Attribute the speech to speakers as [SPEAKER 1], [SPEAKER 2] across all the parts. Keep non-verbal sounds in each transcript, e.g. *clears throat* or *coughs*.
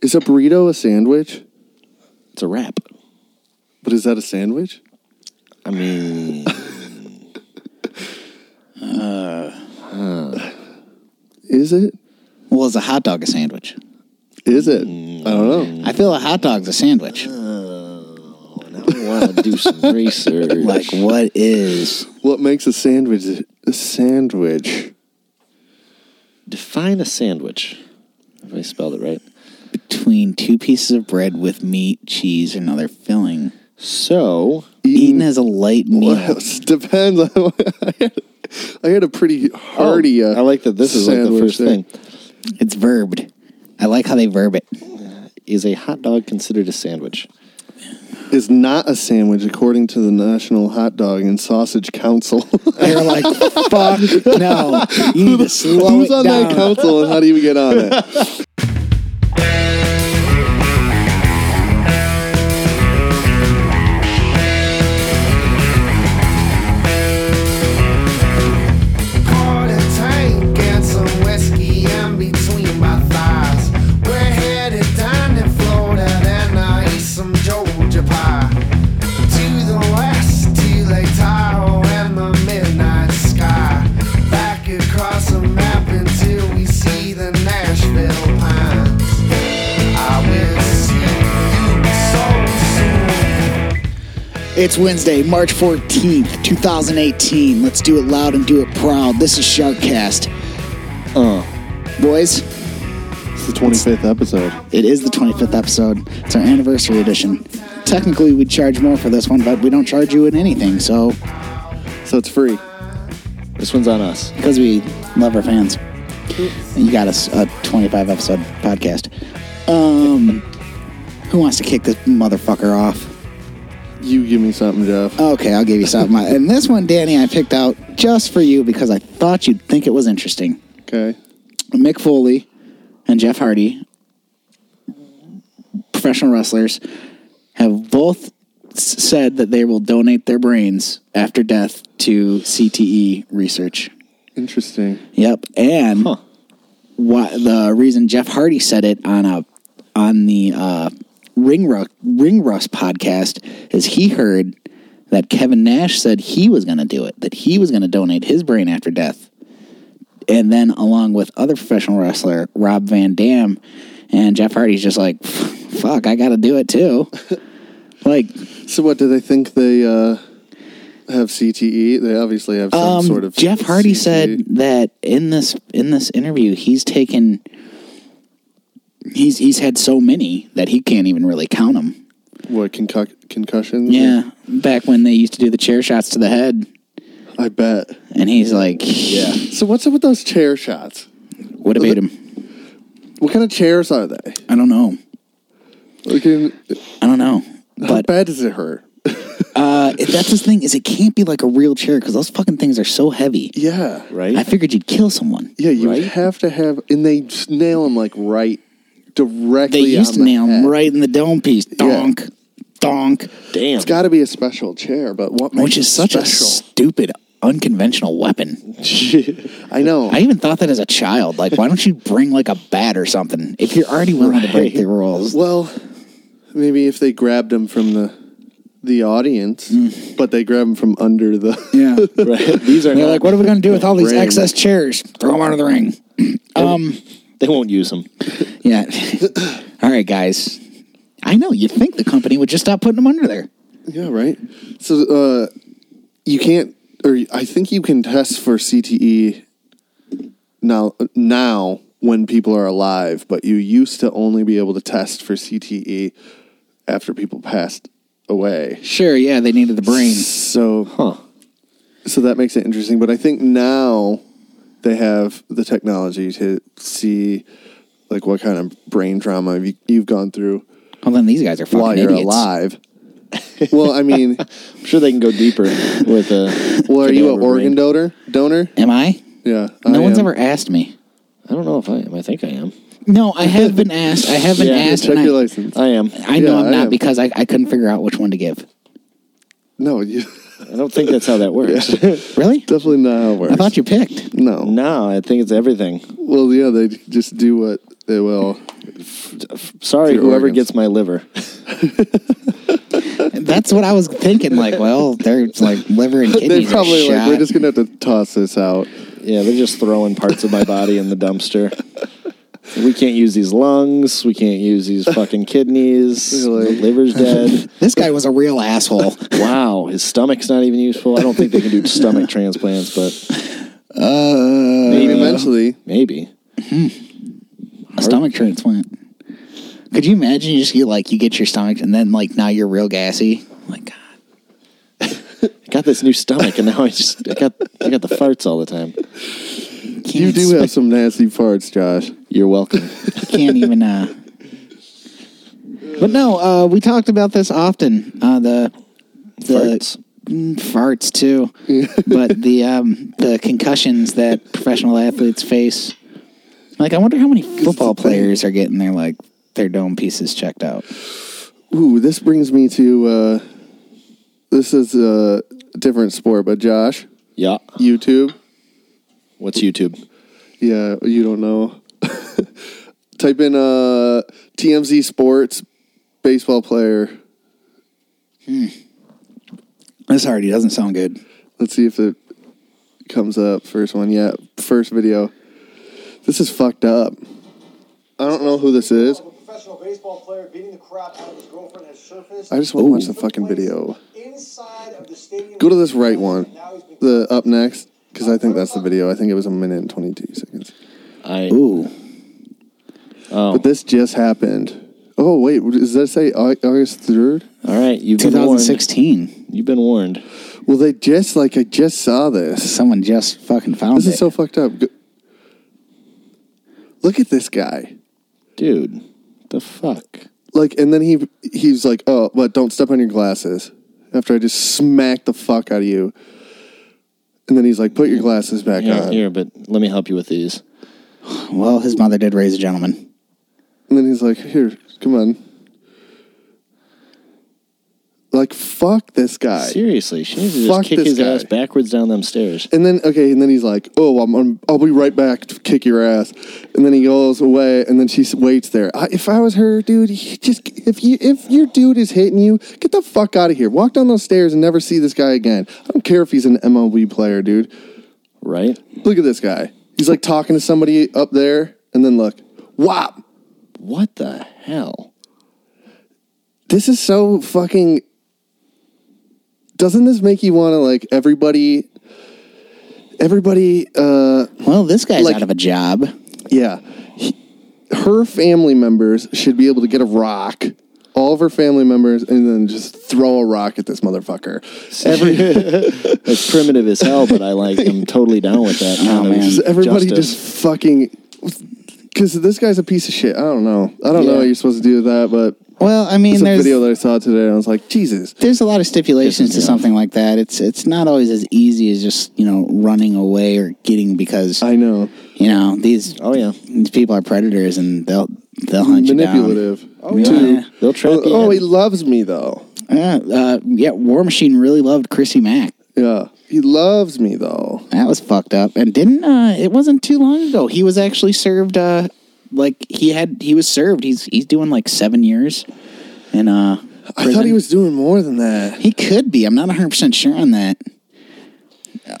[SPEAKER 1] Is a burrito a sandwich?
[SPEAKER 2] It's a wrap.
[SPEAKER 1] But is that a sandwich?
[SPEAKER 2] I mean,
[SPEAKER 1] Is it?
[SPEAKER 3] Well, is a hot dog a sandwich?
[SPEAKER 1] Is it? I don't know.
[SPEAKER 3] I feel a hot dog's a sandwich.
[SPEAKER 2] I want to do some research.
[SPEAKER 3] Like, what is?
[SPEAKER 1] What makes a sandwich a sandwich?
[SPEAKER 2] define a sandwich. If I spelled it right.
[SPEAKER 3] between two pieces of bread with meat, cheese, and other filling.
[SPEAKER 2] So,
[SPEAKER 3] Eaten as a light meal.
[SPEAKER 1] Well, it *laughs* depends. I had, I had a pretty hearty.
[SPEAKER 2] Oh,
[SPEAKER 1] uh,
[SPEAKER 2] I like that this is like the
[SPEAKER 1] sandwich
[SPEAKER 2] first
[SPEAKER 1] there.
[SPEAKER 2] thing.
[SPEAKER 3] It's verbed. I like how they verb it.
[SPEAKER 2] Is a hot dog considered a sandwich?
[SPEAKER 1] Is not a sandwich according to the National Hot Dog and Sausage Council. *laughs*
[SPEAKER 3] They're like, fuck no. You need to
[SPEAKER 1] *laughs*
[SPEAKER 3] slow
[SPEAKER 1] Who's
[SPEAKER 3] it
[SPEAKER 1] on
[SPEAKER 3] down.
[SPEAKER 1] that council and how do you get on
[SPEAKER 2] *laughs*
[SPEAKER 1] it?
[SPEAKER 4] Pour the tank and some whiskey in between my thighs. We're headed down in Florida, then I eat some Georgia pie. To the west, to Lake Tahoe and the midnight sky. Back across the map until we see the Nashville pines. I will see you so soon.
[SPEAKER 3] It's Wednesday, March 14th, 2018. Let's do it loud and do it proud. This is Sharkcast. Uh. Boys,
[SPEAKER 1] It's the 25th episode.
[SPEAKER 3] it is the 25th episode. It's our anniversary edition. Technically, we'd charge more for this one, but we don't charge you in anything, so
[SPEAKER 1] So it's free.
[SPEAKER 2] This one's on us.
[SPEAKER 3] because we love our fans. And you got us a 25 episode podcast. Um, who wants to kick this motherfucker off?
[SPEAKER 1] You give me something, Jeff.
[SPEAKER 3] Okay, I'll give you something. and this one, Danny, I picked out just for you because I thought you'd think it was interesting.
[SPEAKER 1] Okay.
[SPEAKER 3] Mick Foley and Jeff Hardy, professional wrestlers, have both s- said that they will donate their brains after death to CTE research.
[SPEAKER 1] Interesting.
[SPEAKER 3] Yep, and
[SPEAKER 2] Huh.
[SPEAKER 3] why, the reason Jeff Hardy said it on a on the uh, Ring Ru- Ring Rust podcast is he heard that Kevin Nash said he was going to do it, that he was going to donate his brain after death, and then along with other professional wrestler Rob Van Dam and Jeff Hardy's just like, fuck, I got to do it too. *laughs* like,
[SPEAKER 1] So what do they think they uh, have CTE? They obviously have some
[SPEAKER 3] um,
[SPEAKER 1] sort of E,
[SPEAKER 3] Jeff Hardy
[SPEAKER 1] CTE.
[SPEAKER 3] said that in this in this interview he's taken he's he's had so many that he can't even really count them.
[SPEAKER 1] what concu- concussions?
[SPEAKER 3] Yeah, back when they used to do the chair shots to the head,
[SPEAKER 1] I bet.
[SPEAKER 3] and he's like,
[SPEAKER 1] Yeah. So what's up with those chair shots?
[SPEAKER 3] what about him?
[SPEAKER 1] What kind of chairs are they?
[SPEAKER 3] I don't know.
[SPEAKER 1] Like in,
[SPEAKER 3] I
[SPEAKER 1] *laughs*
[SPEAKER 3] don't know."
[SPEAKER 1] how
[SPEAKER 3] But
[SPEAKER 1] bad does it hurt?
[SPEAKER 3] uh, that's the thing is it can't be like a real chair because those fucking things are so heavy.
[SPEAKER 1] Yeah.
[SPEAKER 2] Right?
[SPEAKER 3] I figured you'd kill someone.
[SPEAKER 1] Yeah, you
[SPEAKER 2] Right?
[SPEAKER 1] have to have, and they just nail them like right
[SPEAKER 3] They
[SPEAKER 1] directly.
[SPEAKER 3] used
[SPEAKER 1] on
[SPEAKER 3] to
[SPEAKER 1] the
[SPEAKER 3] nail
[SPEAKER 1] head.
[SPEAKER 3] them right in the dome piece. Donk, donk.
[SPEAKER 2] Damn.
[SPEAKER 1] It's got to be a special chair, but what makes
[SPEAKER 3] which is
[SPEAKER 1] it
[SPEAKER 3] such a
[SPEAKER 1] special?
[SPEAKER 3] stupid, unconventional weapon.
[SPEAKER 1] *laughs* I know.
[SPEAKER 3] I even thought that as a child. Like, why don't you bring like a bat or something if you're already willing to break the rules?
[SPEAKER 1] well, maybe if they grabbed them from the the audience, but they grabbed them from under the. *laughs*
[SPEAKER 3] *laughs* Yeah.
[SPEAKER 2] right. These are
[SPEAKER 3] They're
[SPEAKER 2] not,
[SPEAKER 3] like, what are we going to do with all these
[SPEAKER 1] Ring.
[SPEAKER 3] excess chairs? Throw them out of the ring.
[SPEAKER 2] they won't use them.
[SPEAKER 3] Yeah. *laughs* all right, guys. I know you'd think the company would just stop putting them under there.
[SPEAKER 1] Yeah, right. So uh, you can't, or I think you can test for CTE now. Now, when people are alive, but you used to only be able to test for CTE after people passed away.
[SPEAKER 3] Sure. Yeah, they needed the brain.
[SPEAKER 1] So,
[SPEAKER 2] Huh.
[SPEAKER 1] so that makes it interesting. But I think now they have the technology to see like what kind of brain trauma you- you've gone through
[SPEAKER 3] Well, then these guys are fucking
[SPEAKER 1] while you're
[SPEAKER 3] idiots. *laughs*
[SPEAKER 1] alive. well, I mean,
[SPEAKER 2] I'm sure they can go deeper with uh, a.
[SPEAKER 1] well, are you an
[SPEAKER 2] cadaver
[SPEAKER 1] organ
[SPEAKER 2] brain.
[SPEAKER 1] donor? Donor?
[SPEAKER 3] Am I?
[SPEAKER 1] Yeah.
[SPEAKER 3] No
[SPEAKER 1] I
[SPEAKER 3] one's
[SPEAKER 1] am.
[SPEAKER 3] ever asked me.
[SPEAKER 2] I don't know if I am. I think I am.
[SPEAKER 3] No, I have been asked. I have been
[SPEAKER 2] Yeah,
[SPEAKER 3] asked.
[SPEAKER 1] Check
[SPEAKER 3] and
[SPEAKER 1] your
[SPEAKER 3] I,
[SPEAKER 1] license. Uh,
[SPEAKER 2] I am.
[SPEAKER 3] I know
[SPEAKER 1] Yeah,
[SPEAKER 3] I'm
[SPEAKER 1] I
[SPEAKER 3] not
[SPEAKER 1] am.
[SPEAKER 3] because I, I couldn't figure out which one to give.
[SPEAKER 1] no, you. *laughs*
[SPEAKER 2] I don't think that's how that works. *laughs*
[SPEAKER 3] Really?
[SPEAKER 1] Definitely not how it works.
[SPEAKER 3] I thought you picked.
[SPEAKER 1] no.
[SPEAKER 2] no, I think it's everything.
[SPEAKER 1] Well, yeah, they just do what they will.
[SPEAKER 2] Sorry,
[SPEAKER 1] Your
[SPEAKER 2] whoever
[SPEAKER 1] organs.
[SPEAKER 2] gets my liver.
[SPEAKER 3] That's what I was thinking. Like, well, there's like liver and
[SPEAKER 1] *laughs*
[SPEAKER 3] kidneys.
[SPEAKER 1] they
[SPEAKER 3] are
[SPEAKER 1] probably like
[SPEAKER 3] shot.
[SPEAKER 1] we're just gonna have to toss this out.
[SPEAKER 2] Yeah, they're just throwing parts of my body in the dumpster. We can't use these lungs. We can't use these fucking kidneys.
[SPEAKER 1] *laughs* Really?
[SPEAKER 2] The liver's dead.
[SPEAKER 3] This guy was a real asshole.
[SPEAKER 2] Wow, his stomach's not even useful. I don't think they can do stomach transplants, but
[SPEAKER 1] I mean,
[SPEAKER 2] Maybe.
[SPEAKER 1] Uh, eventually,
[SPEAKER 2] maybe.
[SPEAKER 3] A stomach transplant. Could you imagine? You just get like you get your stomach, and then like now you're real gassy. Like, God.
[SPEAKER 2] I got this new stomach, and now I just I got I got the farts all the time.
[SPEAKER 3] Can't
[SPEAKER 1] you do have some nasty farts, Josh.
[SPEAKER 2] You're welcome.
[SPEAKER 3] can't even uh but no uh we talked about this often uh the the
[SPEAKER 2] Farts.
[SPEAKER 3] Mm, farts too *laughs* but the um the concussions that professional athletes face like i wonder how many football players are getting their like their dome pieces checked out
[SPEAKER 1] Ooh, this brings me to uh, this is a different sport, but Josh,
[SPEAKER 2] Yeah.
[SPEAKER 1] YouTube.
[SPEAKER 2] What's YouTube?
[SPEAKER 1] Yeah, you don't know. *laughs* Type in uh, TMZ Sports baseball player.
[SPEAKER 3] this already doesn't sound good
[SPEAKER 1] Let's see if it comes up. First one, yeah. First video. This is fucked up. I don't know who this is.
[SPEAKER 5] A professional baseball player beating the crap out of his girlfriend has surfaced.
[SPEAKER 1] I just want to watch the
[SPEAKER 5] Took
[SPEAKER 1] fucking
[SPEAKER 5] place
[SPEAKER 1] video.
[SPEAKER 5] Inside of the stadium.
[SPEAKER 1] Go to this right one,
[SPEAKER 5] Now he's been-
[SPEAKER 1] the up next, because I think that's the video. I think it was a minute and twenty two seconds.
[SPEAKER 2] I
[SPEAKER 3] ooh
[SPEAKER 2] oh
[SPEAKER 1] But this just happened. Oh wait, does that say Au- August third?
[SPEAKER 2] all right. You've been warned.
[SPEAKER 3] 2016
[SPEAKER 2] You've been warned.
[SPEAKER 1] Well, they just like I just saw this.
[SPEAKER 3] someone just fucking found
[SPEAKER 1] This
[SPEAKER 3] it
[SPEAKER 1] is so fucked up. Go- Look at this guy.
[SPEAKER 2] Dude, the fuck?
[SPEAKER 1] Like, and then he he's like, "Oh, but don't step on your glasses." After I just smacked the fuck out of you, and then he's like, "Put your glasses back
[SPEAKER 2] Here,
[SPEAKER 1] on."
[SPEAKER 2] here, but let me help you with these.
[SPEAKER 3] well his mother did raise a gentleman
[SPEAKER 1] And then he's like, "Here, come on." Like, fuck this guy.
[SPEAKER 2] Uh, Seriously, she needs to
[SPEAKER 1] Fuck
[SPEAKER 2] just kick
[SPEAKER 1] this
[SPEAKER 2] his
[SPEAKER 1] guy.
[SPEAKER 2] ass backwards down them stairs.
[SPEAKER 1] And then okay, and then he's like, "Oh, I'm, I'm I'll be right back to kick your ass." And then he goes away, and then she s- waits there. I, if I was her, dude, you just if you if your dude is hitting you, get the fuck out of here. Walk down those stairs and never see this guy again. I don't care if he's an MLB player, dude.
[SPEAKER 2] Right?
[SPEAKER 1] Look at this guy. He's like talking to somebody up there, and then look, whop.
[SPEAKER 2] What the hell?
[SPEAKER 1] This is so fucking. Doesn't this make you want to like everybody? Everybody. uh
[SPEAKER 3] well this guy's
[SPEAKER 1] Like-
[SPEAKER 3] out of a job
[SPEAKER 1] Yeah. He- her family members should be able to get a rock, all of her family members, and then just throw a rock at this
[SPEAKER 3] *laughs*
[SPEAKER 1] motherfucker. *laughs*
[SPEAKER 2] Every it's primitive as hell, but I like am totally down
[SPEAKER 1] *laughs*
[SPEAKER 2] with that. kind of
[SPEAKER 3] man.
[SPEAKER 1] Oh, Just everybody
[SPEAKER 2] justice.
[SPEAKER 1] just fucking. Because this guy's a piece of shit. I don't know. I don't know
[SPEAKER 2] Yeah.
[SPEAKER 1] what you're supposed to do with that, but
[SPEAKER 3] well i mean
[SPEAKER 1] it's a
[SPEAKER 3] there's
[SPEAKER 1] video that I saw today, and I was like, Jesus.
[SPEAKER 3] there's a lot of stipulations
[SPEAKER 2] Pisses
[SPEAKER 3] to
[SPEAKER 2] me off.
[SPEAKER 3] something like that. It's it's not always as easy as just you know running away or getting because
[SPEAKER 1] I know.
[SPEAKER 3] you know these
[SPEAKER 2] Oh yeah.
[SPEAKER 3] these people are predators and they'll they'll hunt you down.
[SPEAKER 1] Manipulative.
[SPEAKER 3] Oh, yeah.
[SPEAKER 2] They'll trap you.
[SPEAKER 1] Oh,
[SPEAKER 2] in.
[SPEAKER 1] he loves me, though.
[SPEAKER 3] Yeah, uh, yeah. War Machine really loved Chrissy Mack.
[SPEAKER 1] Yeah. He loves me, though.
[SPEAKER 3] That was fucked up. And didn't uh, it wasn't too long ago he was actually served uh, like he had he was served. He's he's doing like seven years. And uh,
[SPEAKER 1] I thought
[SPEAKER 3] prison.
[SPEAKER 1] he was doing more than that.
[SPEAKER 3] He could be. I'm not 100 percent sure on that.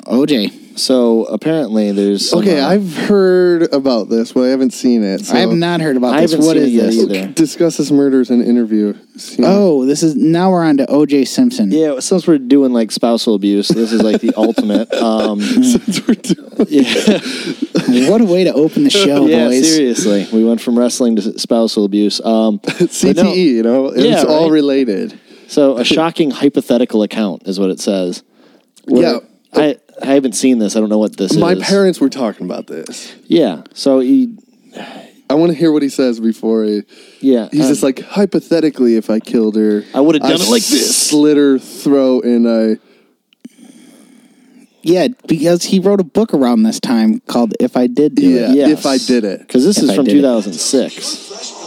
[SPEAKER 3] OJ.
[SPEAKER 2] so apparently there's some,
[SPEAKER 1] Okay,
[SPEAKER 2] uh,
[SPEAKER 1] I've heard about this, but I haven't seen it. So.
[SPEAKER 3] I have not heard about
[SPEAKER 2] I
[SPEAKER 3] this.
[SPEAKER 2] haven't
[SPEAKER 3] What
[SPEAKER 2] seen
[SPEAKER 3] is
[SPEAKER 2] it yet
[SPEAKER 3] this?
[SPEAKER 2] either.
[SPEAKER 1] discuss this murder as an
[SPEAKER 3] *laughs*
[SPEAKER 1] interview. See-
[SPEAKER 3] Oh, this is now we're on to OJ Simpson.
[SPEAKER 2] yeah, since we're doing like spousal abuse, this is
[SPEAKER 1] *laughs*
[SPEAKER 2] like the ultimate. Um,
[SPEAKER 1] Since we're doing-
[SPEAKER 2] *laughs*
[SPEAKER 3] *laughs*
[SPEAKER 2] yeah,
[SPEAKER 3] What a way to open the show,
[SPEAKER 2] yeah,
[SPEAKER 3] boys.
[SPEAKER 2] seriously, we went from wrestling to spousal abuse. Um,
[SPEAKER 1] CTE,
[SPEAKER 2] but no.
[SPEAKER 1] E, you know, it's
[SPEAKER 2] Yeah,
[SPEAKER 1] all
[SPEAKER 2] right.
[SPEAKER 1] related. *laughs*
[SPEAKER 2] So a shocking hypothetical account is what it says.
[SPEAKER 1] Yeah.
[SPEAKER 2] I, I haven't seen this. I don't know what this
[SPEAKER 1] My
[SPEAKER 2] is.
[SPEAKER 1] parents were talking about this.
[SPEAKER 2] Yeah. So he.
[SPEAKER 1] I want to hear what he says before he,
[SPEAKER 2] Yeah.
[SPEAKER 1] he's
[SPEAKER 2] uh,
[SPEAKER 1] just like hypothetically, if I killed her,
[SPEAKER 2] I would've done it like this."
[SPEAKER 1] slit her throat, and I
[SPEAKER 3] Yeah, because he wrote a book around this time called "If I Did Do
[SPEAKER 1] yeah,
[SPEAKER 3] It."
[SPEAKER 2] yes.
[SPEAKER 1] if uh, I did it,
[SPEAKER 2] Because this
[SPEAKER 3] If
[SPEAKER 2] is
[SPEAKER 3] I
[SPEAKER 2] from
[SPEAKER 3] did it.
[SPEAKER 2] 2006.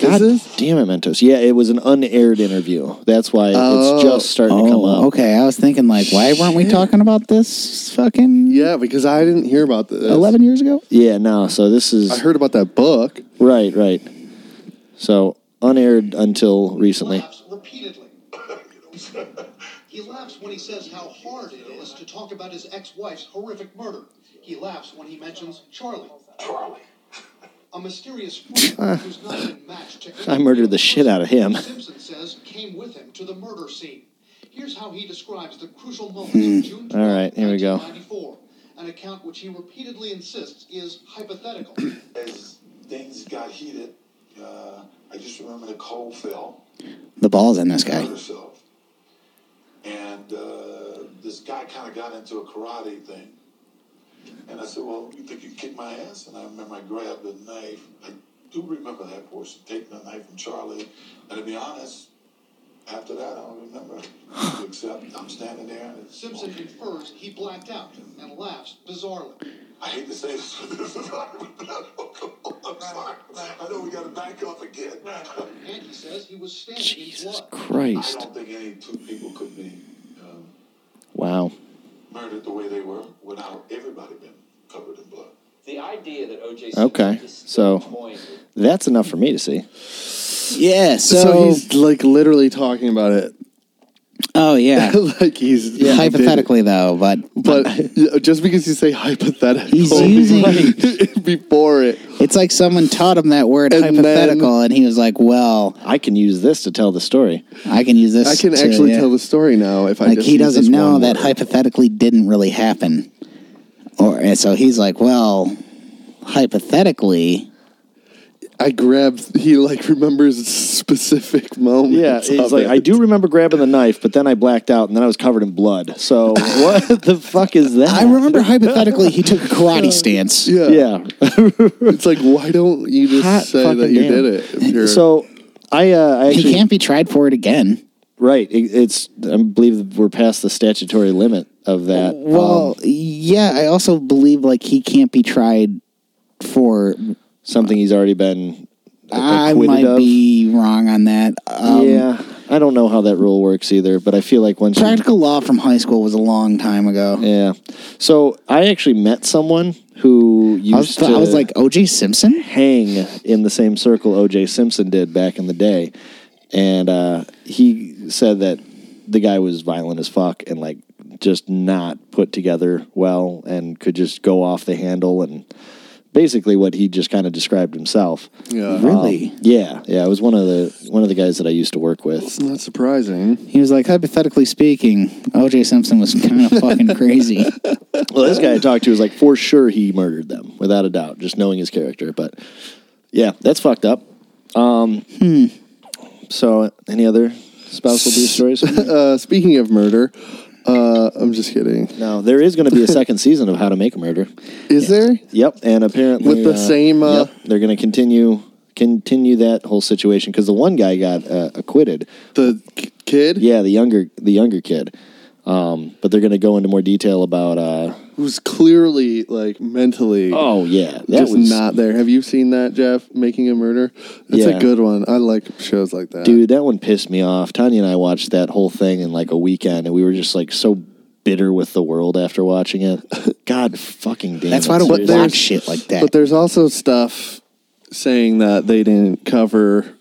[SPEAKER 2] God
[SPEAKER 1] this?
[SPEAKER 2] damn it, Mentos. Yeah, it was an unaired interview. That's why
[SPEAKER 1] Oh.
[SPEAKER 2] it's just starting to come up.
[SPEAKER 3] Oh, okay. I was thinking like, why weren't we talking about this fucking
[SPEAKER 1] Yeah, because I didn't hear about this.
[SPEAKER 3] eleven years ago?
[SPEAKER 2] Yeah, no. So this is
[SPEAKER 1] I heard about that book.
[SPEAKER 2] right, right. So unaired until recently.
[SPEAKER 5] laughs repeatedly. *laughs* he laughs when he says how hard it is to talk about his ex-wife's horrific murder. He laughs when he mentions Charlie. Charlie. A
[SPEAKER 2] *laughs*
[SPEAKER 5] mysterious friend who's not been matched to
[SPEAKER 2] I murdered the shit out of him.
[SPEAKER 5] Simpson says came with him to the murder scene. Here's how he describes the crucial moments of June 12,
[SPEAKER 2] Hmm. All right, here we go.
[SPEAKER 5] 1994, an account which he repeatedly insists is
[SPEAKER 2] *coughs*
[SPEAKER 5] hypothetical.
[SPEAKER 6] as things got heated, uh, I just remember the coal fell.
[SPEAKER 3] The ball's in this guy.
[SPEAKER 6] hurt herself. And uh, this guy kind of got into a karate thing. And I said, Well, you think you kick my ass? And I remember I grabbed the knife. I do remember that portion, taking the knife from Charlie. And to be honest, after that, I don't remember. Except I'm standing there and it's.
[SPEAKER 5] Simpson infers he blacked out and laughs bizarrely.
[SPEAKER 6] I hate to say this, but *laughs* this is I'm sorry. I know we got to back off again.
[SPEAKER 5] And he says he was standing
[SPEAKER 2] Jesus
[SPEAKER 5] in blood.
[SPEAKER 6] I
[SPEAKER 2] Christ!
[SPEAKER 6] don't think any two people could be um,
[SPEAKER 2] Wow.
[SPEAKER 6] murdered the way they were without everybody being covered in blood.
[SPEAKER 7] The idea that OJ
[SPEAKER 2] Okay, so- That's enough for me to see.
[SPEAKER 3] Yeah. So,
[SPEAKER 1] So, he's like *laughs* literally talking about it,
[SPEAKER 3] oh
[SPEAKER 1] *laughs*
[SPEAKER 3] yeah.
[SPEAKER 1] like he's he did it.
[SPEAKER 3] Hypothetically though, but
[SPEAKER 1] But just because you say hypothetical,
[SPEAKER 3] He's
[SPEAKER 1] *laughs*
[SPEAKER 3] using-
[SPEAKER 1] before it.
[SPEAKER 3] it's like someone taught him that word
[SPEAKER 1] And then-
[SPEAKER 3] hypothetical, and he was like, "Well,
[SPEAKER 2] I can use this to tell the story.
[SPEAKER 3] I can use this."
[SPEAKER 1] I can
[SPEAKER 3] to-
[SPEAKER 1] actually
[SPEAKER 3] yeah.
[SPEAKER 1] tell the story now. If I
[SPEAKER 3] like
[SPEAKER 1] just
[SPEAKER 3] he
[SPEAKER 1] use
[SPEAKER 3] doesn't
[SPEAKER 1] this
[SPEAKER 3] know
[SPEAKER 1] one
[SPEAKER 3] that
[SPEAKER 1] word.
[SPEAKER 3] hypothetically didn't really happen, or and so he's like, "Well, hypothetically."
[SPEAKER 1] I grabbed. He like remembers specific
[SPEAKER 2] Yeah,
[SPEAKER 1] moments.
[SPEAKER 2] it's
[SPEAKER 1] of
[SPEAKER 2] like
[SPEAKER 1] it.
[SPEAKER 2] I do remember grabbing the knife, but then I blacked out and then I was covered in blood. So
[SPEAKER 3] *laughs*
[SPEAKER 2] what the fuck is that?
[SPEAKER 3] I remember *laughs* hypothetically he took a karate stance.
[SPEAKER 1] Yeah,
[SPEAKER 2] Yeah.
[SPEAKER 1] It's like why don't you just
[SPEAKER 2] Hot
[SPEAKER 1] say that
[SPEAKER 2] fucking
[SPEAKER 1] you
[SPEAKER 2] damn.
[SPEAKER 1] did it? if you're-
[SPEAKER 2] *laughs* So I, uh, I
[SPEAKER 3] He
[SPEAKER 2] actually
[SPEAKER 3] can't be tried for it again.
[SPEAKER 2] right. It, it's I believe we're past the statutory limit of that.
[SPEAKER 3] Well,
[SPEAKER 2] Um,
[SPEAKER 3] yeah, I also believe like he can't be tried for.
[SPEAKER 2] something he's already been.
[SPEAKER 3] I
[SPEAKER 2] acquitted
[SPEAKER 3] might
[SPEAKER 2] of.
[SPEAKER 3] be wrong on that. Um,
[SPEAKER 2] yeah, I don't know how that rule works either, but I feel like once you
[SPEAKER 3] Practical law from high school was a long time ago.
[SPEAKER 2] Yeah. So I actually met someone who used
[SPEAKER 3] I was,
[SPEAKER 2] to
[SPEAKER 3] I was like OJ Simpson.
[SPEAKER 2] hang in the same circle O.J. Simpson did back in the day, and uh, he said that the guy was violent as fuck and like just not put together well and could just go off the handle and basically what he just kind of described himself.
[SPEAKER 1] yeah,
[SPEAKER 3] Really?
[SPEAKER 2] Um, yeah, yeah. It was one of the one of the guys that I used to work with.
[SPEAKER 1] it's not surprising.
[SPEAKER 3] He was like hypothetically speaking, OJ Simpson was kind of fucking crazy.
[SPEAKER 2] Well, this guy I talked to was like, for sure he murdered them, without a doubt, just knowing his character. But yeah, that's fucked up. Um,
[SPEAKER 1] Hmm.
[SPEAKER 2] So, any other spousal
[SPEAKER 1] *laughs*
[SPEAKER 2] abuse stories?
[SPEAKER 1] Uh, speaking of murder, uh, I'm just kidding.
[SPEAKER 2] no, there is going to be a second season of How to Make a Murder.
[SPEAKER 1] Is there?
[SPEAKER 2] Yep, and apparently
[SPEAKER 1] With the same, uh,
[SPEAKER 2] yep, they're going to continue continue that whole situation because the one guy got uh, acquitted.
[SPEAKER 1] The k- kid
[SPEAKER 2] Yeah, the younger the younger kid. Um, but they're going to go into more detail about. Uh,
[SPEAKER 1] who's clearly like mentally
[SPEAKER 2] oh yeah, that
[SPEAKER 1] just
[SPEAKER 2] was
[SPEAKER 1] not there. Have you seen that, Jeff? Making a murder. It's
[SPEAKER 2] Yeah.
[SPEAKER 1] a good one. I like shows like that.
[SPEAKER 2] Dude, that one pissed me off. Tanya and I watched that whole thing in like a weekend, and we were just like so bitter with the world after watching it. *laughs* God fucking damn.
[SPEAKER 3] That's
[SPEAKER 2] it,
[SPEAKER 3] why I don't
[SPEAKER 2] seriously.
[SPEAKER 3] watch
[SPEAKER 1] there's-
[SPEAKER 3] shit like that.
[SPEAKER 1] But there's also stuff saying that they didn't cover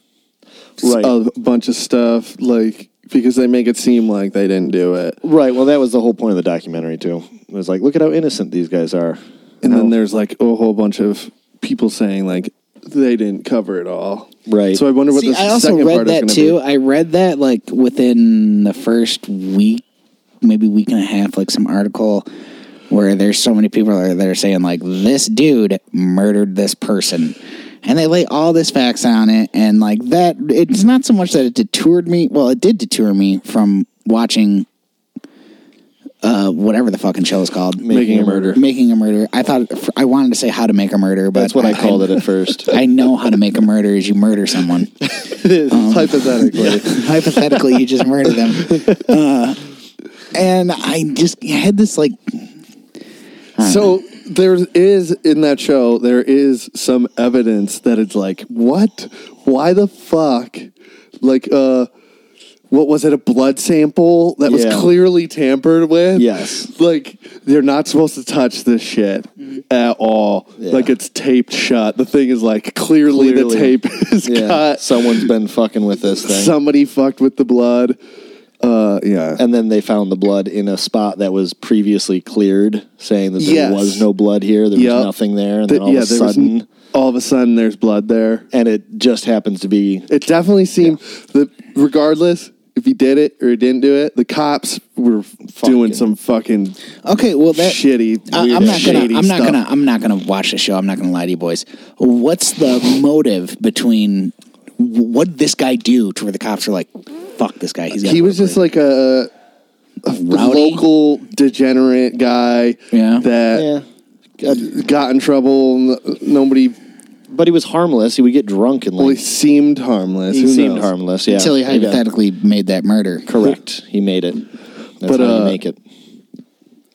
[SPEAKER 1] s-
[SPEAKER 2] Right.
[SPEAKER 1] a bunch of stuff, like because they make it seem like they didn't do it.
[SPEAKER 2] Right. Well, that was the whole point of the documentary too. It was like, look at how innocent these guys are.
[SPEAKER 1] And then there's like a whole bunch of people saying like they didn't cover it all.
[SPEAKER 2] Right.
[SPEAKER 1] So I wonder what
[SPEAKER 3] See,
[SPEAKER 1] this
[SPEAKER 3] I also
[SPEAKER 1] second
[SPEAKER 3] read
[SPEAKER 1] part
[SPEAKER 3] that
[SPEAKER 1] is
[SPEAKER 3] too.
[SPEAKER 1] going to
[SPEAKER 3] I read that like within the first week, maybe week and a half, like some article where there's so many people that are, that are saying like this dude murdered this person. And they lay all this facts on it, and like that, it's not so much that it detoured me. Well, it did detour me from watching uh, whatever the fucking show is called,
[SPEAKER 1] Making a Murder.
[SPEAKER 3] Making a Murder. I thought I wanted to say How to Make a Murder, but *laughs*
[SPEAKER 2] That's what I called it at first.
[SPEAKER 3] I know how to make a murder is you murder
[SPEAKER 1] *laughs*
[SPEAKER 3] someone.
[SPEAKER 1] be
[SPEAKER 3] Um, *laughs*
[SPEAKER 1] hypothetically.
[SPEAKER 3] Hypothetically, you just murder them. Uh, and I just had this like
[SPEAKER 1] So there is in that show there is some evidence that it's like what why the fuck like uh what was it a blood sample that was
[SPEAKER 2] Yeah.
[SPEAKER 1] clearly tampered with
[SPEAKER 2] Yes. Mm-hmm.
[SPEAKER 1] like they're not supposed to touch this shit at all
[SPEAKER 2] Yeah.
[SPEAKER 1] like it's taped shut the thing is like clearly,
[SPEAKER 2] Clearly.
[SPEAKER 1] the tape *laughs* is
[SPEAKER 2] Yeah.
[SPEAKER 1] cut
[SPEAKER 2] Someone's been fucking with this thing.
[SPEAKER 1] somebody fucked with the blood uh yeah
[SPEAKER 2] and then they found the blood in a spot that was previously cleared, saying that there
[SPEAKER 1] Yes.
[SPEAKER 2] was no blood here. There
[SPEAKER 1] Yep.
[SPEAKER 2] was nothing there. And
[SPEAKER 1] Th-
[SPEAKER 2] then all of a
[SPEAKER 1] there was
[SPEAKER 2] sudden,
[SPEAKER 1] n- all of a sudden there's blood there
[SPEAKER 2] and it just happens to be
[SPEAKER 1] It definitely seemed that regardless if he did it or he didn't do it, the cops were doing some fucking
[SPEAKER 3] Okay, well that
[SPEAKER 1] shitty.
[SPEAKER 3] I,
[SPEAKER 1] weird,
[SPEAKER 3] am not
[SPEAKER 1] shady
[SPEAKER 3] gonna. I'm not
[SPEAKER 1] stuff.
[SPEAKER 3] gonna. I'm not gonna watch the show. I'm not gonna lie to you boys. What's the motive between what did this guy do to where the cops are like, "Fuck this guy." He's gotta
[SPEAKER 1] He
[SPEAKER 3] go
[SPEAKER 1] was
[SPEAKER 3] to
[SPEAKER 1] just like a, a
[SPEAKER 3] Rowdy?
[SPEAKER 1] local degenerate guy
[SPEAKER 3] Yeah.
[SPEAKER 1] that
[SPEAKER 2] yeah. God.
[SPEAKER 1] got in trouble. n- Nobody.
[SPEAKER 2] But he was harmless. He would get drunk and like
[SPEAKER 1] Well, he seemed harmless.
[SPEAKER 2] he
[SPEAKER 1] Who
[SPEAKER 2] seemed
[SPEAKER 1] knows?
[SPEAKER 2] harmless. Yeah,
[SPEAKER 3] until he
[SPEAKER 2] I got-
[SPEAKER 3] hypothetically made that murder.
[SPEAKER 2] *laughs* correct. He made it. That's
[SPEAKER 1] But,
[SPEAKER 2] how you
[SPEAKER 1] uh,
[SPEAKER 2] make it.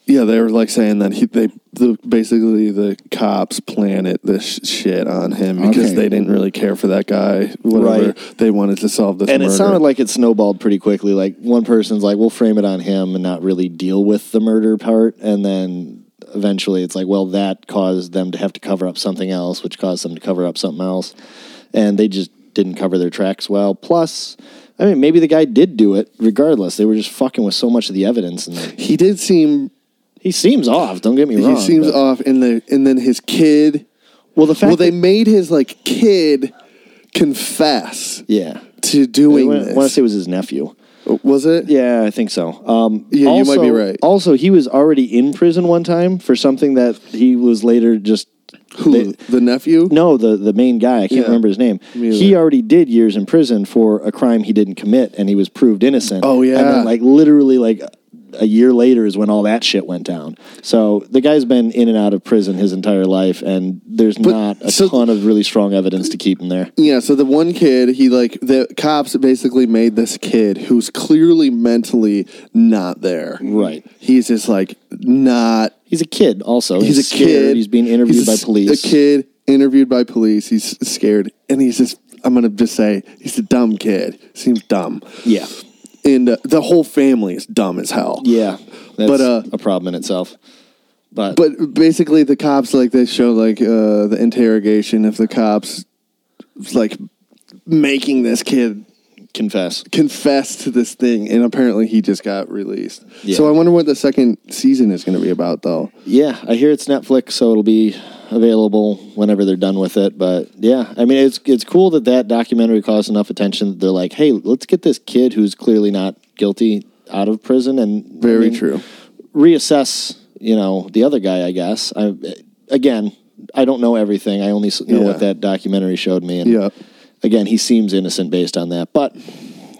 [SPEAKER 1] Yeah, they were like saying that he they the basically the cops planted this sh- shit on him because
[SPEAKER 3] Okay.
[SPEAKER 1] they didn't really care for that guy. Whatever
[SPEAKER 2] Right.
[SPEAKER 1] they wanted to solve this.
[SPEAKER 2] And it
[SPEAKER 1] murder.
[SPEAKER 2] sounded like it snowballed pretty quickly. Like one person's like, "We'll frame it on him and not really deal with the murder part," and then eventually it's like, "Well, that caused them to have to cover up something else, which caused them to cover up something else," and they just didn't cover their tracks well. Plus. I mean, maybe the guy did do it. Regardless, they were just fucking with so much of the evidence, and
[SPEAKER 1] he did seem
[SPEAKER 2] he seems off. Don't get me wrong.
[SPEAKER 1] he seems
[SPEAKER 2] but-
[SPEAKER 1] off in the and then his kid
[SPEAKER 2] Well, the fact
[SPEAKER 1] well they
[SPEAKER 2] that-
[SPEAKER 1] made his like kid confess
[SPEAKER 2] yeah,
[SPEAKER 1] to doing
[SPEAKER 2] I
[SPEAKER 1] this
[SPEAKER 2] want to say it was his nephew.
[SPEAKER 1] was it
[SPEAKER 2] Yeah, I think so. Um,
[SPEAKER 1] Yeah, you might be right.
[SPEAKER 2] Also, he was already in prison one time for something that he was later just.
[SPEAKER 1] who
[SPEAKER 2] they-
[SPEAKER 1] the nephew
[SPEAKER 2] no, the the main guy. I can't
[SPEAKER 1] Yeah.
[SPEAKER 2] remember his name.
[SPEAKER 1] Me
[SPEAKER 2] He
[SPEAKER 1] either.
[SPEAKER 2] already did years in prison for a crime he didn't commit, and he was proved innocent.
[SPEAKER 1] Oh, yeah.
[SPEAKER 2] and then like literally like a year later is when all that shit went down. So the guy's been in and out of prison his entire life, and there's not a
[SPEAKER 1] so-
[SPEAKER 2] ton of really strong evidence to keep him there.
[SPEAKER 1] yeah so the one kid he like the cops basically made this kid who's clearly mentally not there
[SPEAKER 2] Right.
[SPEAKER 1] he's just like not
[SPEAKER 2] He's a kid. Also,
[SPEAKER 1] he's, a
[SPEAKER 2] scared.
[SPEAKER 1] kid
[SPEAKER 2] He's being interviewed
[SPEAKER 1] He's a
[SPEAKER 2] by
[SPEAKER 1] s-
[SPEAKER 2] police.
[SPEAKER 1] a kid interviewed by police he's scared and he's just i'm gonna just say he's a dumb kid seems dumb
[SPEAKER 2] Yeah.
[SPEAKER 1] and uh, the whole family is dumb as hell.
[SPEAKER 2] Yeah, that's
[SPEAKER 1] But, uh,
[SPEAKER 2] a problem in itself. But,
[SPEAKER 1] But basically, the cops like they show like uh, the interrogation of the cops, like making this kid
[SPEAKER 2] confess,
[SPEAKER 1] confess to this thing, and apparently he just got released.
[SPEAKER 2] Yeah.
[SPEAKER 1] So I wonder what the second season is going to be about, though.
[SPEAKER 2] yeah, I hear it's Netflix, so it'll be available whenever they're done with it. But yeah, I mean, it's it's cool that that documentary caused enough attention that they're like, hey, let's get this kid who's clearly not guilty out of prison and I
[SPEAKER 1] Very
[SPEAKER 2] mean,
[SPEAKER 1] true.
[SPEAKER 2] Reassess, you know, the other guy. I guess. I again, I don't know everything. I only s- know
[SPEAKER 1] Yeah.
[SPEAKER 2] what that documentary showed me. And
[SPEAKER 1] Yeah.
[SPEAKER 2] Again, he seems innocent based on that, but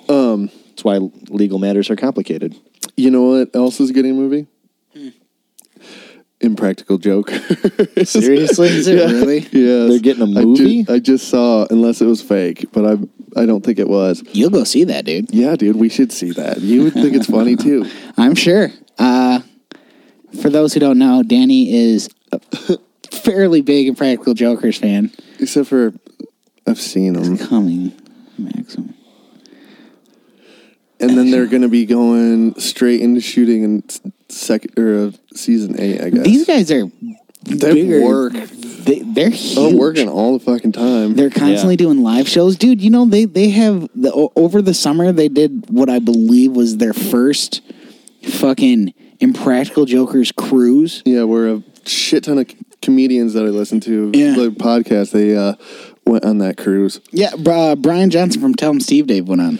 [SPEAKER 2] um,
[SPEAKER 1] Um,
[SPEAKER 2] that's why legal matters are complicated.
[SPEAKER 1] You know what else is getting a movie?
[SPEAKER 2] Hmm.
[SPEAKER 1] Impractical Joke. *laughs*
[SPEAKER 2] Seriously?
[SPEAKER 3] Is it really?
[SPEAKER 1] yes.
[SPEAKER 2] They're getting a
[SPEAKER 1] I ju-
[SPEAKER 2] movie?
[SPEAKER 1] I just saw, unless it was fake, but I I don't think it was.
[SPEAKER 3] You'll go see that, dude.
[SPEAKER 1] Yeah, dude, we should see that. You would think it's funny too.
[SPEAKER 3] I'm sure. Uh, for those who don't know, Danny is a *laughs* fairly big and Practical Jokers fan.
[SPEAKER 1] *laughs* Except for I've seen them.
[SPEAKER 3] Coming, Maxim.
[SPEAKER 1] And then they're going to be going straight into shooting in s- second or uh, season 8, I guess.
[SPEAKER 3] These guys are
[SPEAKER 1] They
[SPEAKER 3] bigger.
[SPEAKER 1] work.
[SPEAKER 3] They, they're huge.
[SPEAKER 1] are Oh, working all the fucking time.
[SPEAKER 3] They're constantly
[SPEAKER 2] Yeah.
[SPEAKER 3] doing live shows, dude. You know they they have the o- over the summer they did what I believe was their first fucking Impractical Jokers cruise.
[SPEAKER 1] yeah, we're a shit ton of c- comedians that I listen to
[SPEAKER 3] Yeah.
[SPEAKER 1] the podcast they uh went on that cruise.
[SPEAKER 3] Yeah, br- uh, Brian Johnson from Tell 'Em Steve Dave went on.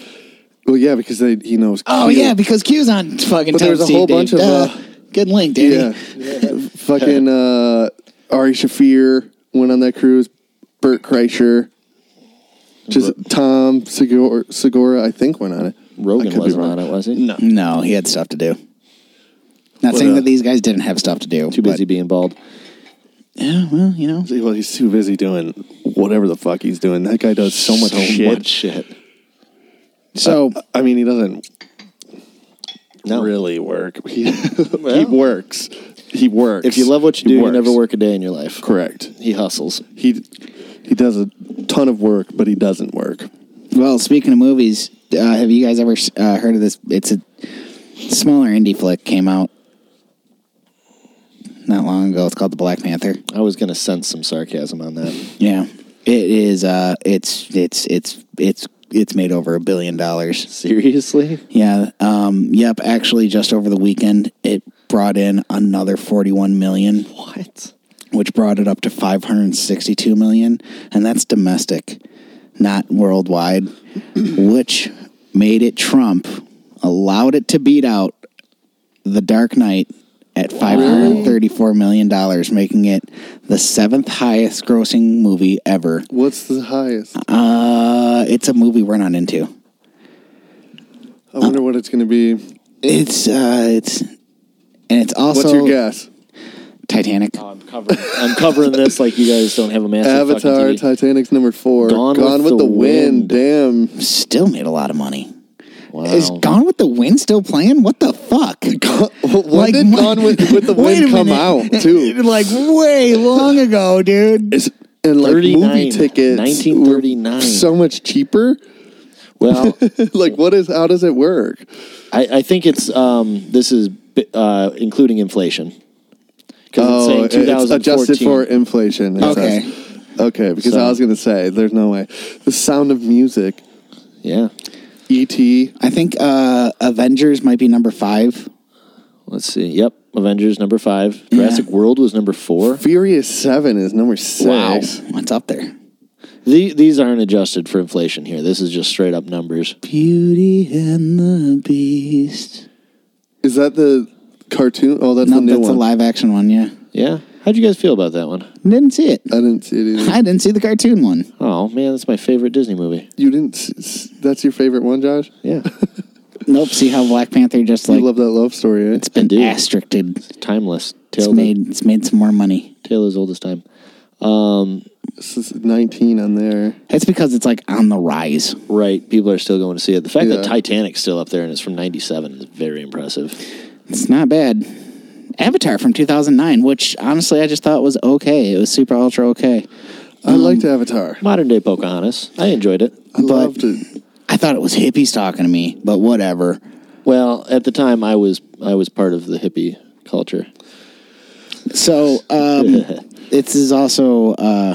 [SPEAKER 1] Well, yeah, because they he knows
[SPEAKER 3] Oh
[SPEAKER 1] Q.
[SPEAKER 3] yeah, because Q's on fucking.
[SPEAKER 1] But
[SPEAKER 3] Tell
[SPEAKER 1] there
[SPEAKER 3] 'Em
[SPEAKER 1] was a
[SPEAKER 3] Steve
[SPEAKER 1] whole
[SPEAKER 3] Dave.
[SPEAKER 1] bunch of,
[SPEAKER 3] Duh.
[SPEAKER 1] uh,
[SPEAKER 3] good link, Danny.
[SPEAKER 1] Yeah. *laughs* fucking uh Ari Shafir went on that cruise. Bert Kreischer. Just Tom Segura, Segura, I think, went on it. I
[SPEAKER 2] Rogan
[SPEAKER 1] could be
[SPEAKER 2] wasn't
[SPEAKER 1] wrong.
[SPEAKER 2] on it, was he?
[SPEAKER 1] No.
[SPEAKER 3] No, he had stuff to do. Not saying
[SPEAKER 1] uh,
[SPEAKER 3] that these guys didn't have stuff to do.
[SPEAKER 2] Too
[SPEAKER 3] but-
[SPEAKER 2] busy being bald.
[SPEAKER 3] yeah, well, you know.
[SPEAKER 1] Well, he's too busy doing whatever the fuck he's doing. That guy does so much shit.
[SPEAKER 2] much shit.
[SPEAKER 3] So
[SPEAKER 1] I mean, he doesn't
[SPEAKER 2] No.
[SPEAKER 1] really work. *laughs* He, he
[SPEAKER 2] Well.
[SPEAKER 1] works. He works.
[SPEAKER 2] If you love what
[SPEAKER 1] He
[SPEAKER 2] you do, you
[SPEAKER 1] works.
[SPEAKER 2] never work a day in your life.
[SPEAKER 1] Correct.
[SPEAKER 2] He hustles.
[SPEAKER 1] He he does a ton of work, but he doesn't work.
[SPEAKER 3] Well, speaking of movies, uh, have you guys ever uh, heard of this? It's a smaller indie flick came out not long ago. It's called The Black Panther.
[SPEAKER 2] I was gonna sense some sarcasm on that.
[SPEAKER 3] Yeah, it is. Uh, it's it's it's it's it's made over a billion dollars.
[SPEAKER 2] Seriously?
[SPEAKER 3] Yeah. Um, yep. Actually, just over the weekend, it brought in another forty-one million.
[SPEAKER 2] What?
[SPEAKER 3] which brought it up to 562 million, and that's domestic, not worldwide, *clears throat* which made it trump, allowed it to beat out The Dark Knight at 534 million dollars, making it the seventh highest grossing movie ever.
[SPEAKER 1] What's the highest?
[SPEAKER 3] Uh, it's a movie we're not into.
[SPEAKER 1] I wonder what it's going to be.
[SPEAKER 3] It's uh, it's and it's also
[SPEAKER 1] What's your guess?
[SPEAKER 3] Titanic.
[SPEAKER 2] I'm covering. I'm covering this like you guys don't have a massive
[SPEAKER 1] Avatar,
[SPEAKER 2] fucking TV.
[SPEAKER 1] Titanic's number four.
[SPEAKER 2] Gone with the Wind.
[SPEAKER 1] Damn.
[SPEAKER 3] Still made a lot of money.
[SPEAKER 2] Wow.
[SPEAKER 3] Is Gone with the Wind still playing? What
[SPEAKER 1] *laughs*
[SPEAKER 3] the fuck?
[SPEAKER 1] When
[SPEAKER 3] Like,
[SPEAKER 1] did
[SPEAKER 3] my-
[SPEAKER 1] Gone with, with the
[SPEAKER 3] Wait
[SPEAKER 1] Wind
[SPEAKER 3] a
[SPEAKER 1] come out
[SPEAKER 3] minute.
[SPEAKER 1] too?
[SPEAKER 3] *laughs* like way long ago, dude.
[SPEAKER 1] It's, and like
[SPEAKER 2] 39,
[SPEAKER 1] movie tickets,
[SPEAKER 2] 1939.
[SPEAKER 1] were so *laughs* much cheaper.
[SPEAKER 2] well,
[SPEAKER 1] like, what is? How does it work?
[SPEAKER 2] I, I think it's um, this is bi- uh, including inflation. 'Cause it's saying
[SPEAKER 1] Oh, it's adjusted
[SPEAKER 2] 2014.
[SPEAKER 1] for inflation. it
[SPEAKER 3] Okay.
[SPEAKER 1] says. Okay, because
[SPEAKER 2] So-
[SPEAKER 1] I was going to say, there's no way. The Sound of Music, E
[SPEAKER 2] Yeah.
[SPEAKER 1] E.T.,
[SPEAKER 3] I think uh, Avengers might be number five.
[SPEAKER 2] Let's see. Yep. Avengers number five. Jurassic World was number four.
[SPEAKER 1] Furious 7 is number six.
[SPEAKER 3] what's up there?
[SPEAKER 2] The, these aren't adjusted for inflation here. This is just straight up numbers.
[SPEAKER 3] Beauty and the Beast.
[SPEAKER 1] Is that the cartoon? Oh, that's
[SPEAKER 3] No,
[SPEAKER 1] the new
[SPEAKER 3] that's
[SPEAKER 1] one.
[SPEAKER 3] a live action one. Yeah,
[SPEAKER 2] Yeah. How'd you guys feel about that one?
[SPEAKER 3] didn't see it.
[SPEAKER 1] I didn't see it either.
[SPEAKER 3] I didn't see the cartoon one.
[SPEAKER 2] Oh man, that's my favorite Disney movie.
[SPEAKER 1] You didn't. s- s- That's your favorite one, Josh? *laughs*
[SPEAKER 2] Yeah.
[SPEAKER 3] Nope. See how Black Panther just like
[SPEAKER 1] you love that love story, eh?
[SPEAKER 3] it's been
[SPEAKER 2] Indeed.
[SPEAKER 3] asterisked. It's
[SPEAKER 2] Timeless. Tale,
[SPEAKER 3] made it's made some more money.
[SPEAKER 2] tale as old as time.
[SPEAKER 1] This is 19 on there.
[SPEAKER 3] That's because it's like on the rise.
[SPEAKER 2] Right. People are still going to see it. The fact that
[SPEAKER 1] Yeah.
[SPEAKER 2] Titanic's still up there and it's from 97 is very impressive.
[SPEAKER 3] It's not bad. Avatar from 2009, which honestly I just thought was okay. It was super ultra okay.
[SPEAKER 1] I liked Avatar.
[SPEAKER 2] Modern day Pocahontas. I enjoyed it.
[SPEAKER 1] I loved it.
[SPEAKER 3] I thought it was hippies talking to me, but whatever.
[SPEAKER 2] Well, at the time I was I was part of the hippie culture.
[SPEAKER 3] So um, this is also uh,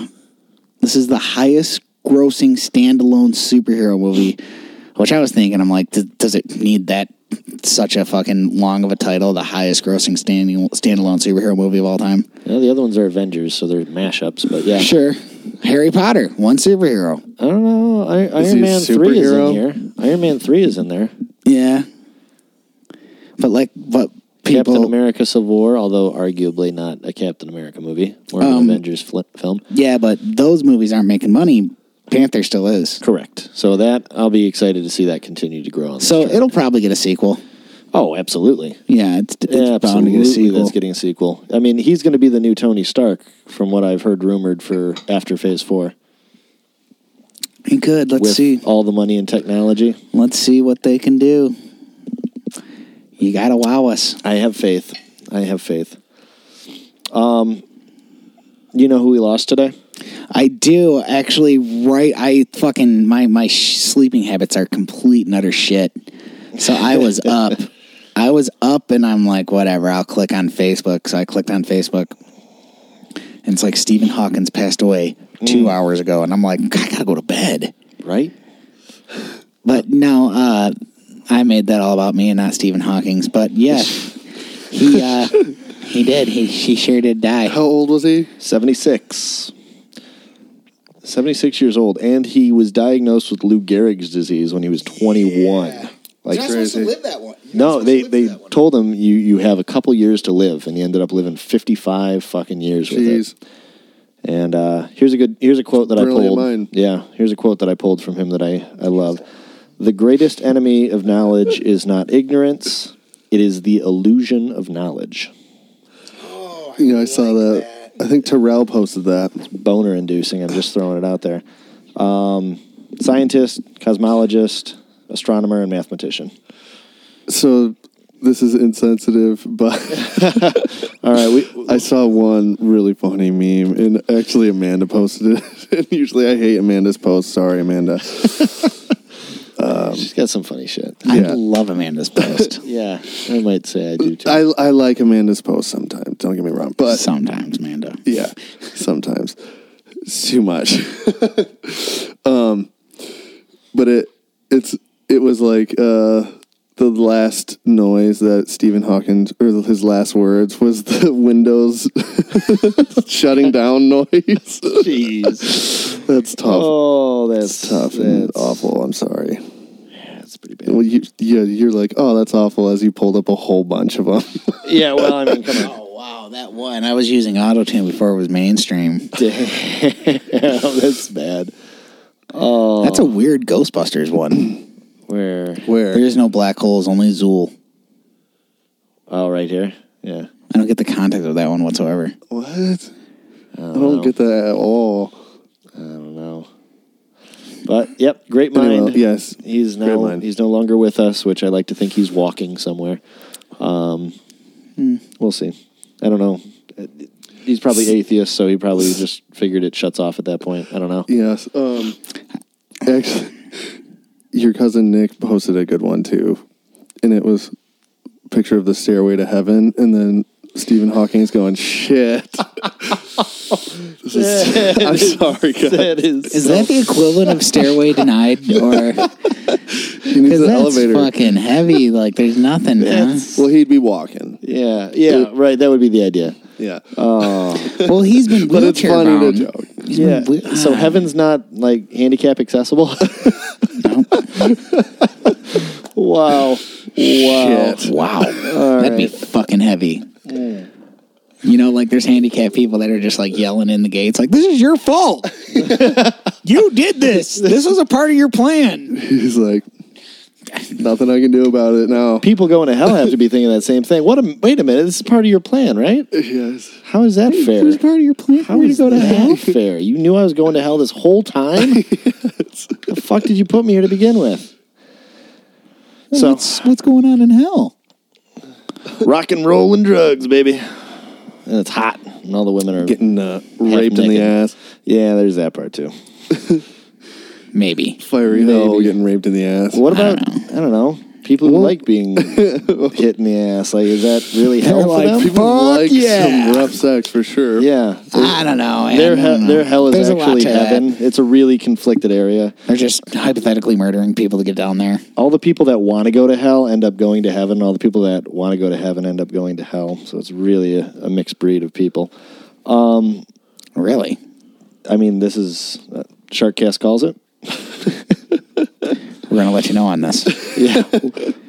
[SPEAKER 3] this is the highest grossing standalone superhero movie, which I was thinking. I'm like, "Does- does it need that such a fucking long of a title? The highest grossing standing standalone superhero movie of all time.
[SPEAKER 2] Well, the other ones are Avengers, so they're mashups. But yeah,
[SPEAKER 3] Sure, Harry Potter, one superhero.
[SPEAKER 2] I don't know. I,
[SPEAKER 1] he a
[SPEAKER 2] Iron Man three is in
[SPEAKER 1] superhero?
[SPEAKER 2] here. Iron Man three is in there.
[SPEAKER 3] Yeah, but like, but
[SPEAKER 2] Captain
[SPEAKER 3] people.
[SPEAKER 2] America Civil War, although arguably not a Captain America movie, more of
[SPEAKER 3] Um,
[SPEAKER 2] an Avengers fl- film.
[SPEAKER 3] Yeah, but those movies aren't making money. Panther still is.
[SPEAKER 2] Correct. So that I'll be excited to see that continue to grow on. this
[SPEAKER 3] So
[SPEAKER 2] chart.
[SPEAKER 3] it'll probably get a sequel.
[SPEAKER 2] oh, absolutely.
[SPEAKER 3] Yeah, it's, it's
[SPEAKER 2] Yeah,
[SPEAKER 3] bound to
[SPEAKER 2] absolutely.
[SPEAKER 3] get a sequel.
[SPEAKER 2] That's getting a sequel. I mean, he's going to be the new Tony Stark, from what I've heard rumored for after Phase Four.
[SPEAKER 3] Good. Let's
[SPEAKER 2] with
[SPEAKER 3] see.
[SPEAKER 2] all the money and technology,
[SPEAKER 3] Let's see what they can do. You gotta wow us.
[SPEAKER 2] I have faith. I have faith. Um, you know who we lost today?
[SPEAKER 3] I do actually. Right, I fucking my my sh- sleeping habits are complete and utter shit. So
[SPEAKER 1] *laughs*
[SPEAKER 3] I was up, I was up, and I'm like, whatever. I'll click on Facebook. So I clicked on Facebook, and it's like Stephen Hawkins passed away two
[SPEAKER 1] Mm.
[SPEAKER 3] hours ago, and I'm like, I gotta go to bed.
[SPEAKER 2] Right?
[SPEAKER 3] But no, uh, I made that all about me and not Stephen Hawking's.
[SPEAKER 1] *laughs*
[SPEAKER 3] But yeah, he uh, he did. He he sure did die.
[SPEAKER 1] How old was he?
[SPEAKER 2] 76. 76 years old, and he was diagnosed with Lou Gehrig's disease when he was 21. Like
[SPEAKER 1] Crazy.
[SPEAKER 3] that one.
[SPEAKER 2] no, they they told him you you have a couple years to live, and he ended up living 55 fucking years with it.
[SPEAKER 1] Jeez.
[SPEAKER 2] And uh, here's a good here's a quote that I
[SPEAKER 1] Brilliant
[SPEAKER 2] pulled.
[SPEAKER 1] mind.
[SPEAKER 2] Yeah, here's a quote that I pulled from him that I I love. The greatest enemy of knowledge is not ignorance; it is the illusion of knowledge.
[SPEAKER 1] You know, I saw that. I think Terrell posted that.
[SPEAKER 2] Boner inducing. I'm just throwing it out there. Um, scientist, cosmologist, astronomer, and mathematician.
[SPEAKER 1] So this is insensitive, *laughs* but
[SPEAKER 2] All right, we
[SPEAKER 1] I saw one really funny meme, and actually Amanda posted it. *laughs* and usually I hate Amanda's posts. Sorry, Amanda.
[SPEAKER 2] she's got some funny shit.
[SPEAKER 1] Yeah.
[SPEAKER 3] I love
[SPEAKER 1] *laughs*
[SPEAKER 3] Amanda's post.
[SPEAKER 2] Yeah, I might say I do too.
[SPEAKER 1] I I like Amanda's posts sometimes. Don't get me wrong, but
[SPEAKER 3] Sometimes, Amanda.
[SPEAKER 1] yeah, sometimes it's too much. *laughs* um, but it it's it was like uh, the last noise that Stephen Hawking or his last words was the *laughs* windows shutting down noise.
[SPEAKER 2] Jeez.
[SPEAKER 1] That's tough.
[SPEAKER 2] Oh, that's
[SPEAKER 1] tough and
[SPEAKER 2] That's
[SPEAKER 1] awful. I'm sorry.
[SPEAKER 2] That's pretty bad.
[SPEAKER 1] Well, you, yeah, you're like, oh, that's awful. As you pulled up a whole bunch of them.
[SPEAKER 2] yeah, well, I mean, come on. *laughs*
[SPEAKER 3] Oh wow, that one! I was using AutoTune before it was mainstream.
[SPEAKER 2] Damn, that's bad.
[SPEAKER 3] That's a weird Ghostbusters one.
[SPEAKER 2] Where?
[SPEAKER 1] Where?
[SPEAKER 3] There's no black holes, only Zool.
[SPEAKER 2] Oh, right here. Yeah.
[SPEAKER 3] I don't get the context of that one whatsoever.
[SPEAKER 1] *laughs* What? I don't get that at all.
[SPEAKER 2] I don't know. But yep, great mind.
[SPEAKER 1] Anyway, yes.
[SPEAKER 2] He's
[SPEAKER 1] Great
[SPEAKER 2] now
[SPEAKER 1] mind.
[SPEAKER 2] he's no longer with us, which I like to think he's walking somewhere. Um,
[SPEAKER 3] Hmm.
[SPEAKER 2] We'll see. I don't know. He's probably atheist, so he probably just figured it shuts off at that point. I don't know.
[SPEAKER 1] Yes. Um, actually, your cousin Nick posted a good one too, and it was a picture of the stairway to heaven, and then Stephen Hawking's going, "Shit."
[SPEAKER 3] *laughs*
[SPEAKER 1] This is- I'm sorry, guys.
[SPEAKER 2] *laughs* That is,
[SPEAKER 3] Is that the equivalent of Stairway *laughs* Denied? Or
[SPEAKER 1] He needs
[SPEAKER 3] because
[SPEAKER 1] an
[SPEAKER 3] that's
[SPEAKER 1] elevator.
[SPEAKER 3] fucking heavy. Like there's nothing. huh?
[SPEAKER 1] well, he'd be walking.
[SPEAKER 2] yeah, yeah, right. That would be the idea.
[SPEAKER 1] Yeah.
[SPEAKER 3] Well, he's *laughs* been
[SPEAKER 1] But it's
[SPEAKER 3] Uh, wheelchair
[SPEAKER 1] funny to
[SPEAKER 3] bound.
[SPEAKER 1] joke.
[SPEAKER 3] He's been uh, wheel- *laughs*
[SPEAKER 2] So heaven's not like handicap accessible. *laughs* wow. Wow.
[SPEAKER 1] Shit.
[SPEAKER 3] Wow, that'd be fucking heavy. You know, like there's handicapped people that are just like yelling in the gates, like "This is your fault. *laughs* you did this. This was a part of your plan."
[SPEAKER 1] He's like, nothing I can do about it now.
[SPEAKER 2] People going to hell have to be thinking that same thing. What a wait a minute, this is part of your plan, right?
[SPEAKER 1] Yes.
[SPEAKER 2] How is that fair?
[SPEAKER 3] It was part of your plan.
[SPEAKER 2] How is that fair? You knew I was going to hell this
[SPEAKER 3] *laughs*
[SPEAKER 2] whole time? The fuck did you put me here to begin with?
[SPEAKER 3] So
[SPEAKER 2] So
[SPEAKER 3] what's, what's going on in hell?
[SPEAKER 2] rock and roll and drugs, baby. And it's hot. And all the women are
[SPEAKER 1] Getting uh, raped in
[SPEAKER 2] naked.
[SPEAKER 1] the ass.
[SPEAKER 2] Yeah, there's that part too.
[SPEAKER 3] Maybe
[SPEAKER 1] Fiery hell
[SPEAKER 2] Maybe.
[SPEAKER 1] getting raped in the ass.
[SPEAKER 2] What about I don't know people who
[SPEAKER 3] *laughs*
[SPEAKER 2] like being hit in the ass? Like, is that really hell
[SPEAKER 3] They're
[SPEAKER 2] for
[SPEAKER 3] like,
[SPEAKER 2] them?
[SPEAKER 1] People
[SPEAKER 3] Fuck
[SPEAKER 1] like
[SPEAKER 3] yeah.
[SPEAKER 1] some rough sex for sure.
[SPEAKER 2] yeah,
[SPEAKER 3] I don't know. man.
[SPEAKER 2] their
[SPEAKER 3] I
[SPEAKER 2] he-
[SPEAKER 3] don't know.
[SPEAKER 2] their hell is
[SPEAKER 3] There's a lot
[SPEAKER 2] actually
[SPEAKER 3] to that.
[SPEAKER 2] heaven. It's a really conflicted area.
[SPEAKER 3] They're just hypothetically murdering people to get down there.
[SPEAKER 2] All the people that want to go to hell end up going to heaven. All the people that want to go to heaven end up going to hell. So it's really a, a mixed breed of people.
[SPEAKER 3] Really?
[SPEAKER 2] I mean, this is uh, Sharkcast calls it.
[SPEAKER 3] We're gonna let you know on *laughs* this
[SPEAKER 2] Yeah,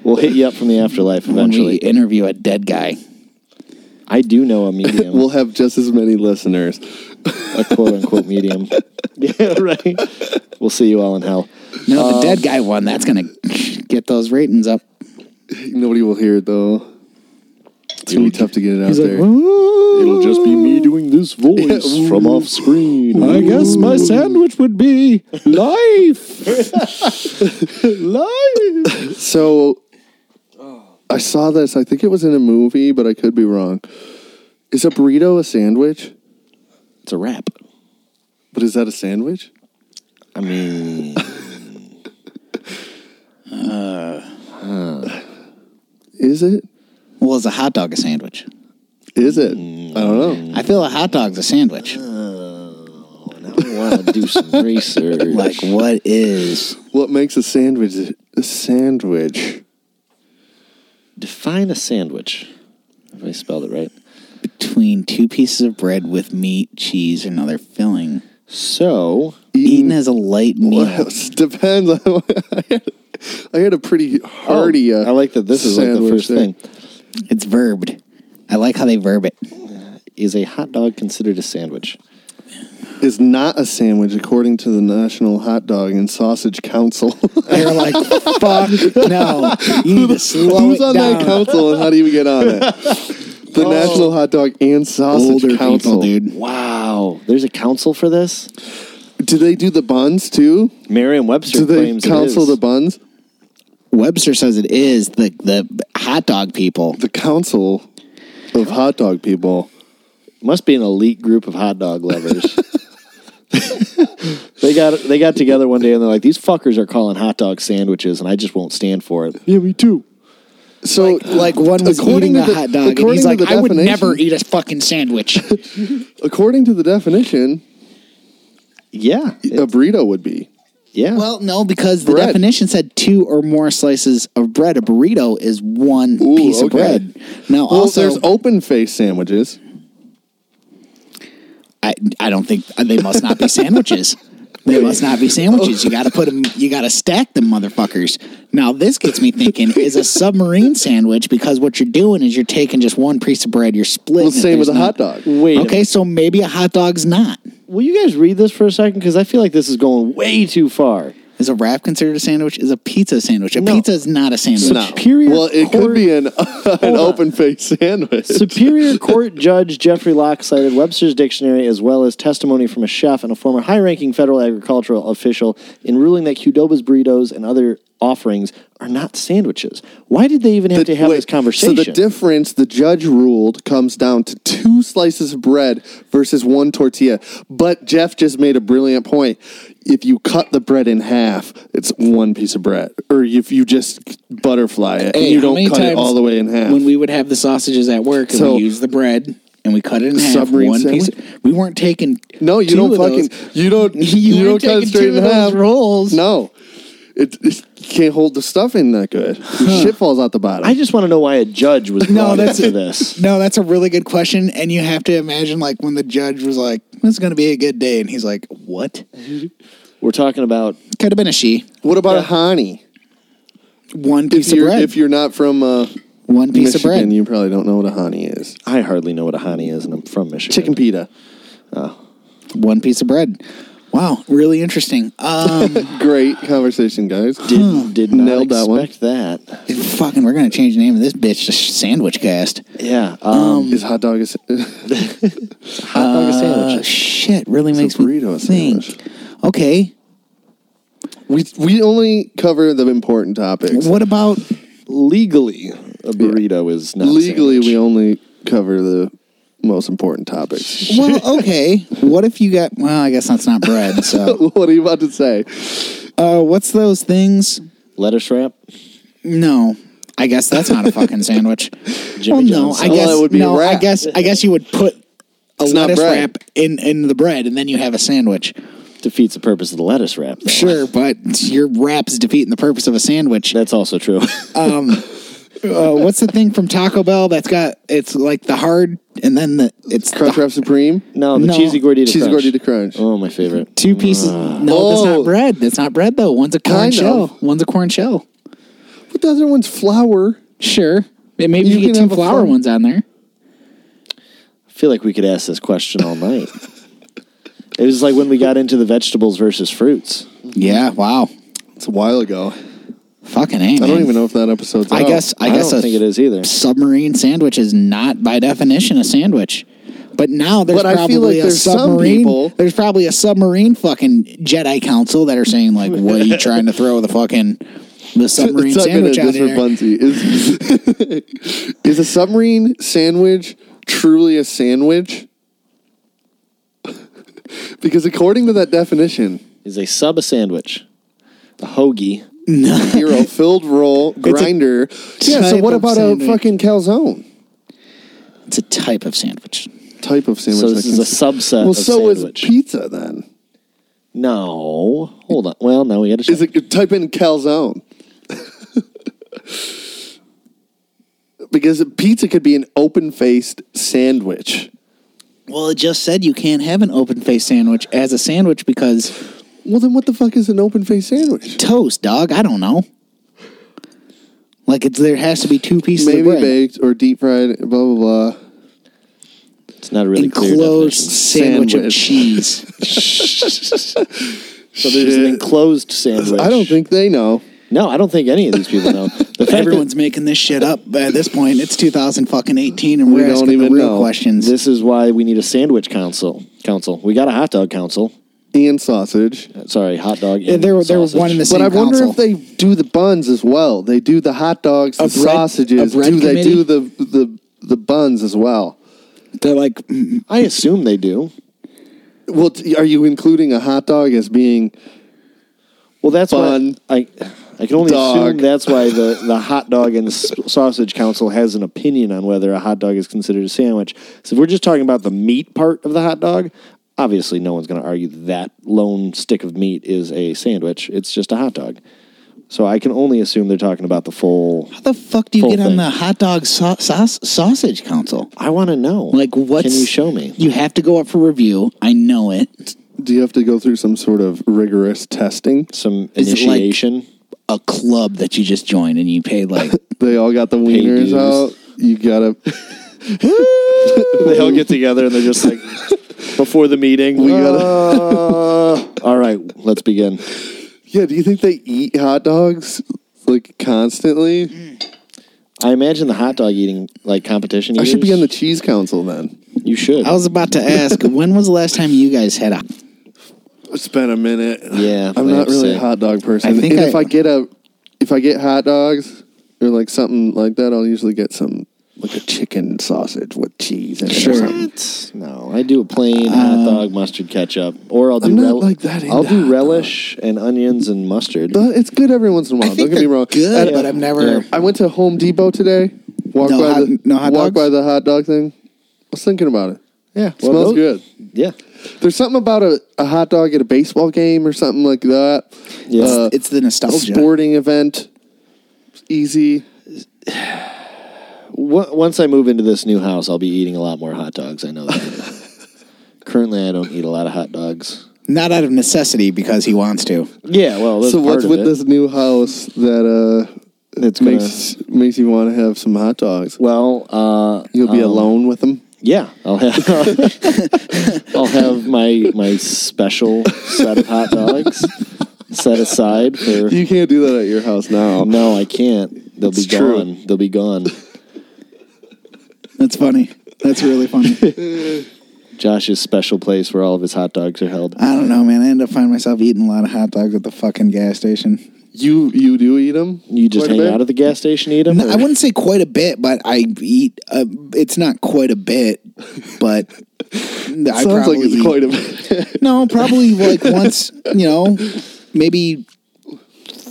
[SPEAKER 2] we'll hit you up from the afterlife
[SPEAKER 3] when we
[SPEAKER 2] eventually.
[SPEAKER 3] interview a dead guy.
[SPEAKER 2] I do know a *laughs* medium.
[SPEAKER 1] We'll have just as many listeners.
[SPEAKER 2] a quote unquote *laughs* medium. yeah, right. We'll see you all in hell.
[SPEAKER 3] No, the dead guy one. That's gonna get those ratings up.
[SPEAKER 1] Nobody will hear it though. It's gonna be tough to get it out there.
[SPEAKER 2] It'll just be me doing this voice *laughs* from off screen. I guess my sandwich would be *laughs* life. life.
[SPEAKER 1] so I saw this. I think it was in a movie, but I could be wrong. Is a burrito a sandwich?
[SPEAKER 2] It's a wrap.
[SPEAKER 1] But is that a sandwich?
[SPEAKER 2] I mean,
[SPEAKER 1] *laughs* Is it?
[SPEAKER 3] Well, is a hot dog a sandwich?
[SPEAKER 1] Is it?
[SPEAKER 2] Mm.
[SPEAKER 1] I don't know.
[SPEAKER 3] I feel a hot dog's a sandwich.
[SPEAKER 2] now I want to do some research.
[SPEAKER 3] Like, what is?
[SPEAKER 1] What makes a sandwich a sandwich?
[SPEAKER 2] define a sandwich. If I spelled it right.
[SPEAKER 3] between two pieces of bread with meat, cheese, and other filling.
[SPEAKER 2] So, oh,
[SPEAKER 3] Eaten as a light meal.
[SPEAKER 1] Well, it depends. *laughs* I had, I had a pretty hearty. uh,
[SPEAKER 2] Oh, I like that this is like the
[SPEAKER 1] sandwich
[SPEAKER 2] first
[SPEAKER 1] there.
[SPEAKER 2] thing.
[SPEAKER 3] It's verbed. I like how they verb it.
[SPEAKER 2] Is a hot dog considered a sandwich?
[SPEAKER 1] Is not a sandwich according to the National Hot Dog and Sausage Council. *laughs*
[SPEAKER 3] They're like, fuck no. You need to slow
[SPEAKER 1] Who's
[SPEAKER 3] it
[SPEAKER 1] on
[SPEAKER 3] down.
[SPEAKER 1] that council and how do you get
[SPEAKER 2] *laughs*
[SPEAKER 1] on it?
[SPEAKER 2] Oh.
[SPEAKER 1] The National Hot Dog and Sausage
[SPEAKER 3] Older
[SPEAKER 1] Council.
[SPEAKER 3] people, dude.
[SPEAKER 2] Wow, there's a council for this.
[SPEAKER 1] Do they do the buns too?
[SPEAKER 2] Merriam-Webster
[SPEAKER 1] Do they
[SPEAKER 2] claims it
[SPEAKER 1] counsel
[SPEAKER 2] is.
[SPEAKER 1] the buns?
[SPEAKER 3] Webster says it is the the hot dog people.
[SPEAKER 1] The council of hot dog people.
[SPEAKER 2] Must be an elite group of hot dog lovers. they got they got together one day and they're like, "These fuckers are calling hot dog sandwiches, and I just won't stand for it."
[SPEAKER 1] Yeah, me too. So, uh,
[SPEAKER 3] Like one was
[SPEAKER 1] according
[SPEAKER 3] eating a
[SPEAKER 1] to the-
[SPEAKER 3] hot dog, and
[SPEAKER 1] according
[SPEAKER 3] he's
[SPEAKER 1] to
[SPEAKER 3] like,
[SPEAKER 1] the
[SPEAKER 3] "I would
[SPEAKER 1] definition-
[SPEAKER 3] never eat a fucking sandwich."
[SPEAKER 1] according to the definition,
[SPEAKER 2] Yeah,
[SPEAKER 1] a burrito would be.
[SPEAKER 3] *laughs*
[SPEAKER 2] yeah.
[SPEAKER 3] well, no, because the
[SPEAKER 1] Bread.
[SPEAKER 3] definition said two or more slices of bread. A burrito is one
[SPEAKER 1] Ooh,
[SPEAKER 3] piece of
[SPEAKER 1] okay.
[SPEAKER 3] bread. Now,
[SPEAKER 1] Well,
[SPEAKER 3] also,
[SPEAKER 1] there's open face sandwiches.
[SPEAKER 3] I, I don't think uh, they
[SPEAKER 1] *laughs*
[SPEAKER 3] must not be sandwiches. They must not be sandwiches. You got to put them. You got to stack them, motherfuckers. Now this gets me thinking: is a submarine sandwich because what you're doing is you're taking just one piece of bread, you're splitting.
[SPEAKER 1] Well,
[SPEAKER 3] it.
[SPEAKER 1] same with a
[SPEAKER 3] There's
[SPEAKER 1] hot
[SPEAKER 3] not-
[SPEAKER 1] dog.
[SPEAKER 2] Wait. a
[SPEAKER 3] Okay, so maybe a hot dog's not.
[SPEAKER 2] Will you guys read this for a second? Because I feel like this is going way
[SPEAKER 1] *laughs*
[SPEAKER 2] too far.
[SPEAKER 3] Is a wrap considered a sandwich? Is a pizza a sandwich? A
[SPEAKER 2] No.
[SPEAKER 3] pizza is not a sandwich.
[SPEAKER 2] Superior
[SPEAKER 1] Well, it could
[SPEAKER 2] court-
[SPEAKER 1] be
[SPEAKER 3] *laughs*
[SPEAKER 1] an, an
[SPEAKER 2] on.
[SPEAKER 1] open face sandwich.
[SPEAKER 2] Superior Court Judge Jeffrey Locke cited Webster's dictionary as well as testimony from a chef and a former high ranking federal agricultural official in ruling that Qdoba's burritos and other offerings are not sandwiches. Why did they even have to have
[SPEAKER 1] wait,
[SPEAKER 2] this conversation?
[SPEAKER 1] So the difference the judge ruled comes down to two slices of bread versus one tortilla. But Jeff just made a brilliant point. If you cut the bread in half, it's one piece of bread. Or if you just butterfly it and
[SPEAKER 3] Hey,
[SPEAKER 1] you
[SPEAKER 3] how
[SPEAKER 1] don't
[SPEAKER 3] many
[SPEAKER 1] cut it
[SPEAKER 3] times
[SPEAKER 1] all the way in half.
[SPEAKER 3] When we would have the sausages at work, and
[SPEAKER 1] So-
[SPEAKER 3] we use the bread and we cut it in half.
[SPEAKER 1] Submarine
[SPEAKER 3] One piece.
[SPEAKER 1] sandwich?
[SPEAKER 3] Of, we weren't taking.
[SPEAKER 1] no, you
[SPEAKER 3] two
[SPEAKER 1] don't
[SPEAKER 3] of
[SPEAKER 1] fucking
[SPEAKER 3] those.
[SPEAKER 1] you
[SPEAKER 3] *laughs*
[SPEAKER 1] don't you,
[SPEAKER 3] weren't
[SPEAKER 1] don't cut it
[SPEAKER 3] taking
[SPEAKER 1] straight
[SPEAKER 3] two
[SPEAKER 1] in
[SPEAKER 3] of those
[SPEAKER 1] half.
[SPEAKER 3] rolls.
[SPEAKER 1] No. It, it you can't hold the stuff in that good. Shit falls out the bottom.
[SPEAKER 2] I just want to know why a
[SPEAKER 1] *laughs*
[SPEAKER 2] judge was
[SPEAKER 3] No,
[SPEAKER 2] no,
[SPEAKER 3] that's
[SPEAKER 2] that's for
[SPEAKER 3] it.
[SPEAKER 2] this.
[SPEAKER 3] No, that's a really good question. And you have to imagine, like, when the judge was like, this is going to be a good day. And he's like, what?
[SPEAKER 2] We're talking about
[SPEAKER 3] Could have been a she.
[SPEAKER 1] what about a honey?
[SPEAKER 3] One
[SPEAKER 1] If
[SPEAKER 3] piece of
[SPEAKER 1] you're
[SPEAKER 3] bread.
[SPEAKER 1] if you're not from uh,
[SPEAKER 3] One piece
[SPEAKER 1] Michigan,
[SPEAKER 3] of bread.
[SPEAKER 1] you probably don't know what a honey is.
[SPEAKER 2] I hardly know what a honey is, and I'm from Michigan.
[SPEAKER 1] Chicken pita.
[SPEAKER 3] One piece of bread. Wow, really interesting. Um,
[SPEAKER 1] Great conversation, guys.
[SPEAKER 2] Did, did not
[SPEAKER 1] Hmm. Nailed that one.
[SPEAKER 2] expect that.
[SPEAKER 3] fucking, we're going to change the name of this bitch to Sandwich Cast.
[SPEAKER 2] Yeah. Um,
[SPEAKER 1] Hmm. is hot dog a *laughs* s-
[SPEAKER 2] hot dog and
[SPEAKER 1] Oh,
[SPEAKER 3] Uh,
[SPEAKER 2] sandwiches.
[SPEAKER 3] shit, really makes
[SPEAKER 1] burrito,
[SPEAKER 3] me
[SPEAKER 1] a
[SPEAKER 3] think.
[SPEAKER 1] sandwich.
[SPEAKER 3] Okay,
[SPEAKER 1] we we only cover the important topics.
[SPEAKER 3] what about
[SPEAKER 2] Legally, a burrito is not a
[SPEAKER 1] Legally,
[SPEAKER 2] sandwich.
[SPEAKER 1] we only cover the most important topics. *laughs*
[SPEAKER 3] well? Okay, what if you got? Well, I guess that's not
[SPEAKER 1] *laughs*
[SPEAKER 3] bread. So,
[SPEAKER 1] what are you about to say?
[SPEAKER 3] uh, what's those things?
[SPEAKER 2] lettuce wrap.
[SPEAKER 3] No, I guess that's not
[SPEAKER 1] *laughs*
[SPEAKER 3] a fucking sandwich.
[SPEAKER 2] Jimmy
[SPEAKER 3] well, Oh, no,
[SPEAKER 2] John's
[SPEAKER 3] I
[SPEAKER 2] sauce.
[SPEAKER 3] guess
[SPEAKER 1] Well, Oh, it would be
[SPEAKER 3] no,
[SPEAKER 1] a wrap.
[SPEAKER 3] I guess I guess you would put a
[SPEAKER 1] It's not
[SPEAKER 3] lettuce
[SPEAKER 1] bread.
[SPEAKER 3] wrap in in the bread, and then you have a sandwich.
[SPEAKER 2] defeats the purpose of the lettuce wrap. though.
[SPEAKER 3] Sure, but your wrap's defeating the purpose of a sandwich.
[SPEAKER 2] That's also true. *laughs*
[SPEAKER 3] Um, uh, what's the thing from Taco Bell that's got? It's like the hard, and then the it's the
[SPEAKER 1] Crunchwrap Supreme,
[SPEAKER 2] no, the
[SPEAKER 3] No.
[SPEAKER 2] cheesy gordita
[SPEAKER 1] cheese
[SPEAKER 2] crunch.
[SPEAKER 1] gordita crunch.
[SPEAKER 2] Oh, my favorite.
[SPEAKER 3] Two pieces. No, that's
[SPEAKER 1] Oh.
[SPEAKER 3] not bread. That's not bread though. One's a corn
[SPEAKER 1] Kind
[SPEAKER 3] shell.
[SPEAKER 1] of.
[SPEAKER 3] One's a corn shell.
[SPEAKER 1] But the other one's flour.
[SPEAKER 3] Sure. Yeah, Maybe
[SPEAKER 1] You
[SPEAKER 3] you,
[SPEAKER 1] can
[SPEAKER 3] get two
[SPEAKER 1] have a
[SPEAKER 3] flour
[SPEAKER 1] fun-
[SPEAKER 3] ones on there.
[SPEAKER 2] I feel like we could ask this question all night. *laughs* it was like when we got into the vegetables versus fruits.
[SPEAKER 3] Yeah. Wow.
[SPEAKER 1] It's a while ago.
[SPEAKER 3] Fucking a,
[SPEAKER 1] I don't
[SPEAKER 3] man.
[SPEAKER 1] even know if that episode's.
[SPEAKER 3] I
[SPEAKER 1] out.
[SPEAKER 3] guess. I,
[SPEAKER 2] I,
[SPEAKER 3] guess
[SPEAKER 2] don't
[SPEAKER 3] a
[SPEAKER 2] think it is either.
[SPEAKER 3] submarine sandwich is not by definition a sandwich. But now there's
[SPEAKER 1] But I feel
[SPEAKER 3] probably
[SPEAKER 1] like
[SPEAKER 3] a
[SPEAKER 1] there's some
[SPEAKER 3] submarine.
[SPEAKER 1] people-
[SPEAKER 3] There's probably a submarine fucking Jedi Council that are saying like, "What
[SPEAKER 1] *laughs*
[SPEAKER 3] are you trying to throw the fucking the submarine
[SPEAKER 1] Tucking
[SPEAKER 3] sandwich
[SPEAKER 1] it
[SPEAKER 3] out
[SPEAKER 1] just for
[SPEAKER 3] there?"
[SPEAKER 1] Bunsey. Is *laughs* is a submarine sandwich truly a sandwich? *laughs* because according to that definition,
[SPEAKER 2] Is a sub a sandwich? A hoagie. *laughs*
[SPEAKER 1] hero filled roll grinder. Yeah, so
[SPEAKER 3] type
[SPEAKER 1] what
[SPEAKER 3] of
[SPEAKER 1] about
[SPEAKER 3] sandwich.
[SPEAKER 1] a fucking calzone
[SPEAKER 3] It's a type of sandwich.
[SPEAKER 1] type of sandwich?
[SPEAKER 2] So
[SPEAKER 1] that
[SPEAKER 2] this
[SPEAKER 1] can-
[SPEAKER 2] is a subset
[SPEAKER 1] well,
[SPEAKER 2] of
[SPEAKER 1] so
[SPEAKER 2] sandwich.
[SPEAKER 1] is pizza then.
[SPEAKER 2] no, hold on. Well, no, we got to.
[SPEAKER 1] Is it type in calzone? *laughs* because a pizza could be an open faced sandwich.
[SPEAKER 3] Well, it just said you can't have an open face sandwich as a sandwich because
[SPEAKER 1] Well, then what the fuck is an open faced sandwich?
[SPEAKER 3] toast, dog. I don't know. Like it's there has to be two pieces
[SPEAKER 1] Maybe
[SPEAKER 3] of bread.
[SPEAKER 1] baked or deep fried, blah blah blah.
[SPEAKER 2] It's not a really clear.
[SPEAKER 3] enclosed sandwich,
[SPEAKER 2] definition.
[SPEAKER 3] of
[SPEAKER 1] Sandwich. *laughs*
[SPEAKER 3] cheese.
[SPEAKER 2] So there's an
[SPEAKER 1] Shit.
[SPEAKER 2] enclosed sandwich.
[SPEAKER 1] I don't think they know.
[SPEAKER 2] No, I don't think any of these people know. The fact that
[SPEAKER 3] Everyone's making this shit up by this point. It's 2018, and
[SPEAKER 1] We
[SPEAKER 3] we're
[SPEAKER 1] don't
[SPEAKER 3] asking the
[SPEAKER 1] even
[SPEAKER 3] real
[SPEAKER 1] know.
[SPEAKER 3] questions.
[SPEAKER 2] This is why we need a sandwich council. Council. We got a hot dog council.
[SPEAKER 1] and sausage.
[SPEAKER 2] Sorry, hot dog.
[SPEAKER 3] Yeah,
[SPEAKER 2] and
[SPEAKER 3] there were- there were
[SPEAKER 2] sausage.
[SPEAKER 3] one in the
[SPEAKER 1] But I
[SPEAKER 3] Same
[SPEAKER 1] wonder
[SPEAKER 3] console.
[SPEAKER 1] if they do the buns as well. They do the hot dogs, the
[SPEAKER 3] A bread-
[SPEAKER 1] sausages.
[SPEAKER 3] a bread
[SPEAKER 1] do they do
[SPEAKER 3] committee?
[SPEAKER 1] the the the buns as well?
[SPEAKER 3] They're like, mm,
[SPEAKER 2] I assume they do.
[SPEAKER 1] Well, t- are you including a hot dog as being?
[SPEAKER 2] Well, that's
[SPEAKER 1] Bun.
[SPEAKER 2] why I I can only
[SPEAKER 1] Dog.
[SPEAKER 2] assume that's why the, the hot dog and s- sausage council has an opinion on whether a hot dog is considered a sandwich. So if we're just talking about the meat part of the hot dog, obviously no one's going to argue that that lone stick of meat is a sandwich. It's just a hot dog. So I can only assume they're talking about the full.
[SPEAKER 3] how the fuck do you
[SPEAKER 2] Full
[SPEAKER 3] get on
[SPEAKER 2] thing.
[SPEAKER 3] the hot dog sau- saus- sausage council?
[SPEAKER 2] I want to know.
[SPEAKER 3] Like, what's.
[SPEAKER 2] Can you show me?
[SPEAKER 3] You have to go up for review. I know it.
[SPEAKER 1] Do you have to go through some sort of rigorous testing?
[SPEAKER 2] Some
[SPEAKER 3] Is it like-
[SPEAKER 2] initiation.
[SPEAKER 3] A club that you just joined and you pay
[SPEAKER 1] *laughs*
[SPEAKER 3] like.
[SPEAKER 1] They all got the wieners
[SPEAKER 2] dues.
[SPEAKER 1] out. You gotta.
[SPEAKER 2] *laughs* they all get together and they're
[SPEAKER 1] *laughs*
[SPEAKER 2] just like before the meeting. We
[SPEAKER 1] Uh.
[SPEAKER 3] Uh.
[SPEAKER 2] gotta. all right, let's begin.
[SPEAKER 1] *laughs* Yeah. Do you think they eat hot dogs like constantly?
[SPEAKER 2] I imagine the hot dog eating like competition.
[SPEAKER 1] I should be
[SPEAKER 2] eaters-
[SPEAKER 1] on the cheese council then.
[SPEAKER 2] You should.
[SPEAKER 3] I was about to ask, when was the last time you guys had a.
[SPEAKER 1] It's been a minute.
[SPEAKER 2] Yeah,
[SPEAKER 1] I'm
[SPEAKER 2] I
[SPEAKER 1] not
[SPEAKER 2] have to
[SPEAKER 1] really
[SPEAKER 2] say.
[SPEAKER 1] a hot dog person.
[SPEAKER 3] I think
[SPEAKER 1] and
[SPEAKER 3] I-
[SPEAKER 1] if I get a, if I get hot dogs or like something like that, I'll usually get some like a chicken sausage with cheese in it. or
[SPEAKER 3] Sure.
[SPEAKER 1] something.
[SPEAKER 2] no, I do a plain hot dog, mustard, ketchup, or I'll do
[SPEAKER 1] Uh. I'm not
[SPEAKER 2] rel-
[SPEAKER 1] like that
[SPEAKER 2] I'll
[SPEAKER 1] into hot
[SPEAKER 2] do relish and onions and mustard.
[SPEAKER 1] But it's good every once in a while. Don't get me
[SPEAKER 3] they're
[SPEAKER 1] wrong.
[SPEAKER 3] Good,
[SPEAKER 1] I,
[SPEAKER 3] but I've never.
[SPEAKER 1] I went to Home Depot today. Walked
[SPEAKER 3] No
[SPEAKER 1] by
[SPEAKER 3] hot-
[SPEAKER 1] the
[SPEAKER 3] no hot
[SPEAKER 1] walked
[SPEAKER 3] dogs?
[SPEAKER 1] by the hot dog thing. I was thinking about it.
[SPEAKER 2] yeah, well,
[SPEAKER 1] Smells
[SPEAKER 2] those-
[SPEAKER 1] good.
[SPEAKER 2] Yeah,
[SPEAKER 1] There's something about a, a hot dog at a baseball game or something like that.
[SPEAKER 2] yeah.
[SPEAKER 1] Uh,
[SPEAKER 3] it's the
[SPEAKER 1] A
[SPEAKER 3] nostalgia.
[SPEAKER 1] sporting event. It's easy.
[SPEAKER 2] Wo- once I move into this new house, I'll be eating a lot more hot dogs. I
[SPEAKER 1] *laughs*
[SPEAKER 2] know that. Currently, I don't eat a lot of hot dogs.
[SPEAKER 3] Not out of necessity because he wants to.
[SPEAKER 2] Yeah, well, that's
[SPEAKER 1] so what's
[SPEAKER 2] part of
[SPEAKER 1] with
[SPEAKER 2] it.
[SPEAKER 1] this new house that uh
[SPEAKER 2] It's gonna-
[SPEAKER 1] makes makes you want to have some hot dogs?
[SPEAKER 2] Well, uh,
[SPEAKER 1] You'll be
[SPEAKER 2] um,
[SPEAKER 1] alone with them.
[SPEAKER 2] Yeah, I'll have *laughs* I'll have my my special set of hot dogs set aside for.
[SPEAKER 1] You can't do that at your house now.
[SPEAKER 2] *laughs* No, I can't. They'll be
[SPEAKER 1] It's true.
[SPEAKER 2] gone. They'll be gone.
[SPEAKER 3] That's funny. That's really
[SPEAKER 1] *laughs*
[SPEAKER 3] funny.
[SPEAKER 2] Josh's special place where all of his hot dogs are held.
[SPEAKER 3] I don't know, man. I end up finding myself eating a lot of hot dogs at the fucking gas station.
[SPEAKER 1] You you do eat them.
[SPEAKER 2] You just hang out at the gas station, eat
[SPEAKER 3] *laughs*
[SPEAKER 2] them.
[SPEAKER 3] No, I wouldn't say quite a bit, but I eat. Uh, it's not quite a bit, but I
[SPEAKER 1] Sounds
[SPEAKER 3] probably
[SPEAKER 1] like it's
[SPEAKER 3] eat-
[SPEAKER 1] quite a bit. *laughs*
[SPEAKER 3] no, *laughs* probably like once. You know, maybe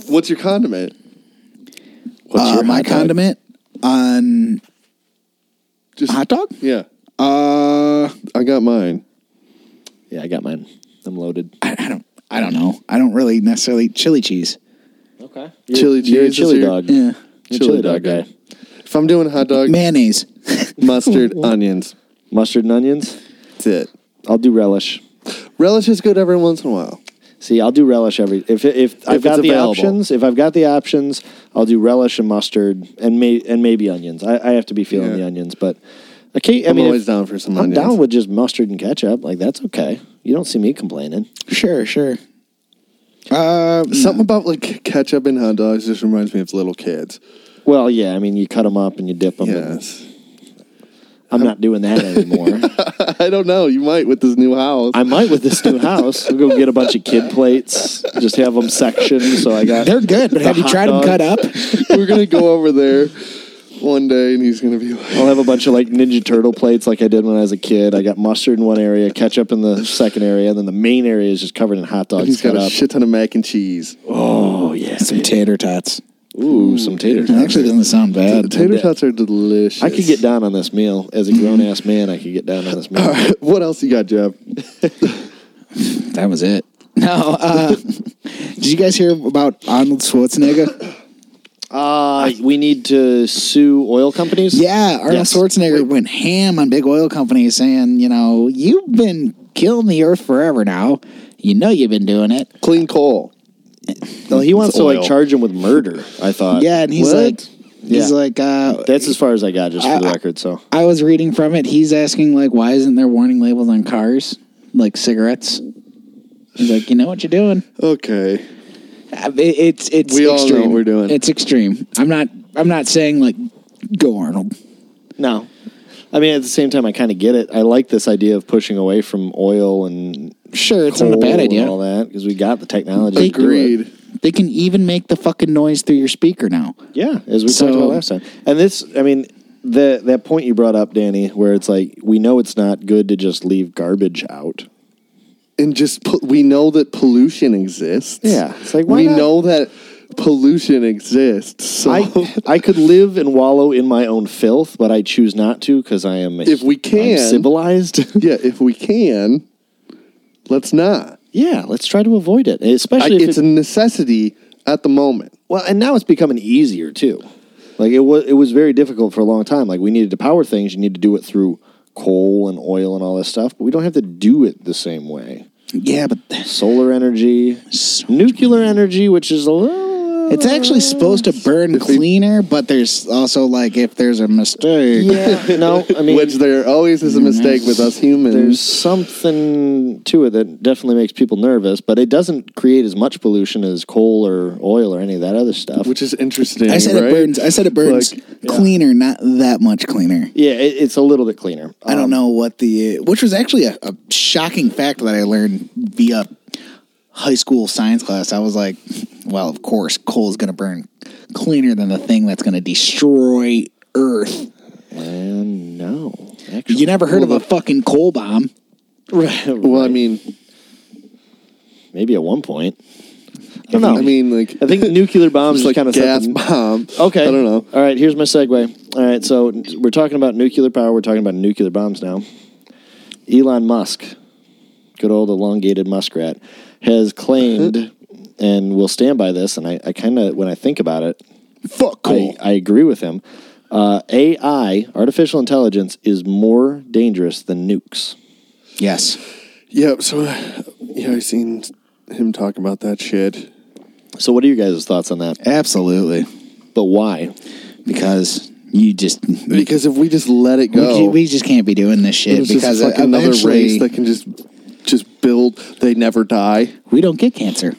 [SPEAKER 1] What's your condiment?
[SPEAKER 3] uh,
[SPEAKER 2] your
[SPEAKER 3] my
[SPEAKER 2] hot dog?
[SPEAKER 3] condiment on
[SPEAKER 1] Just
[SPEAKER 3] hot dog.
[SPEAKER 1] yeah.
[SPEAKER 3] Uh,
[SPEAKER 1] I got mine.
[SPEAKER 2] Yeah, I got mine. I'm loaded.
[SPEAKER 3] I, I don't. I don't know. I don't really necessarily chili cheese.
[SPEAKER 2] Okay.
[SPEAKER 1] Chili
[SPEAKER 2] You're a
[SPEAKER 1] cheese is
[SPEAKER 2] chili
[SPEAKER 1] your-
[SPEAKER 2] dog.
[SPEAKER 3] Yeah,
[SPEAKER 2] You're a chili, dog guy.
[SPEAKER 1] If I'm doing hot
[SPEAKER 2] *laughs*
[SPEAKER 1] dog,
[SPEAKER 3] mayonnaise.
[SPEAKER 1] mustard, onions.
[SPEAKER 2] Mustard and onions.
[SPEAKER 1] That's it.
[SPEAKER 2] I'll do relish.
[SPEAKER 1] Relish is good every once in a while.
[SPEAKER 2] See, I'll do relish every if if, I've got
[SPEAKER 1] it's
[SPEAKER 2] the
[SPEAKER 1] available.
[SPEAKER 2] options. If I've got the options, I'll do relish and mustard and may and maybe onions. I, I have to be feeling
[SPEAKER 1] Yeah.
[SPEAKER 2] the onions, but okay. I
[SPEAKER 1] I'm
[SPEAKER 2] mean,
[SPEAKER 1] always
[SPEAKER 2] if-
[SPEAKER 1] down for some
[SPEAKER 2] I'm
[SPEAKER 1] onions.
[SPEAKER 2] down with just mustard and ketchup. Like that's okay. You don't see me complaining.
[SPEAKER 3] Sure, sure. Uh,
[SPEAKER 1] Something about like ketchup and hot dogs just reminds me of little kids.
[SPEAKER 2] Well, yeah. I mean, you cut them up and you dip them.
[SPEAKER 1] Yes.
[SPEAKER 2] I'm not doing that
[SPEAKER 1] *laughs*
[SPEAKER 2] anymore.
[SPEAKER 1] I don't know. You might with this new house.
[SPEAKER 2] I might with this new house. We'll go get a bunch of kid plates. Just have them sectioned. So I got
[SPEAKER 3] they're good, but
[SPEAKER 2] The
[SPEAKER 3] have you
[SPEAKER 2] hot
[SPEAKER 3] tried them cut up?
[SPEAKER 2] dogs.
[SPEAKER 1] *laughs* We're gonna go over there one day, and he's gonna be like,
[SPEAKER 2] I'll have a bunch of like Ninja Turtle plates like I did when I was a kid. I got mustard in one area, ketchup in the second area, and then the main area is just covered in hot dogs.
[SPEAKER 1] he's got
[SPEAKER 2] cut
[SPEAKER 1] a
[SPEAKER 2] Oh, up.
[SPEAKER 1] shit ton of mac and cheese.
[SPEAKER 2] Oh yeah,
[SPEAKER 3] Some tater tots.
[SPEAKER 2] ooh, some tater
[SPEAKER 3] It
[SPEAKER 2] tots.
[SPEAKER 3] actually doesn't sound bad.
[SPEAKER 1] Tater tots are delicious.
[SPEAKER 2] I could get down on this meal as a grown ass man. I could get down on this meal.
[SPEAKER 1] *laughs* What else you got, Jeff?
[SPEAKER 3] That was it. *laughs* No. Uh, did you guys hear about Arnold Schwarzenegger?
[SPEAKER 2] Uh, we need to sue oil companies.
[SPEAKER 3] Yeah, Arnold
[SPEAKER 2] Yes.
[SPEAKER 3] Schwarzenegger went ham on big oil companies saying, you know, you've been killing the earth forever now. You know you've been doing it.
[SPEAKER 1] Clean coal.
[SPEAKER 2] No, he wants
[SPEAKER 1] It's
[SPEAKER 2] to
[SPEAKER 1] oil.
[SPEAKER 2] like charge him with murder. I thought.
[SPEAKER 3] Yeah, and he's
[SPEAKER 1] What?
[SPEAKER 3] like, he's
[SPEAKER 2] Yeah.
[SPEAKER 3] like, uh,
[SPEAKER 2] that's as far as I got, just for the
[SPEAKER 3] I- I-
[SPEAKER 2] record. So
[SPEAKER 3] I was reading from it. He's asking like, why isn't there warning labels on cars like cigarettes? He's like, you know what you're doing.
[SPEAKER 1] Okay.
[SPEAKER 3] I- Uh, it- it's it's
[SPEAKER 1] We all know
[SPEAKER 3] extreme.
[SPEAKER 1] what we're doing.
[SPEAKER 3] It's extreme. I'm not I'm not saying like go Arnold.
[SPEAKER 2] no, I mean at the same time I kind of get it. I like this idea of pushing away from oil and
[SPEAKER 3] Sure, it's not a bad
[SPEAKER 2] coal
[SPEAKER 3] idea.
[SPEAKER 2] And all that because we got the technology.
[SPEAKER 3] They
[SPEAKER 2] to do it.
[SPEAKER 1] Agreed.
[SPEAKER 3] They can even make the fucking noise through your speaker now.
[SPEAKER 2] Yeah, as we
[SPEAKER 3] So-
[SPEAKER 2] talked about last time. And this, I mean, the that point you brought up, Danny, where it's like we know it's not good to just leave garbage out.
[SPEAKER 1] and just po- we know that pollution exists.
[SPEAKER 2] Yeah, it's like, why
[SPEAKER 1] we
[SPEAKER 2] not?
[SPEAKER 1] know that pollution exists. So
[SPEAKER 2] I I could live and wallow in my own filth, but I choose not to because I am
[SPEAKER 1] If we
[SPEAKER 2] I'm
[SPEAKER 1] can.
[SPEAKER 2] civilized.
[SPEAKER 1] *laughs*
[SPEAKER 2] *laughs*
[SPEAKER 1] yeah, if we can, let's not.
[SPEAKER 2] yeah, let's try to avoid it,
[SPEAKER 1] I,
[SPEAKER 2] especially if
[SPEAKER 1] it's a
[SPEAKER 2] it-
[SPEAKER 1] necessity at the moment.
[SPEAKER 2] well. And now it's becoming easier too. Like it was it was very difficult for a long time. Like we needed to power things, you need to do it through coal and oil and all this stuff, but we don't have to do it the same way.
[SPEAKER 3] Yeah, but
[SPEAKER 2] Solar energy, nuclear energy, which is a little.
[SPEAKER 3] it's actually supposed to burn cleaner, but there's also like if there's a mistake.
[SPEAKER 2] *laughs* Yeah, no, I mean,
[SPEAKER 1] Which there always is a mistake with us
[SPEAKER 2] there's
[SPEAKER 1] humans.
[SPEAKER 2] something to it that definitely makes people nervous, but it doesn't create as much pollution as coal or oil or any of that other stuff.
[SPEAKER 1] Which is interesting.
[SPEAKER 3] I said
[SPEAKER 1] right?
[SPEAKER 3] it burns. I said it burns
[SPEAKER 1] Like,
[SPEAKER 3] cleaner, not that much cleaner.
[SPEAKER 2] yeah, it, it's a little bit cleaner.
[SPEAKER 3] I don't know what the which was actually a, a shocking fact that I learned via high school science class. I was like, well, of course, coal is going to burn cleaner than the thing that's going to destroy Earth.
[SPEAKER 2] And Oh, no, actually,
[SPEAKER 3] You never heard of a fucking coal bomb? *laughs*
[SPEAKER 2] Right,
[SPEAKER 1] Well, I mean,
[SPEAKER 2] maybe at one point. I don't know.
[SPEAKER 1] I mean, like, *laughs*
[SPEAKER 2] I think nuclear bombs
[SPEAKER 1] it's
[SPEAKER 2] like
[SPEAKER 1] like
[SPEAKER 2] kind of
[SPEAKER 1] gas bomb.
[SPEAKER 2] Okay.
[SPEAKER 1] I don't know.
[SPEAKER 2] All right, here's my segue. All right, so we're talking about nuclear power. We're talking about nuclear bombs now. Elon Musk, good old elongated muskrat,
[SPEAKER 1] *laughs*
[SPEAKER 2] has claimed and will stand by this. And I, I kind of, when I think about it,
[SPEAKER 3] Fuck coal.
[SPEAKER 2] I, I agree with him. Uh, AI, artificial intelligence, is more dangerous than nukes.
[SPEAKER 3] yes.
[SPEAKER 1] Yeah. So, yeah, I seen him talk about that shit.
[SPEAKER 2] So, what are you guys' thoughts on that?
[SPEAKER 3] Absolutely.
[SPEAKER 2] But why?
[SPEAKER 3] Because you just we,
[SPEAKER 1] Because if we just let it go,
[SPEAKER 3] ca- we just can't be doing this shit
[SPEAKER 1] It's just
[SPEAKER 3] because
[SPEAKER 1] fucking another
[SPEAKER 3] eventually
[SPEAKER 1] race that can just just build. They never die.
[SPEAKER 3] we don't get cancer.